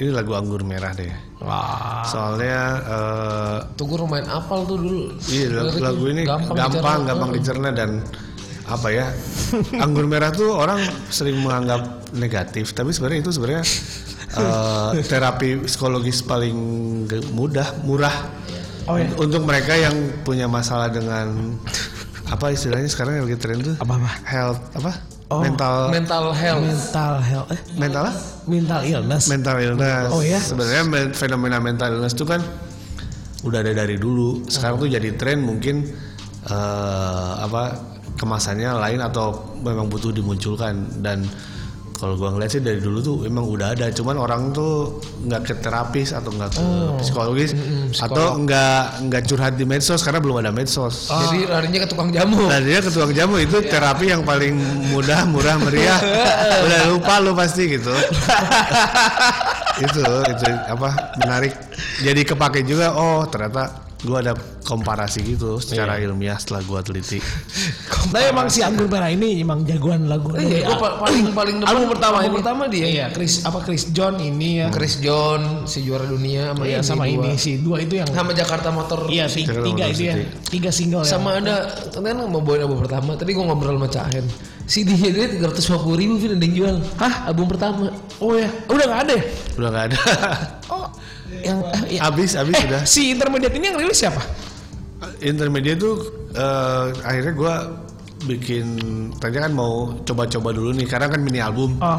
Speaker 6: ini lagu Anggur Merah deh.
Speaker 2: wah
Speaker 6: Soalnya eh,
Speaker 1: Tuh gue main apal tuh dulu.
Speaker 6: Iya lagu,
Speaker 1: Liriknya
Speaker 6: lagu ini gampang
Speaker 1: dicerna.
Speaker 6: gampang,
Speaker 1: Hmm.
Speaker 6: dicerna dan apa ya anggur merah tuh orang sering menganggap negatif tapi sebenarnya itu sebenarnya eh, terapi psikologis paling ge- mudah murah
Speaker 2: oh ya
Speaker 6: untuk mereka yang punya masalah dengan apa istilahnya sekarang yang lagi tren tuh
Speaker 2: Apa-apa?
Speaker 6: health apa
Speaker 2: Oh,
Speaker 6: mental
Speaker 1: Mental health.
Speaker 2: mental health eh
Speaker 6: mental apa?
Speaker 2: mental illness
Speaker 6: mental illness.
Speaker 2: Oh, iya?
Speaker 6: Sebenarnya men- fenomena mental illness itu kan udah ada dari dulu. Sekarang tuh jadi tren mungkin eh, apa kemasannya lain atau memang butuh dimunculkan dan kalau gua ngeliat sih dari dulu tuh memang udah ada. Cuman orang tuh nggak ke terapis atau nggak ke
Speaker 2: Oh.
Speaker 6: psikologis atau nggak nggak curhat di medsos karena belum ada medsos.
Speaker 1: Jadi larinya ke tukang jamu.
Speaker 6: Nah dia ke tukang jamu itu terapi yang paling mudah, murah, meriah. Udah lupa lu pasti gitu. itu itu apa menarik. Jadi kepake juga. Oh ternyata gua ada komparasi gitu secara ilmiah setelah gua teliti.
Speaker 2: Tapi emang Nah, ya, si Anggur Merah ini emang jagoan lagu.
Speaker 1: Iya, gue paling paling demen
Speaker 2: album pertama
Speaker 1: album
Speaker 2: ini.
Speaker 1: pertama dia.
Speaker 2: Iya, Chris apa Chris John ini ya.
Speaker 1: Chris John si juara dunia sama
Speaker 2: Iya,
Speaker 1: yang
Speaker 2: sama
Speaker 1: di dua.
Speaker 2: ini si dua itu yang
Speaker 1: sama Jakarta Motor.
Speaker 2: iya ti-
Speaker 6: Jakarta
Speaker 2: tiga
Speaker 6: Motor
Speaker 2: itu ya.
Speaker 6: City.
Speaker 2: Tiga single ya.
Speaker 1: Oh, Sama ada kan mau bawain album pertama. Tadi gue ngobrol sama Cahen. Si dia dia tiga ratus ribu Vin, ada yang jual. Hah? iya. Album pertama.
Speaker 2: Oh ya, udah gak ada. ya?
Speaker 6: Udah nggak ada.
Speaker 2: Oh, yang eh, iya.
Speaker 6: abis abis
Speaker 2: Eh,
Speaker 6: udah.
Speaker 2: si intermediate ini yang rilis siapa?
Speaker 6: Intermediate tuh eh, akhirnya gua bikin tadinya kan mau coba-coba dulu nih karena kan mini album.
Speaker 2: Oh,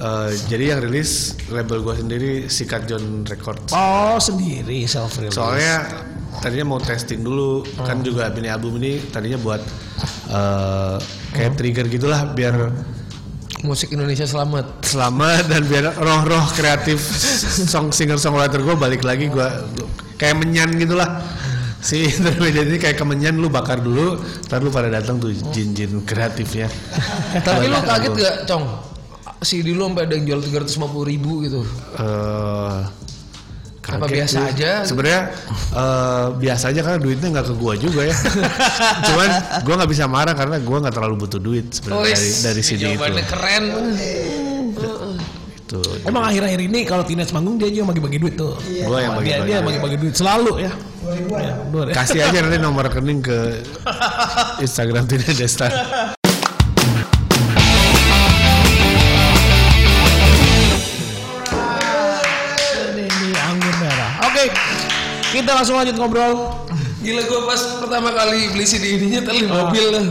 Speaker 6: Eh, jadi yang rilis label gua sendiri Sikat John Records.
Speaker 2: oh sendiri self release.
Speaker 6: Soalnya tadinya mau testing dulu kan
Speaker 1: Hmm.
Speaker 6: juga mini album ini tadinya buat eh, kayak
Speaker 1: Hmm.
Speaker 6: trigger gitulah biar
Speaker 1: Musik Indonesia selamat.
Speaker 6: selamat dan biar roh-roh kreatif song singer songwriter gue balik lagi gue kayak menyan gitulah si intermediate ini kayak kemenyan lu bakar dulu ntar lu pada datang tuh jin-jin kreatifnya
Speaker 1: Tapi lu
Speaker 6: Banyak
Speaker 1: kaget
Speaker 6: tuh.
Speaker 1: gak, Cong? Si di lu sampai ada yang jual 350 ribu gitu.
Speaker 6: eh
Speaker 1: Apa
Speaker 6: kaget
Speaker 1: biasa
Speaker 6: sih.
Speaker 1: aja?
Speaker 6: Sebenarnya eh, biasa aja karena duitnya nggak ke gua juga ya. Cuman gua nggak bisa marah karena gua nggak terlalu butuh duit sebenarnya dari dari
Speaker 1: sini
Speaker 6: CD itu. Gitu.
Speaker 1: Jawabannya keren.
Speaker 6: Itu.
Speaker 2: Emang akhir-akhir ini kalau Teenage manggung dia juga bagi-bagi duit tuh.
Speaker 6: Iya. Gua yang
Speaker 2: Dia-
Speaker 6: bagi-bagi
Speaker 2: Dia
Speaker 6: duit.
Speaker 2: bagi-bagi duit selalu ya. Ya, dua ribu.
Speaker 6: Kasih aja nanti nomor rekening ke Instagram Tina Desta.
Speaker 2: kita langsung lanjut ngobrol.
Speaker 1: Gila gue pas pertama kali beli CD ininya tadi di mobil lah.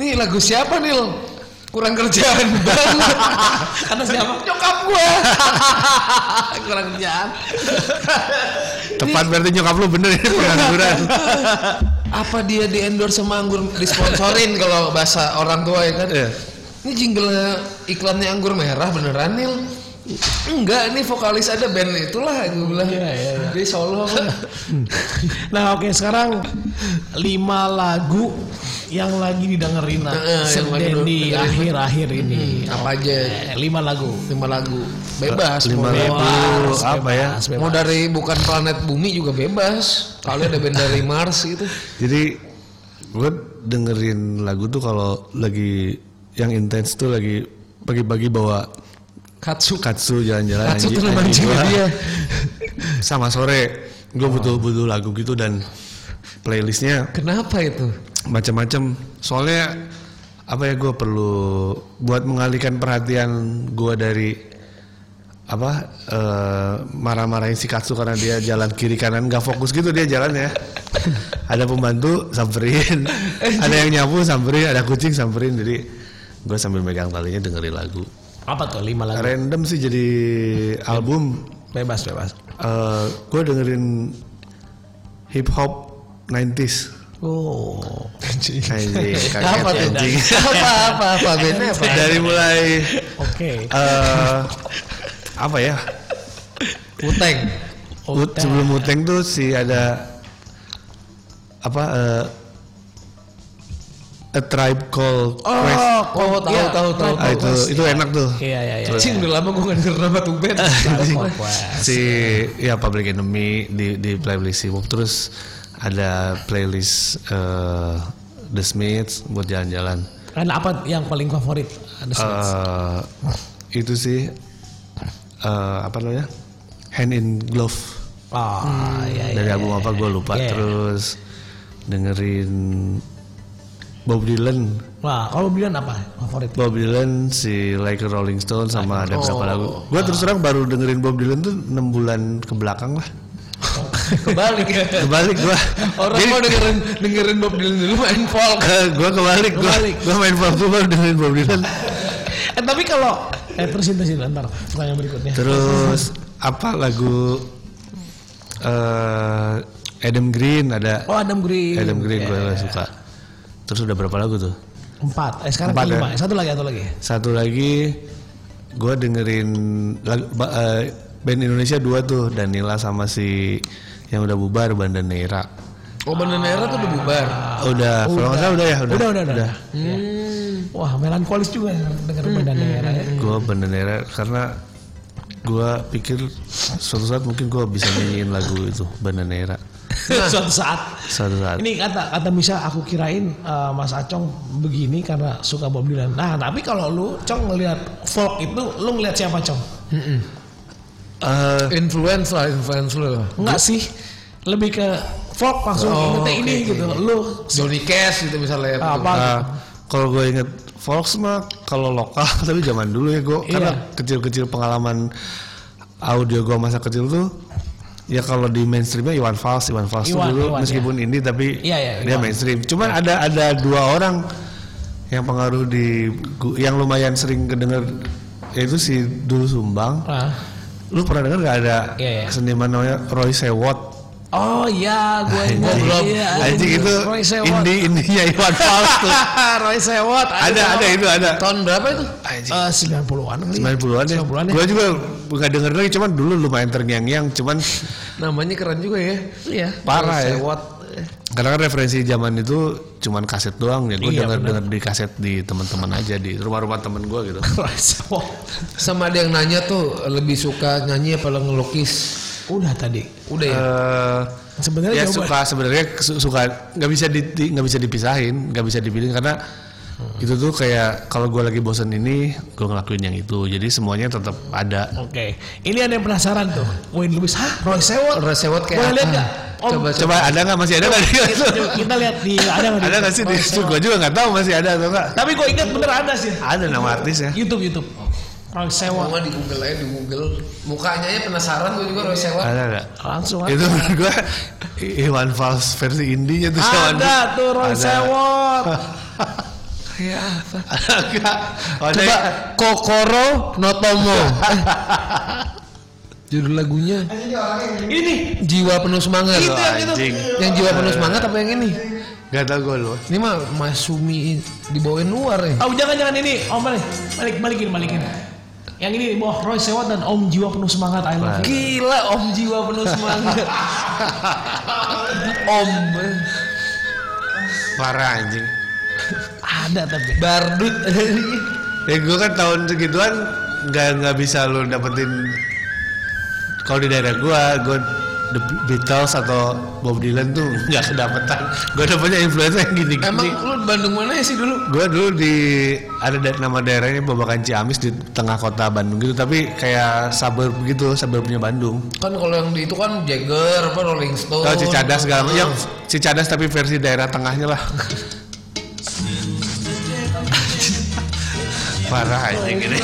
Speaker 1: Nih lagu siapa Nil? Kurang kerjaan banget. Karena siapa? Nyokap gue. Kurang kerjaan.
Speaker 6: Tepat berarti nyokap lu bener ya pengangguran.
Speaker 1: Apa dia di endorse sama anggur disponsorin kalau bahasa orang tua ya kan?
Speaker 6: Iya.
Speaker 1: Ini jingle iklannya anggur merah beneran Nil? Enggak, ini vokalis ada band itulah gue bilang. Iya, iya, Dia solo apa?
Speaker 2: Nah oke sekarang lima lagu yang lagi didengerin lah
Speaker 1: Heeh, Eh, yang lagi
Speaker 2: sedang di
Speaker 1: didengerin. Hmm.
Speaker 2: akhir-akhir ini.
Speaker 1: Apa aja?
Speaker 2: Eh, lima lagu.
Speaker 1: lima lagu bebas mau,
Speaker 6: Lima lagu apa ya?
Speaker 2: Mas
Speaker 1: mau
Speaker 2: Bebas.
Speaker 1: dari bukan planet bumi juga bebas kali ada band dari Mars gitu
Speaker 6: Jadi gue dengerin lagu tuh kalau lagi yang intens tuh lagi pagi-pagi bawa
Speaker 1: Katsu
Speaker 6: katsu jalan-jalan
Speaker 1: Katsu
Speaker 6: anjing-
Speaker 1: tuh nama
Speaker 6: anjing
Speaker 1: anjingnya
Speaker 6: gua.
Speaker 1: dia. Oh.
Speaker 6: sama sore gue butuh butuh lagu gitu dan playlistnya
Speaker 1: kenapa itu
Speaker 6: macam-macam soalnya apa ya gue perlu buat mengalihkan perhatian gue dari apa eh, marah-marahin si Katsu karena dia jalan kiri kanan gak fokus gitu dia jalan ya ada pembantu samperin ada yang nyapu samperin ada kucing samperin jadi gue sambil megang talinya dengerin lagu
Speaker 2: Apa tuh lima lagu?
Speaker 6: random sih jadi album
Speaker 2: Bebas bebas.
Speaker 6: eh gue dengerin hip hop 90s
Speaker 2: Oh.
Speaker 6: Anjing, kaget
Speaker 1: apa tuh
Speaker 6: anjing.
Speaker 1: apa apa apa bandnya apa
Speaker 6: Dari mulai
Speaker 2: Oke.
Speaker 6: eh apa ya?
Speaker 1: Uteng
Speaker 6: Ut- sebelum Muteng tuh si ada apa eh, A Tribe Called Quest.
Speaker 1: oh tahu
Speaker 2: iya.
Speaker 1: tahu tahu
Speaker 6: Ah, itu itu enak tuh.
Speaker 2: Iya iya iya.
Speaker 1: Cing udah lama gue gak denger nama tuh band
Speaker 6: Anjing.
Speaker 1: Iya.
Speaker 2: Quest.
Speaker 6: si ya Public Enemy di di playlist Sibuk terus ada playlist eh, The Smiths buat jalan-jalan.
Speaker 2: Kan apa yang paling favorit? Ada Smith.
Speaker 6: eh itu sih eh apa namanya hand in glove
Speaker 2: Ah,
Speaker 1: hmm.
Speaker 2: iya, iya,
Speaker 6: dari
Speaker 2: iya,
Speaker 6: album
Speaker 2: iya.
Speaker 6: apa gue lupa
Speaker 2: Iya.
Speaker 6: terus dengerin Bob Dylan
Speaker 2: Wah, kalau bilang apa favorit?
Speaker 6: Bob Dylan si Like a Rolling Stone
Speaker 2: Oh.
Speaker 6: sama ada berapa lagu gue terus terang baru dengerin Bob Dylan tuh 6 bulan ke belakang lah
Speaker 1: kebalik ya
Speaker 6: kebalik gue
Speaker 1: orang mau dengerin dengerin Bob Dylan dulu main folk
Speaker 6: gue kebalik gue gue main pop gue baru dengerin Bob Dylan
Speaker 2: Eh tapi kalau eh terusin terusin ntar pertanyaan berikutnya.
Speaker 6: terus apa lagu eh Adam Green ada
Speaker 2: Oh Adam Green.
Speaker 6: Adam Green
Speaker 2: Iya.
Speaker 6: gue suka. Terus udah berapa lagu tuh?
Speaker 2: Empat. Eh sekarang
Speaker 6: Empat,
Speaker 2: kelima.
Speaker 6: ya?
Speaker 2: Eh, Satu lagi satu lagi.
Speaker 6: Satu lagi gue dengerin lagu, ba- eh, band Indonesia dua tuh Danila sama si yang udah bubar Bandanera. Ah.
Speaker 1: oh band Nera tuh udah bubar
Speaker 6: udah, kalau nggak salah Ah, udah ya udah. Hmm.
Speaker 2: Udah udah udah. Iya. Wah melankolis juga ya, dengar badan daerah ya.
Speaker 6: Gue Bandanera karena gue pikir suatu saat mungkin gue bisa nyanyiin lagu itu Bandanera.
Speaker 2: Nah, Suatu saat.
Speaker 6: Suatu saat.
Speaker 2: Ini kata kata Misa aku kirain eh, Mas Acong begini karena suka Bob Dylan. Nah tapi kalau lu Cong ngelihat folk itu lu ngelihat siapa Cong?
Speaker 6: Eh,
Speaker 1: influence lah influence lu lah
Speaker 2: Enggak sih. Lebih ke folk langsung
Speaker 1: Oh,
Speaker 2: ingetnya ini
Speaker 1: oke, oke,
Speaker 2: gitu.
Speaker 1: oke.
Speaker 2: Lu
Speaker 1: Johnny Cash gitu misalnya ya,
Speaker 2: apa?
Speaker 6: Ah, kalau gue inget Volks mah kalau lokal tapi zaman dulu ya gue
Speaker 2: Iya.
Speaker 6: karena kecil-kecil pengalaman audio gue masa kecil tuh ya kalau di mainstreamnya Iwan Fals Iwan Fals tuh
Speaker 2: Iwan,
Speaker 6: dulu
Speaker 2: Iwan,
Speaker 6: meskipun indie tapi
Speaker 2: Iya, iya, Iwan.
Speaker 6: dia
Speaker 2: Iya.
Speaker 6: mainstream cuman ada ada dua orang yang pengaruh di gu- yang lumayan sering kedenger yaitu si Dul Sumbang
Speaker 2: Ah.
Speaker 6: lu pernah denger gak ada
Speaker 2: Iya, iya.
Speaker 6: seniman namanya Roy Sewot
Speaker 2: Oh iya, gue ingat.
Speaker 6: Anjing.
Speaker 2: Iya,
Speaker 6: anjing itu
Speaker 2: Roy Sewot.
Speaker 6: indie indinya Iwan Fals tuh
Speaker 2: Roy Sewot.
Speaker 6: ada ada itu ada
Speaker 1: tahun berapa itu Ah,
Speaker 2: Eh, 90-an kali.
Speaker 6: 90-an ya.
Speaker 2: 90-an ya.
Speaker 6: Gue juga nggak denger lagi, cuman dulu lumayan terngiang-ngiang, cuman
Speaker 1: namanya keren juga ya
Speaker 2: Iya.
Speaker 6: parah ya.
Speaker 1: Sewot
Speaker 2: eh.
Speaker 6: Karena kan referensi zaman itu cuman kaset doang ya. Gue
Speaker 2: Iya,
Speaker 6: denger denger di kaset di teman-teman aja di rumah-rumah temen gue gitu.
Speaker 2: Roy Sewot.
Speaker 6: ya.
Speaker 1: sama ada yang nanya tuh lebih suka nyanyi apa lo ngelukis
Speaker 2: Udah tadi.
Speaker 1: udah ya
Speaker 6: Eh,
Speaker 2: Sebenarnya
Speaker 6: ya
Speaker 2: jawaban-
Speaker 6: suka sebenarnya su- suka nggak bisa di- di- nggak bisa dipisahin, nggak bisa dipilih karena
Speaker 2: Hmm.
Speaker 6: itu tuh kayak kalau gue lagi bosen ini gue ngelakuin yang itu. Jadi semuanya tetap ada.
Speaker 2: Oke. Ini ada yang penasaran tuh. Wayne Lewis. Hah? Roy Sewot?
Speaker 1: Roy Sewot kayak
Speaker 2: Boleh lihat
Speaker 1: apa?
Speaker 2: nggak? Om,
Speaker 1: Coba,
Speaker 6: Coba ada nggak masih ada nggak?
Speaker 2: Coba kita lihat di ada nggak?
Speaker 6: ada nggak sih di
Speaker 2: Roy Sewot?
Speaker 6: Gue juga nggak tahu masih ada atau nggak.
Speaker 2: Tapi gue ingat bener ada sih.
Speaker 6: Ada nama artis ya.
Speaker 2: YouTube YouTube. Roy sewa.
Speaker 1: Gua di Google aja di Google. Mukanya aja penasaran gue juga Roy Sewa.
Speaker 6: Ada nggak?
Speaker 2: Langsung
Speaker 6: Itu menurut gue Iwan Fals versi indinya tuh Sewan.
Speaker 2: Ada tuh Roy
Speaker 6: Ada.
Speaker 2: Sewot.
Speaker 1: Ya apa?
Speaker 6: Ada nggak? Ada
Speaker 1: Coba Kokoro Notomo. Judul lagunya
Speaker 2: Ini
Speaker 1: Jiwa Penuh Semangat.
Speaker 2: Itu yang itu.
Speaker 6: anjing.
Speaker 1: Yang Jiwa Penuh Semangat apa yang ini?
Speaker 6: Gak tau gue lu.
Speaker 1: Ini mah Masumi dibawain luar ya.
Speaker 2: Oh jangan jangan ini Om balik balik balikin balikin. Yang ini di bawah Roy Sewot dan Om Jiwa penuh semangat I love you.
Speaker 1: Gila Om Jiwa Penuh Semangat. om
Speaker 6: Parah anjing.
Speaker 2: Ada tapi.
Speaker 1: Bardut.
Speaker 6: Ya gue kan tahun segituan nggak nggak bisa lu dapetin kalau di daerah gue gue The Beatles atau Bob Dylan tuh nggak kedapetan. Gue dapetnya influencer yang gini-gini.
Speaker 1: Emang lu Bandung mana ya sih dulu?
Speaker 6: Gue dulu di ada da- nama daerahnya Babakan Ciamis di tengah kota Bandung gitu, tapi kayak suburb gitu, suburbnya Bandung.
Speaker 1: Kan kalau yang di itu kan Jagger, apa Rolling Stone.
Speaker 6: Tahu Cicadas segala
Speaker 2: Oh.
Speaker 6: macam. Yang Cicadas tapi versi daerah tengahnya lah. Parah
Speaker 2: Oh,
Speaker 6: aja gini.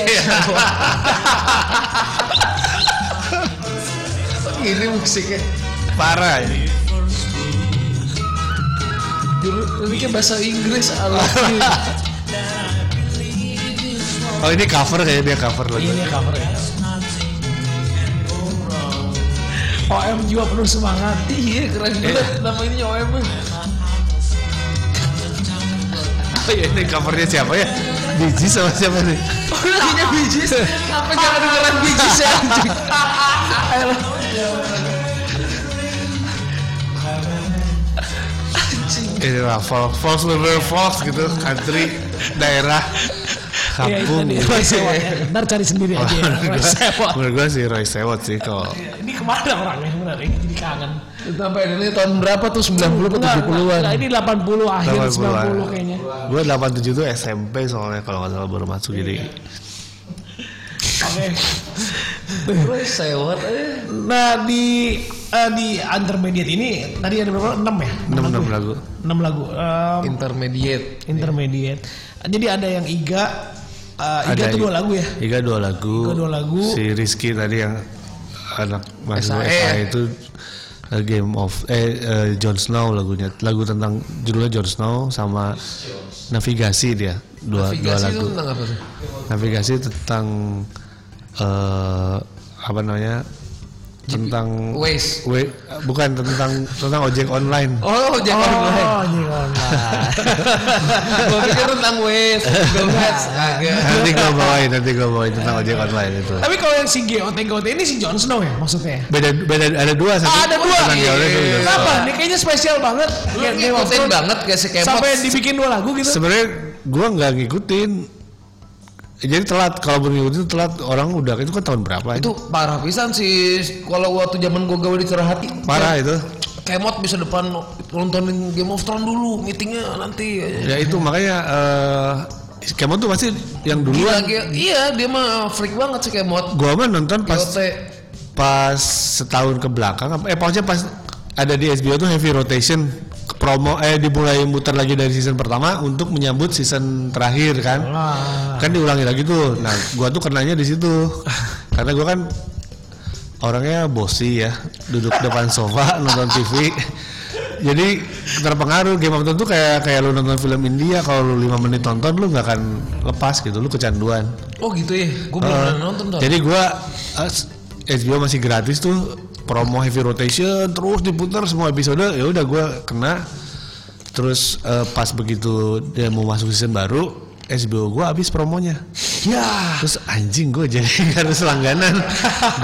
Speaker 1: Ini musiknya.
Speaker 6: Parah aja.
Speaker 1: Dulu ini kayak bahasa Inggris ala
Speaker 6: Oh ini cover kayaknya dia cover lagi.
Speaker 2: Ini cover ya. OM Jiwa penuh semangat.
Speaker 1: Iya keren banget nama ini OM.
Speaker 6: Oh iya ini covernya siapa ya? Biji sama siapa nih?
Speaker 1: Lagunya bijis. Apa jangan dengeran bijis ya? anjing?
Speaker 6: Ini lah false, false, bener false gitu, country, daerah,
Speaker 2: Iya itu
Speaker 6: kampung.
Speaker 2: nih
Speaker 6: gitu.
Speaker 2: Roy Sewot. ya. Ntar cari sendiri
Speaker 6: Kalau
Speaker 2: aja. ya,
Speaker 6: menurut
Speaker 2: Roy
Speaker 6: gua-
Speaker 2: Sewot.
Speaker 6: Menurut gue sih Roy Sewot sih kalau
Speaker 2: Ini kemana orangnya benar ini jadi kangen.
Speaker 1: Sampai ini tahun berapa tuh 90 atau
Speaker 2: Enggak,
Speaker 1: 70-an?
Speaker 2: enggak, Ini 80 akhir
Speaker 6: 80-an.
Speaker 2: 90 kayaknya.
Speaker 6: Gue 87 tuh SMP soalnya kalau nggak salah baru masuk jadi.
Speaker 2: Iya. Oke.
Speaker 1: Roy Sewot eh.
Speaker 2: Nah di eh, di intermediate ini tadi ada berapa? 6 ya?
Speaker 6: 6 6 lagu.
Speaker 2: 6 lagu. Em,
Speaker 1: Intermediate.
Speaker 2: intermediate. Jadi ada yang Iga, eh, Iga
Speaker 6: Ada
Speaker 2: tuh dua
Speaker 6: Iga.
Speaker 2: lagu ya.
Speaker 6: Iga dua lagu.
Speaker 2: Iga dua lagu. E.
Speaker 6: Si Rizky tadi yang anak Mas
Speaker 1: SAE.
Speaker 6: SAE E itu uh, Game of eh uh, Jon Snow lagunya. Lagu tentang judulnya Jon Snow sama Navigasi dia. Dua dua
Speaker 1: Navigasi itu
Speaker 6: lagu.
Speaker 1: tentang apa tuh?
Speaker 6: Navigasi tentang eh apa namanya? tentang
Speaker 1: Waze.
Speaker 6: we- bukan tentang tentang ojek online.
Speaker 1: Oh, jangan gue.
Speaker 2: Oh, jangan.
Speaker 1: Gue pikir tentang Waze, Google Maps. Agak.
Speaker 6: Nanti gua bawain, nanti gua bawain tentang ojek online itu.
Speaker 2: iya. Tapi kalau yang si GOT GOT ini si Jon Snow ya maksudnya.
Speaker 6: Beda beda ada dua satu.
Speaker 2: Ah, ada dua.
Speaker 1: ya,
Speaker 2: iya,
Speaker 6: tentang ojek online, satu tentang
Speaker 2: Kenapa?
Speaker 6: soal.
Speaker 2: Ini kayaknya spesial banget.
Speaker 1: Lu
Speaker 2: Kayak Game of
Speaker 1: ngikutin
Speaker 2: Thrones.
Speaker 1: banget kayak si Kemot.
Speaker 2: Sampai dibikin dua lagu gitu.
Speaker 6: Sebenarnya gua nggak ngikutin. Jadi telat kalau belum ngikutin telat orang udah itu kan tahun berapa
Speaker 1: Itu parah pisan sih. Kalau waktu zaman gue gawe di Cerahati.
Speaker 6: Parah itu.
Speaker 1: Kemot bisa depan nontonin Game of Thrones dulu, meetingnya nanti.
Speaker 6: Ya itu makanya eh Kemon tuh masih yang
Speaker 1: Gila,
Speaker 6: duluan.
Speaker 1: gila. Iya, dia mah freak banget sih Kemot.
Speaker 6: Gua mah nonton pas
Speaker 1: Yote.
Speaker 6: pas setahun ke belakang apa- eh pokoknya pas ada di HBO tuh heavy rotation ke promo eh dimulai muter lagi dari season pertama untuk menyambut season terakhir kan kan diulangi lagi tuh nah gua tuh kenanya di situ karena gua kan orangnya bosi ya duduk depan sofa nonton TV jadi terpengaruh Game of Thrones tuh kayak kayak lu nonton film India kalau lu 5 menit nonton lu nggak akan lepas gitu lu kecanduan
Speaker 1: Oh gitu ya, gue belum pernah nonton tuh.
Speaker 6: jadi gua eh, HBO masih gratis tuh promo heavy rotation terus diputar semua episode ya udah gua kena terus eh, pas begitu dia mau masuk season baru HBO gua habis promonya
Speaker 2: Ya.
Speaker 6: terus anjing gue jadi nggak harus langganan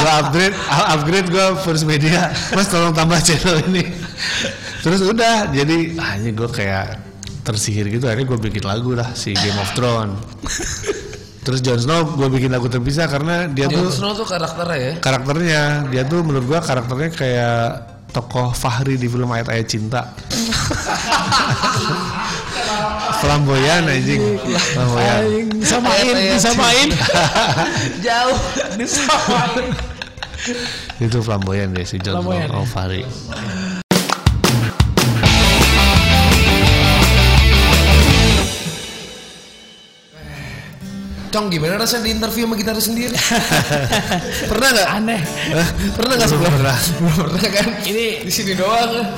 Speaker 6: gue upgrade up- upgrade gue first media mas tolong tambah channel ini terus udah jadi hanya gue kayak tersihir gitu akhirnya gue bikin lagu lah si Game of Thrones terus Jon Snow gue bikin lagu terpisah karena dia
Speaker 1: Jon
Speaker 6: tuh
Speaker 1: Snow tuh karakternya ya.
Speaker 6: karakternya dia tuh menurut gue karakternya kayak tokoh Fahri di film Ayat-Ayat Cinta flamboyan anjing flamboyan
Speaker 2: Disamain,
Speaker 1: Ayat-ayat
Speaker 2: disamain.
Speaker 1: Jauh.
Speaker 2: Disamain.
Speaker 6: itu flamboyan deh si Jon Snow
Speaker 2: Flamboyan. ya?
Speaker 6: oh, Fahri
Speaker 1: Cong gimana rasanya di interview sama gitaris sendiri? pernah nggak?
Speaker 2: Aneh.
Speaker 1: Hah? pernah nggak sebelum? Pernah. pernah kan? Ini di sini doang.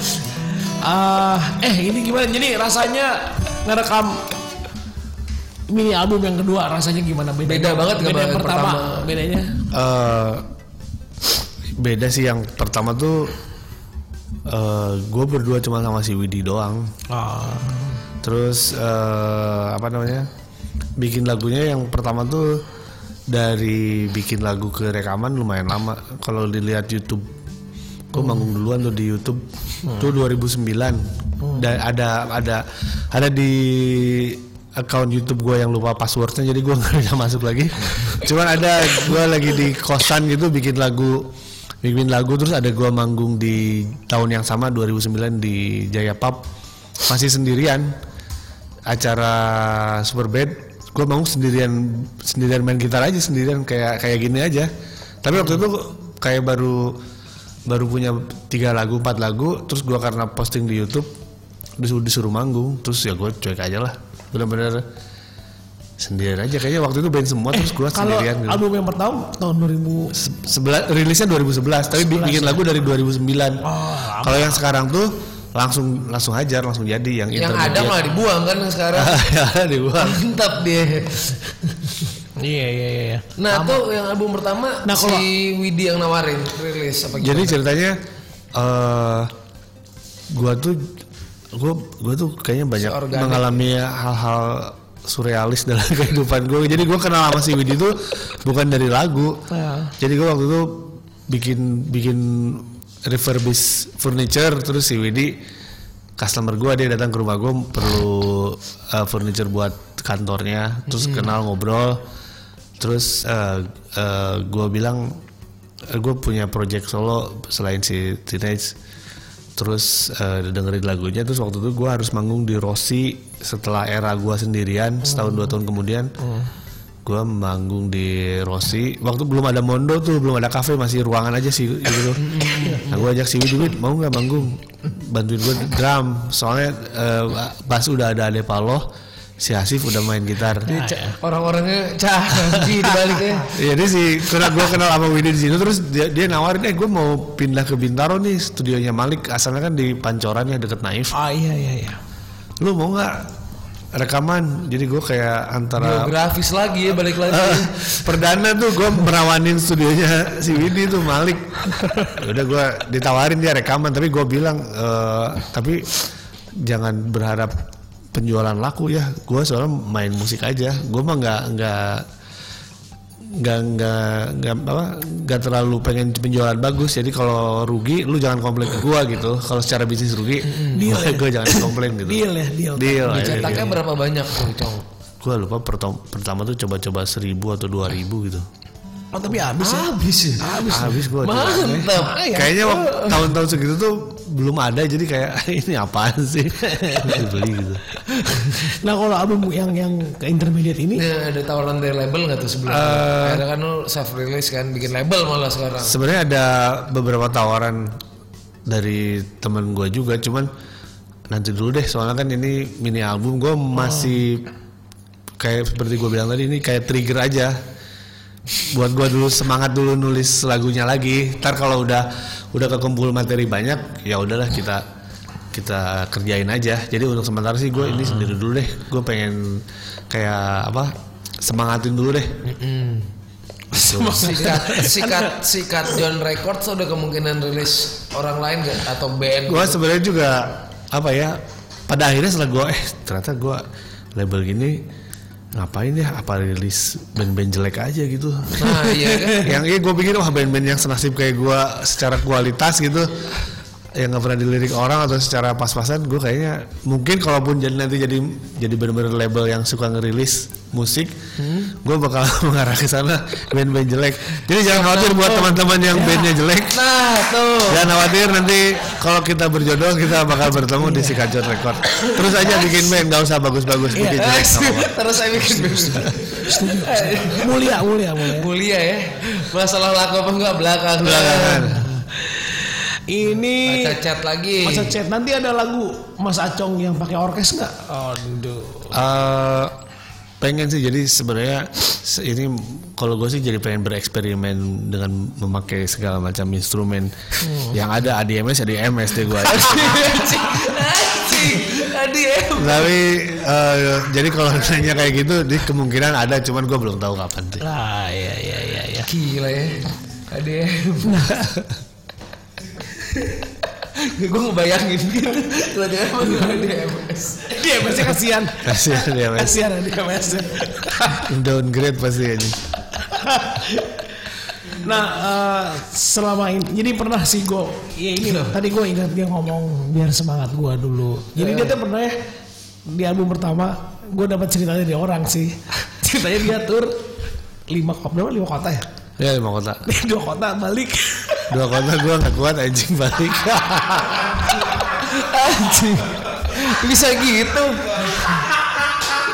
Speaker 2: Ah, eh ini gimana? Jadi rasanya ngerekam mini album yang kedua rasanya gimana bedanya?
Speaker 1: Beda banget nggak
Speaker 2: beda yang
Speaker 1: banget
Speaker 2: pertama.
Speaker 1: pertama.
Speaker 2: Bedanya
Speaker 6: Eh, beda sih yang pertama tuh eh gue berdua cuma sama si Widi doang
Speaker 1: Ah,
Speaker 6: terus eh, apa namanya bikin lagunya yang pertama tuh dari bikin lagu ke rekaman lumayan lama kalau dilihat YouTube gue manggung duluan tuh di YouTube tuh 2009 dan ada ada ada di account YouTube gue yang lupa passwordnya jadi gue nggak bisa masuk lagi cuman ada gue lagi di kosan gitu bikin lagu bikin lagu terus ada gue manggung di tahun yang sama 2009 di Jaya Pub masih sendirian acara Superbad gue mau sendirian sendirian main gitar aja sendirian kayak kayak gini aja tapi waktu itu kayak baru baru punya tiga lagu empat lagu terus gue karena posting di YouTube disuruh disuruh manggung terus ya gue cuek aja lah bener-bener sendirian aja kayaknya waktu itu band semua terus gue
Speaker 2: Eh, kalau
Speaker 6: sendirian gitu.
Speaker 2: album yang pertama tahun 2000
Speaker 6: Sebela- rilisnya 2011 tapi bi- bikin lagu dari
Speaker 2: Oh,
Speaker 6: 2009 kalau yang sekarang tuh langsung langsung hajar langsung jadi yang
Speaker 1: Yang ada
Speaker 6: intermediate.
Speaker 1: malah dibuang kan sekarang.
Speaker 6: Yang ada dibuang
Speaker 1: Mantap dia.
Speaker 2: Iya iya iya. iya.
Speaker 1: Nah tuh yang album pertama
Speaker 2: Nah, kalau-
Speaker 1: si Widi yang nawarin rilis apa
Speaker 6: Jadi ceritanya eh gua tuh gua gua tuh kayaknya banyak
Speaker 1: Seorganik.
Speaker 6: mengalami hal-hal surrealis dalam kehidupan gue. Jadi gua kenal sama si Widi tuh bukan dari lagu.
Speaker 2: Ya.
Speaker 6: Jadi gua waktu itu bikin bikin refurbish furniture terus si Widi customer gua dia datang ke rumah gua perlu eh, furniture buat kantornya terus kenal ngobrol terus eh eh, gua bilang gue punya project solo selain si Teenage terus eh, dengerin lagunya terus waktu itu gua harus manggung di Rossi setelah era gua sendirian setahun dua tahun kemudian gua manggung di Rossi waktu belum ada Mondo tuh belum ada kafe masih ruangan aja sih gitu nah gue ajak si Widi Wid, mau nggak manggung bantuin gue drum soalnya eh, pas udah ada Ade Paloh si Hasif udah main gitar
Speaker 1: Orang-orangnya canggih di baliknya.
Speaker 6: jadi Iya, sih karena gue kenal sama Winnie di situ terus dia, dia nawarin eh gue mau pindah ke Bintaro nih studionya Malik asalnya kan di Pancoran ya deket Naif.
Speaker 2: Ah iya iya iya.
Speaker 6: Lu mau nggak rekaman? Jadi gue kayak antara
Speaker 1: Biografis lagi ya balik lagi.
Speaker 6: Eh, perdana tuh gue merawanin studionya si Winnie tuh Malik. Ya Udah gue ditawarin dia rekaman tapi gue bilang "Eh, tapi jangan berharap penjualan laku ya. Gue soalnya main musik aja. Gue mah nggak nggak nggak nggak nggak apa nggak terlalu pengen penjualan bagus jadi kalau rugi lu jangan komplain ke gua gitu kalau secara bisnis rugi gue jangan komplain gitu
Speaker 2: ya? Deal ya, deal.
Speaker 6: deal ya,
Speaker 1: Cetaknya
Speaker 6: deal.
Speaker 1: berapa banyak tuh Cong?
Speaker 6: gua lupa pertama, pertama tuh coba-coba seribu atau dua ribu gitu
Speaker 2: Oh tapi habis ya. Ah,
Speaker 1: Habis ya.
Speaker 6: habis gua coba.
Speaker 1: Mantap.
Speaker 6: kayaknya waktu tahun-tahun segitu tuh belum ada jadi kayak ini apaan sih Terus beli gitu
Speaker 2: Nah kalau album yang yang ke intermediate ini
Speaker 1: Nah, ada tawaran dari label nggak tuh sebelumnya? Karena kan lu self release kan, bikin label malah sekarang.
Speaker 6: sebenarnya ada beberapa tawaran dari temen gua juga cuman nanti dulu deh soalnya kan ini mini album gua masih kayak seperti gua bilang tadi ini kayak trigger aja buat gua dulu semangat dulu nulis lagunya lagi ntar kalau udah udah kekumpul materi banyak ya udahlah kita kita kerjain aja jadi untuk sementara sih gue ini sendiri dulu deh gue pengen kayak apa semangatin dulu deh
Speaker 1: Sikat, sikat, sikat John Records ada kemungkinan rilis orang lain nggak atau band?
Speaker 6: gue sebenarnya juga apa ya pada akhirnya setelah gue eh ternyata gue label gini ngapain ya apa rilis band-band jelek aja gitu
Speaker 1: Nah iya kan.
Speaker 6: yang ini gue pikir wah band-band yang senasib kayak gue secara kualitas gitu yang nggak pernah dilirik orang atau secara pas-pasan gue kayaknya mungkin kalaupun jadi nanti jadi jadi bener-bener label yang suka ngerilis musik
Speaker 1: Hmm?
Speaker 6: gue bakal mengarah ke sana band-band jelek jadi jangan khawatir buat teman-teman yang
Speaker 1: Iya.
Speaker 6: bandnya jelek
Speaker 1: Nah tuh.
Speaker 6: Jangan khawatir nanti kalau kita berjodoh kita bakal bertemu di Sikajot Record. Terus aja bikin band nggak usah bagus-bagus bikin jelek nggak apa-apa.
Speaker 1: Terus saya bikin band.
Speaker 2: mulia mulia mulia.
Speaker 1: Mulia ya. Masalah laku apa enggak belakang. Iya.
Speaker 6: Belakangan.
Speaker 2: Ini
Speaker 1: Baca chat lagi.
Speaker 2: Mas Aceh nanti ada lagu Mas Acong yang pakai orkes nggak? Aduh.
Speaker 6: Eh, pengen sih jadi sebenarnya se- ini kalau gue sih jadi pengen bereksperimen dengan memakai segala macam instrumen yang ada ADMS ada MS deh gue
Speaker 2: ya.
Speaker 6: tapi eh, jadi kalau nanya kayak gitu di kemungkinan ada cuman gue belum tahu kapan sih
Speaker 2: Lah, ya, ya, ya, ya.
Speaker 1: Gila ya. ADM. gue ngebayangin gitu. Tiba-tiba masuk ADMS.
Speaker 2: Dia masih kasihan.
Speaker 6: kasih ADMS
Speaker 2: Kasihan dia masih.
Speaker 6: downgrade pasti aja
Speaker 2: Nah, eh, selama ini, jadi pernah sih gue, ya ini loh. Tadi gue ingat dia ngomong biar semangat gue dulu. Jadi dia tuh pernah ya, di album pertama, gue dapat ceritanya dari orang sih. Ceritanya dia tur lima kota, berapa lima kota ya?
Speaker 6: ya lima kota
Speaker 2: Dua kota balik.
Speaker 6: dua kota gue nggak kuat anjing balik
Speaker 2: Anjing. Bisa gitu.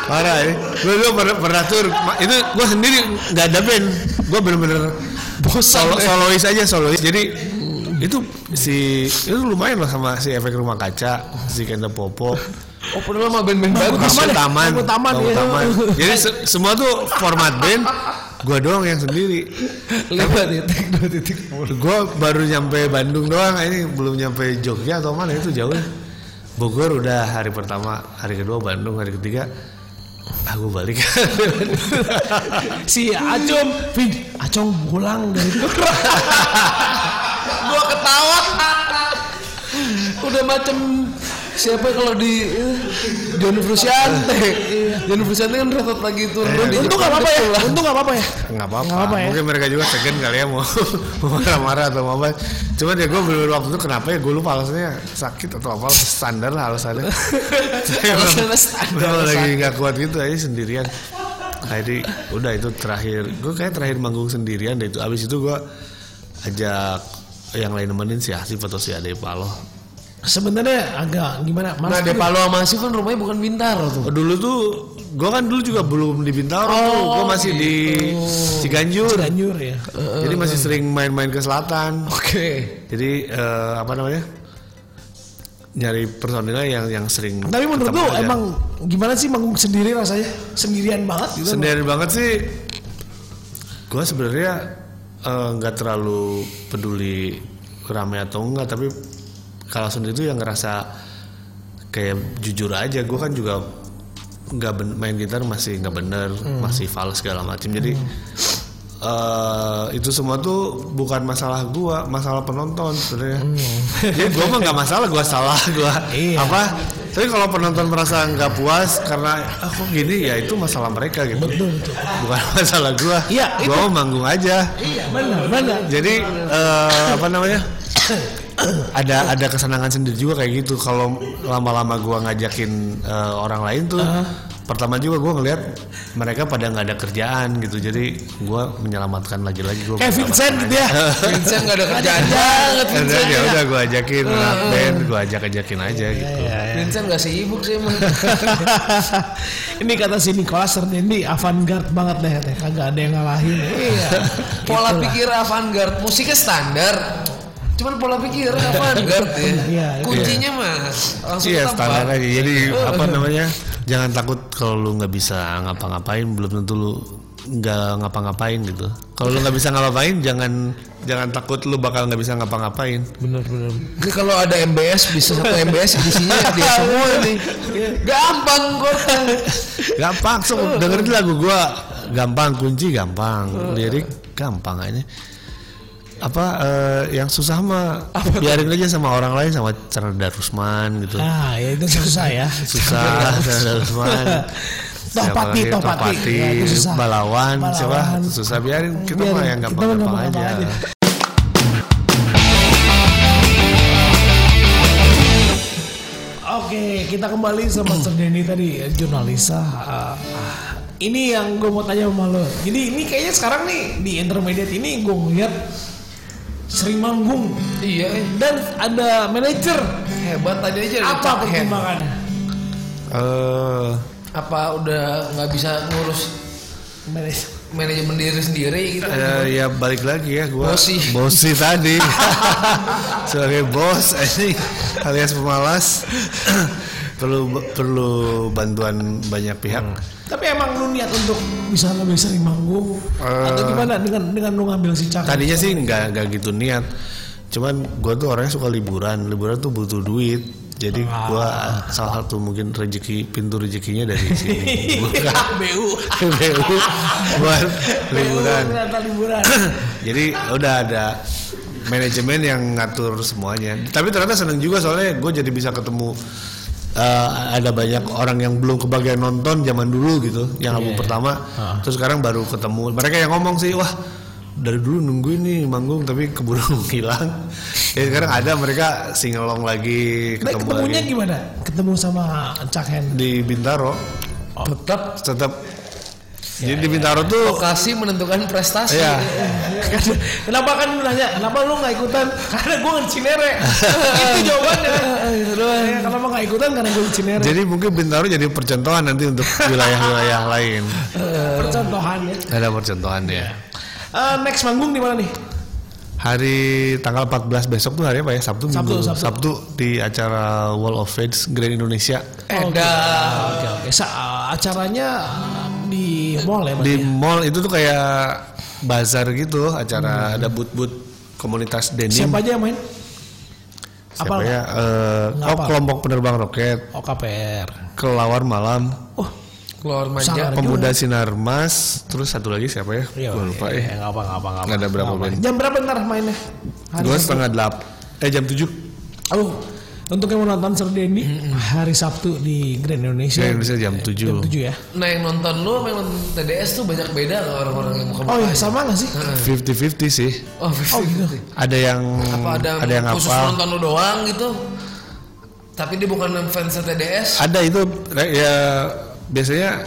Speaker 6: parah ya gue dulu pernah, pernah tur ma- itu gue sendiri nggak ada band gue bener-bener bosan
Speaker 2: eh.
Speaker 6: solo, solois aja solois jadi itu si itu lumayan loh sama si efek rumah kaca si Kenta Popo
Speaker 1: Oh padahal sama band-band bagus.
Speaker 2: Taman ya?
Speaker 6: Bangun taman,
Speaker 2: Bangun taman,
Speaker 6: Bangun
Speaker 2: iya.
Speaker 6: taman. jadi se- semua tuh format band gue doang yang sendiri
Speaker 1: Lima titik, dua titik.
Speaker 6: gue baru nyampe Bandung doang ini belum nyampe Jogja atau mana itu jauh Bogor udah hari pertama hari kedua Bandung hari ketiga aku balik
Speaker 2: Si Acom, Vin, Acom pulang dari tur.
Speaker 1: Gua ketawa. Udah macem siapa kalau di eh, John Frusciante. John Frusciante kan retot lagi itu.
Speaker 6: Eh,
Speaker 2: Untung gak apa-apa ya, untung gak apa-apa ya.
Speaker 6: nggak
Speaker 2: Nggak apa-apa
Speaker 6: apa-apa
Speaker 2: ya.
Speaker 6: mungkin mereka juga segan kali ya mau mau marah-marah atau mau apa cuman ya gue belum waktu itu kenapa ya gue lupa alasannya sakit atau apa standar lah alasannya Saya emang-
Speaker 1: Alasannya standar,
Speaker 6: emang
Speaker 1: alasan.
Speaker 6: lagi nggak kuat gitu aja sendirian Nah, jadi udah itu terakhir gue kayak terakhir manggung sendirian deh itu abis itu gue ajak yang lain nemenin si Asif atau si Ade Paloh
Speaker 2: Sebenarnya agak gimana? Mas
Speaker 1: Nah, De Palo sama Asif kan rumahnya bukan Bintaro tuh.
Speaker 6: Oh, dulu tuh gue kan dulu juga belum di Bintaro tuh gue masih di Ciganjur
Speaker 2: Ciganjur ya.
Speaker 6: jadi masih sering main-main ke selatan
Speaker 1: Oke.
Speaker 6: Jadi eh, apa namanya? Nyari personilnya yang yang sering.
Speaker 2: Tapi menurut
Speaker 6: ketemu
Speaker 2: lu
Speaker 6: aja.
Speaker 2: emang gimana sih manggung sendiri rasanya? Sendirian banget gitu.
Speaker 6: sendiri banget sih. Gue sebenarnya eh, nggak terlalu peduli rame atau enggak, tapi kalau sendiri tuh yang ngerasa kayak jujur aja. Gue kan juga nggak ben- main gitar masih nggak bener, masih fals segala macem. Jadi eh, itu semua tuh bukan masalah gua, masalah penonton sebenarnya. Jadi gua mah nggak masalah, gua salah, gua apa? Tapi kalau penonton merasa nggak puas karena ah, kok gini ya itu masalah mereka gitu. Bukan masalah gua.
Speaker 2: Iya,
Speaker 6: gua mau manggung aja.
Speaker 2: Benar, benar.
Speaker 6: Jadi eh, apa namanya? ada ada kesenangan sendiri juga kayak gitu. Kalau lama-lama gua ngajakin eh, orang lain tuh pertama juga gua ngelihat mereka pada nggak ada kerjaan gitu. Jadi gua menyelamatkan lagi-lagi gua.
Speaker 2: Kayak Vincent gitu ya.
Speaker 1: Vincent gak ada kerjaan banget
Speaker 6: Udah
Speaker 1: Vincent.
Speaker 6: ya udah gua ajakin anak band, gua ajak-ajakin
Speaker 2: Iya,
Speaker 6: aja gitu.
Speaker 2: Ya,
Speaker 1: Vincent gak sibuk sih emang.
Speaker 2: Ini kata si Nicholas Serdendi avant-garde banget deh katanya. Kagak ada yang ngalahin. Iya.
Speaker 1: Pola
Speaker 2: Itulah.
Speaker 1: pikir avant-garde, musiknya standar. Cuman pola pikir avant-garde
Speaker 2: Iya,
Speaker 1: ya.
Speaker 2: iya.
Speaker 1: Kuncinya mah langsung
Speaker 6: Iya standar
Speaker 1: tempat.
Speaker 6: aja. Jadi apa namanya? Jangan takut kalau lu nggak bisa ngapa-ngapain, belum tentu lu nggak ngapa-ngapain gitu. Kalau lu nggak bisa ngapa-ngapain, jangan jangan takut lu bakal nggak bisa ngapa-ngapain.
Speaker 1: Bener bener. Ini kalau ada MBS bisa satu MBS isinya dia semua
Speaker 2: Iya.
Speaker 1: nih. Gampang kok.
Speaker 6: Gampang, so, dengerin lagu gua gampang kunci gampang, lirik gampang aja. Apa eh, yang susah mah biarin aja sama orang lain sama Chandra Rusman gitu.
Speaker 2: Nah, ya itu susah ya.
Speaker 6: susah Chandra Usman
Speaker 2: Tohpati,
Speaker 6: lagi?
Speaker 2: Tohpati. Ya, itu susah.
Speaker 6: Balawan, siapa
Speaker 2: Balawan.
Speaker 6: susah biarin kita
Speaker 2: Biarin,
Speaker 6: mah yang
Speaker 2: kita mah
Speaker 6: gampang-gampang aja.
Speaker 2: gampang-gampang aja. Oke, kita kembali sama Serdendi tadi eh, jurnalisa. Ah, ah. ini yang gue mau tanya sama lo. Jadi ini kayaknya sekarang nih di intermediate ini gue ngeliat sering manggung
Speaker 1: Iya eh.
Speaker 2: dan ada manajer.
Speaker 1: hebat tadi aja. udah
Speaker 2: Apa
Speaker 1: capek.
Speaker 2: pertimbangannya?
Speaker 6: Eh,
Speaker 1: Apa udah nggak bisa ngurus
Speaker 2: Manajer.
Speaker 1: manajemen diri sendiri gitu?
Speaker 6: eh, ya balik lagi ya gua
Speaker 1: Bosi.
Speaker 6: bosi tadi sebagai bos ini alias pemalas perlu perlu bantuan banyak pihak.
Speaker 2: Tapi emang lu niat untuk bisa lebih sering manggung atau gimana dengan dengan lu ngambil si cak?
Speaker 6: Tadinya sih nggak nggak gitu niat. Cuman gue tuh orangnya suka liburan. Liburan tuh butuh duit. Jadi gue salah satu mungkin rezeki pintu rezekinya dari sini. Bukan
Speaker 2: BU.
Speaker 6: BU buat liburan.
Speaker 2: BU, ternyata liburan.
Speaker 6: Jadi udah ada manajemen yang ngatur semuanya. Tapi ternyata seneng juga soalnya gue jadi bisa ketemu eh, ada banyak orang yang belum kebagian nonton zaman dulu gitu, yang album pertama. Terus sekarang baru ketemu. Mereka yang ngomong sih, wah dari dulu nungguin nih manggung tapi keburu hilang. Jadi sekarang ada mereka singelong lagi
Speaker 2: Tapi
Speaker 6: ketemu
Speaker 2: ketemunya
Speaker 6: lagi
Speaker 2: gimana? Ketemu sama Cak Hen.
Speaker 6: di Bintaro.
Speaker 1: Tetap
Speaker 6: Tetap. jadi di Bintaro tuh
Speaker 1: lokasi menentukan prestasi.
Speaker 6: ya.
Speaker 2: Karena- kenapa kan lu nanya? Kenapa lu nggak ikutan? Karena gue di Cinere. Itu jawabannya.
Speaker 6: Gitu
Speaker 2: Ya, kenapa nggak ikutan? Karena gue di Cinere.
Speaker 6: Jadi mungkin Bintaro jadi percontohan nanti untuk wilayah-wilayah lain. Iya.
Speaker 2: Percontohan ya.
Speaker 6: Ada percontohannya.
Speaker 2: Eh, next manggung di mana nih?
Speaker 6: Hari tanggal 14 besok tuh hari apa ya? Sabtu,
Speaker 2: Sabtu,
Speaker 6: Minggu.
Speaker 2: Sabtu.
Speaker 6: di acara Wall of Fates Grand Indonesia
Speaker 1: Edan.
Speaker 2: Oke oke. Sa- acaranya eh, di mall ya, Mas?
Speaker 6: di mall itu tuh kayak bazar gitu, acara ada boot-boot komunitas denim.
Speaker 2: Hmm. Siapa aja yang main? Apa?
Speaker 6: Siapa ya? Eh,
Speaker 2: Nggak
Speaker 6: oh,
Speaker 2: apa.
Speaker 6: kelompok penerbang roket,
Speaker 2: Oh, OKPR.
Speaker 6: kelawar malam,
Speaker 2: Oh,
Speaker 1: Keluar manja.
Speaker 2: Sangar.
Speaker 6: pemuda sinarmas, terus satu lagi siapa ya?
Speaker 2: iya.
Speaker 6: Gua lupa
Speaker 2: iya,
Speaker 6: ya.
Speaker 2: nggak apa nggak apa nggak apa.
Speaker 6: Nggak ada berapa
Speaker 2: Nggak apa.
Speaker 6: band.
Speaker 2: Jam berapa ntar mainnya? Hari
Speaker 6: Dua
Speaker 2: Sabtu.
Speaker 6: setengah delapan. Eh jam tujuh.
Speaker 2: Oh, untuk yang mau nonton Sir Denny hari Sabtu di Grand Indonesia.
Speaker 6: Grand Indonesia jam tujuh.
Speaker 2: Iya. Jam 7 ya.
Speaker 1: Nah yang nonton lu sama yang nonton TDS tuh banyak beda loh orang-orang yang muka
Speaker 2: Oh iya, sama nggak sih?
Speaker 6: 50-50 sih.
Speaker 1: Oh,
Speaker 2: Oh gitu.
Speaker 6: Ada yang
Speaker 1: Apa ada,
Speaker 6: Hmm, ada, yang
Speaker 1: khusus
Speaker 6: hafal.
Speaker 1: nonton lu doang gitu? Tapi dia bukan fans TDS.
Speaker 6: Ada itu re- ya biasanya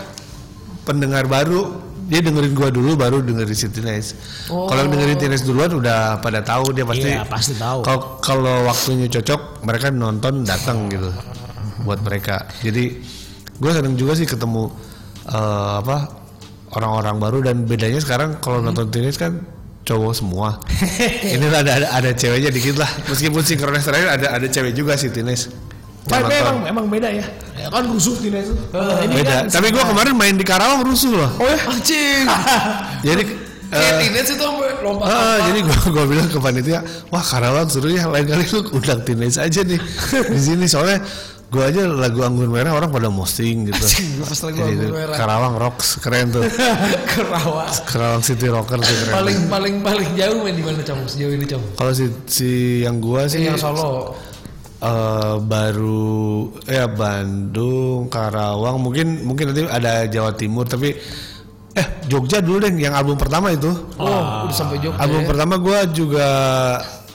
Speaker 6: pendengar baru dia dengerin gua dulu baru dengerin City Nights.
Speaker 1: Oh.
Speaker 6: Kalau yang dengerin City Nights duluan udah pada tahu dia pasti.
Speaker 2: Iya, pasti tahu.
Speaker 6: Kalau kalau waktunya cocok mereka nonton datang gitu buat mereka. Jadi gua seneng juga sih ketemu eh, apa orang-orang baru dan bedanya sekarang
Speaker 2: Hmm.
Speaker 6: kalau nonton City Nights kan cowok semua. Ini ada, ada ada ceweknya dikit lah. Meskipun sinkronis terakhir ada ada cewek juga sih Tines.
Speaker 2: Tapi emang emang beda ya. Ya Kan rusuh di Indonesia. Ini
Speaker 6: Beda.
Speaker 2: kan-
Speaker 6: Tapi gua kemarin main di Karawang rusuh loh.
Speaker 2: Oh ya.
Speaker 1: Anjing.
Speaker 6: Jadi
Speaker 1: Kayak
Speaker 6: eh,
Speaker 1: teenage itu sampai lompat.
Speaker 6: eh, jadi gua gua bilang ke panitia, "Wah, Karawang seru ya. Lain kali lu undang Tines aja nih di sini soalnya gua aja lagu Anggur Merah orang pada posting gitu.
Speaker 1: pas lagu
Speaker 6: Jadi,
Speaker 1: Anggur Merah.
Speaker 6: Karawang Rocks keren tuh.
Speaker 1: Kerawa.
Speaker 6: Karawang City Rocker tuh keren.
Speaker 1: Paling paling paling jauh main di mana Cong? Sejauh ini Cong?
Speaker 6: Kalau si, si yang gua sih
Speaker 1: Yang Solo.
Speaker 6: eh baru ya Bandung, Karawang, mungkin mungkin nanti ada Jawa Timur tapi eh Jogja dulu deh yang album pertama itu.
Speaker 1: Oh, udah sampai Jogja.
Speaker 6: Album
Speaker 1: ya.
Speaker 6: pertama gua juga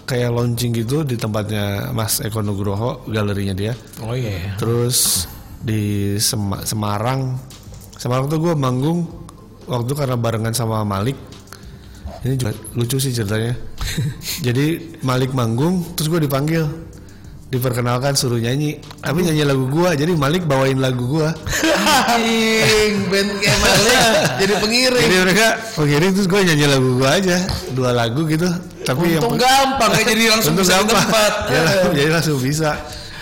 Speaker 6: kayak launching gitu di tempatnya Mas Eko Nugroho, galerinya dia.
Speaker 2: Oh iya. iya.
Speaker 6: Terus di Sema- Semarang. Semarang tuh gua manggung waktu karena barengan sama Malik. Ini juga lucu sih ceritanya. Jadi Malik manggung, terus gue dipanggil, diperkenalkan suruh nyanyi. Tapi nyanyi lagu gua, jadi Malik bawain lagu gua.
Speaker 1: Anjing, band kayak Malik jadi pengiring.
Speaker 6: Jadi mereka pengiring terus gue nyanyi lagu gua aja, dua lagu gitu. Tapi
Speaker 1: Untung
Speaker 6: yang
Speaker 1: gampang ya jadi langsung
Speaker 6: Untung
Speaker 1: bisa di
Speaker 6: gampang.
Speaker 1: tempat.
Speaker 6: Ya, langsung- jadi langsung bisa.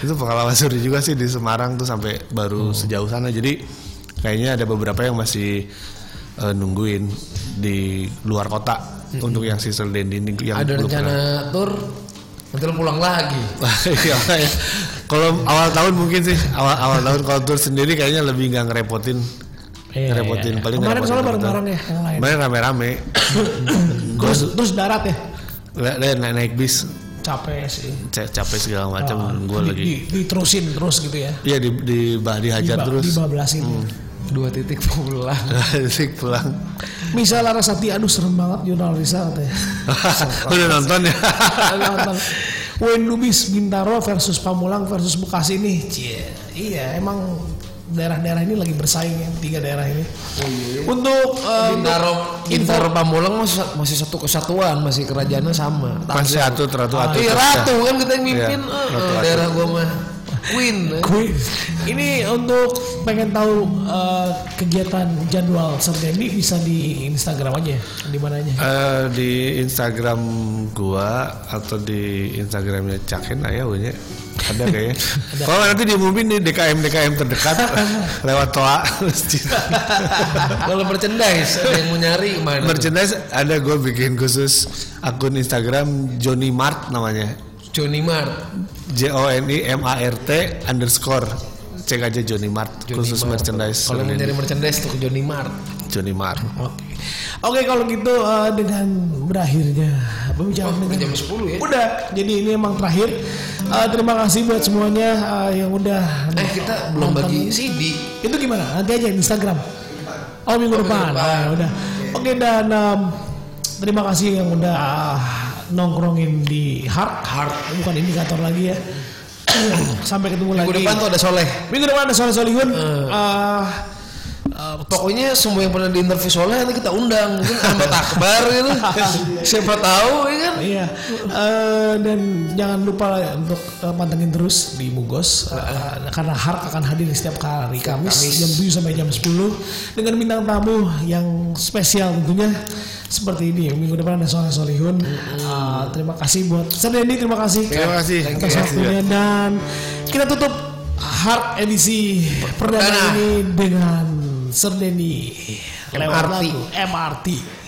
Speaker 6: Itu pengalaman seru juga sih di Semarang tuh sampai baru
Speaker 2: Hmm.
Speaker 6: sejauh sana. Jadi kayaknya ada beberapa yang masih eh, nungguin di luar kota
Speaker 2: Hmm.
Speaker 6: untuk yang Sister Dandy ini yang
Speaker 1: Ada
Speaker 6: belum
Speaker 1: rencana
Speaker 6: pernah.
Speaker 1: tur nanti lu pulang lagi.
Speaker 6: Iya, makanya. kalau awal tahun mungkin sih awal awal tahun kalau tour sendiri kayaknya lebih nggak ngerepotin
Speaker 2: Iya,
Speaker 6: ngerepotin
Speaker 2: iya, iya.
Speaker 6: paling
Speaker 2: Kemarin
Speaker 6: ngerepotin
Speaker 2: soalnya
Speaker 6: tempat.
Speaker 2: bareng-bareng ya yang lain.
Speaker 6: Kemarin rame-rame gue
Speaker 2: Terus terus darat ya.
Speaker 6: naik, naik bis
Speaker 2: Capek sih.
Speaker 6: ca- capek segala macam
Speaker 2: Ah,
Speaker 6: gue
Speaker 2: di-
Speaker 6: lagi
Speaker 2: di- diterusin terus gitu ya.
Speaker 6: Iya di di bah, dihajar
Speaker 2: Diba-
Speaker 6: terus. Hmm.
Speaker 2: dibablasin.
Speaker 1: Dua titik pulang.
Speaker 6: Asik pulang.
Speaker 2: Misal Larasati, aduh serem banget Yunal Rizal katanya.
Speaker 6: Udah nonton ya.
Speaker 2: Aduh,
Speaker 1: Oh,
Speaker 2: nonton. Wayne Lubis Bintaro versus Pamulang versus Bekasi nih. Cie, iya emang daerah-daerah ini lagi bersaing ya tiga daerah ini.
Speaker 6: Oh, iya,
Speaker 2: Untuk eh,
Speaker 1: Bintaro Bintaro Pamulang masih, masih satu kesatuan, masih kerajaannya sama.
Speaker 6: Masih
Speaker 1: Tangsel.
Speaker 6: atut ratu atut.
Speaker 1: Iya ratu kan kita yang mimpin
Speaker 6: Iya,
Speaker 1: eh,
Speaker 6: ratu,
Speaker 1: eh,
Speaker 6: ratu.
Speaker 1: daerah gua mah Queen. eh.
Speaker 2: Gue- ini untuk pengen tahu eh, kegiatan jadwal Serdendi bisa di Instagram aja di mananya.
Speaker 6: Eh, di Instagram gua atau di Instagramnya Cakin ayah punya Ada kayaknya. Kalau nanti diumumin di DKM DKM terdekat lewat toa masjid.
Speaker 1: Kalau merchandise ada yang mau nyari mana? tuh?
Speaker 6: Merchandise ada gue bikin khusus akun Instagram Johnny Mart namanya.
Speaker 1: Johnny Mart.
Speaker 6: J O N I M A R T underscore cek aja Johnny Mart
Speaker 1: Johnny
Speaker 6: khusus
Speaker 1: Mart.
Speaker 6: merchandise
Speaker 1: Kalau mau
Speaker 6: Johnny-
Speaker 1: nyari merchandise tuh ke Johnny Mart.
Speaker 6: Johnny Mart.
Speaker 2: Oke. Oke kalau gitu eh, dengan berakhirnya pembicaraan
Speaker 1: Udah jam
Speaker 2: dengan
Speaker 1: 10 ya.
Speaker 2: udah jadi ini emang terakhir Eh, terima kasih buat semuanya eh, yang udah
Speaker 1: Eh kita belum
Speaker 2: nonton.
Speaker 1: bagi CD.
Speaker 2: itu gimana nanti aja di Instagram oh minggu
Speaker 1: depan.
Speaker 2: depan Ah, udah oke dan em, terima kasih yang udah ah, nongkrongin di Hark Hark bukan indikator lagi ya sampai ketemu lagi
Speaker 1: Minggu depan tuh ada Soleh.
Speaker 2: minggu depan ada Soleh Solihun Ah,
Speaker 1: Eh, pokoknya semua yang pernah diinterview Soleh nanti kita undang. Mungkin Ahmad Akbar gitu. Siapa tahu ya kan?
Speaker 2: Iya. Eh, dan jangan lupa untuk eh, pantengin terus di Mugos eh, karena Hark akan hadir setiap hari Kamis, jam 7 sampai jam 10 dengan bintang tamu yang spesial tentunya seperti ini minggu depan ada Soleh Solihun. Eh, terima kasih buat Sir Dendi, terima kasih.
Speaker 6: Terima kasih.
Speaker 2: Atas
Speaker 6: Terima kasih ya.
Speaker 2: waktunya dan kita tutup Hark edisi perdana
Speaker 1: Perdana.
Speaker 2: ini dengan Sir Dendi lewat
Speaker 1: MRT.
Speaker 2: lagu MRT.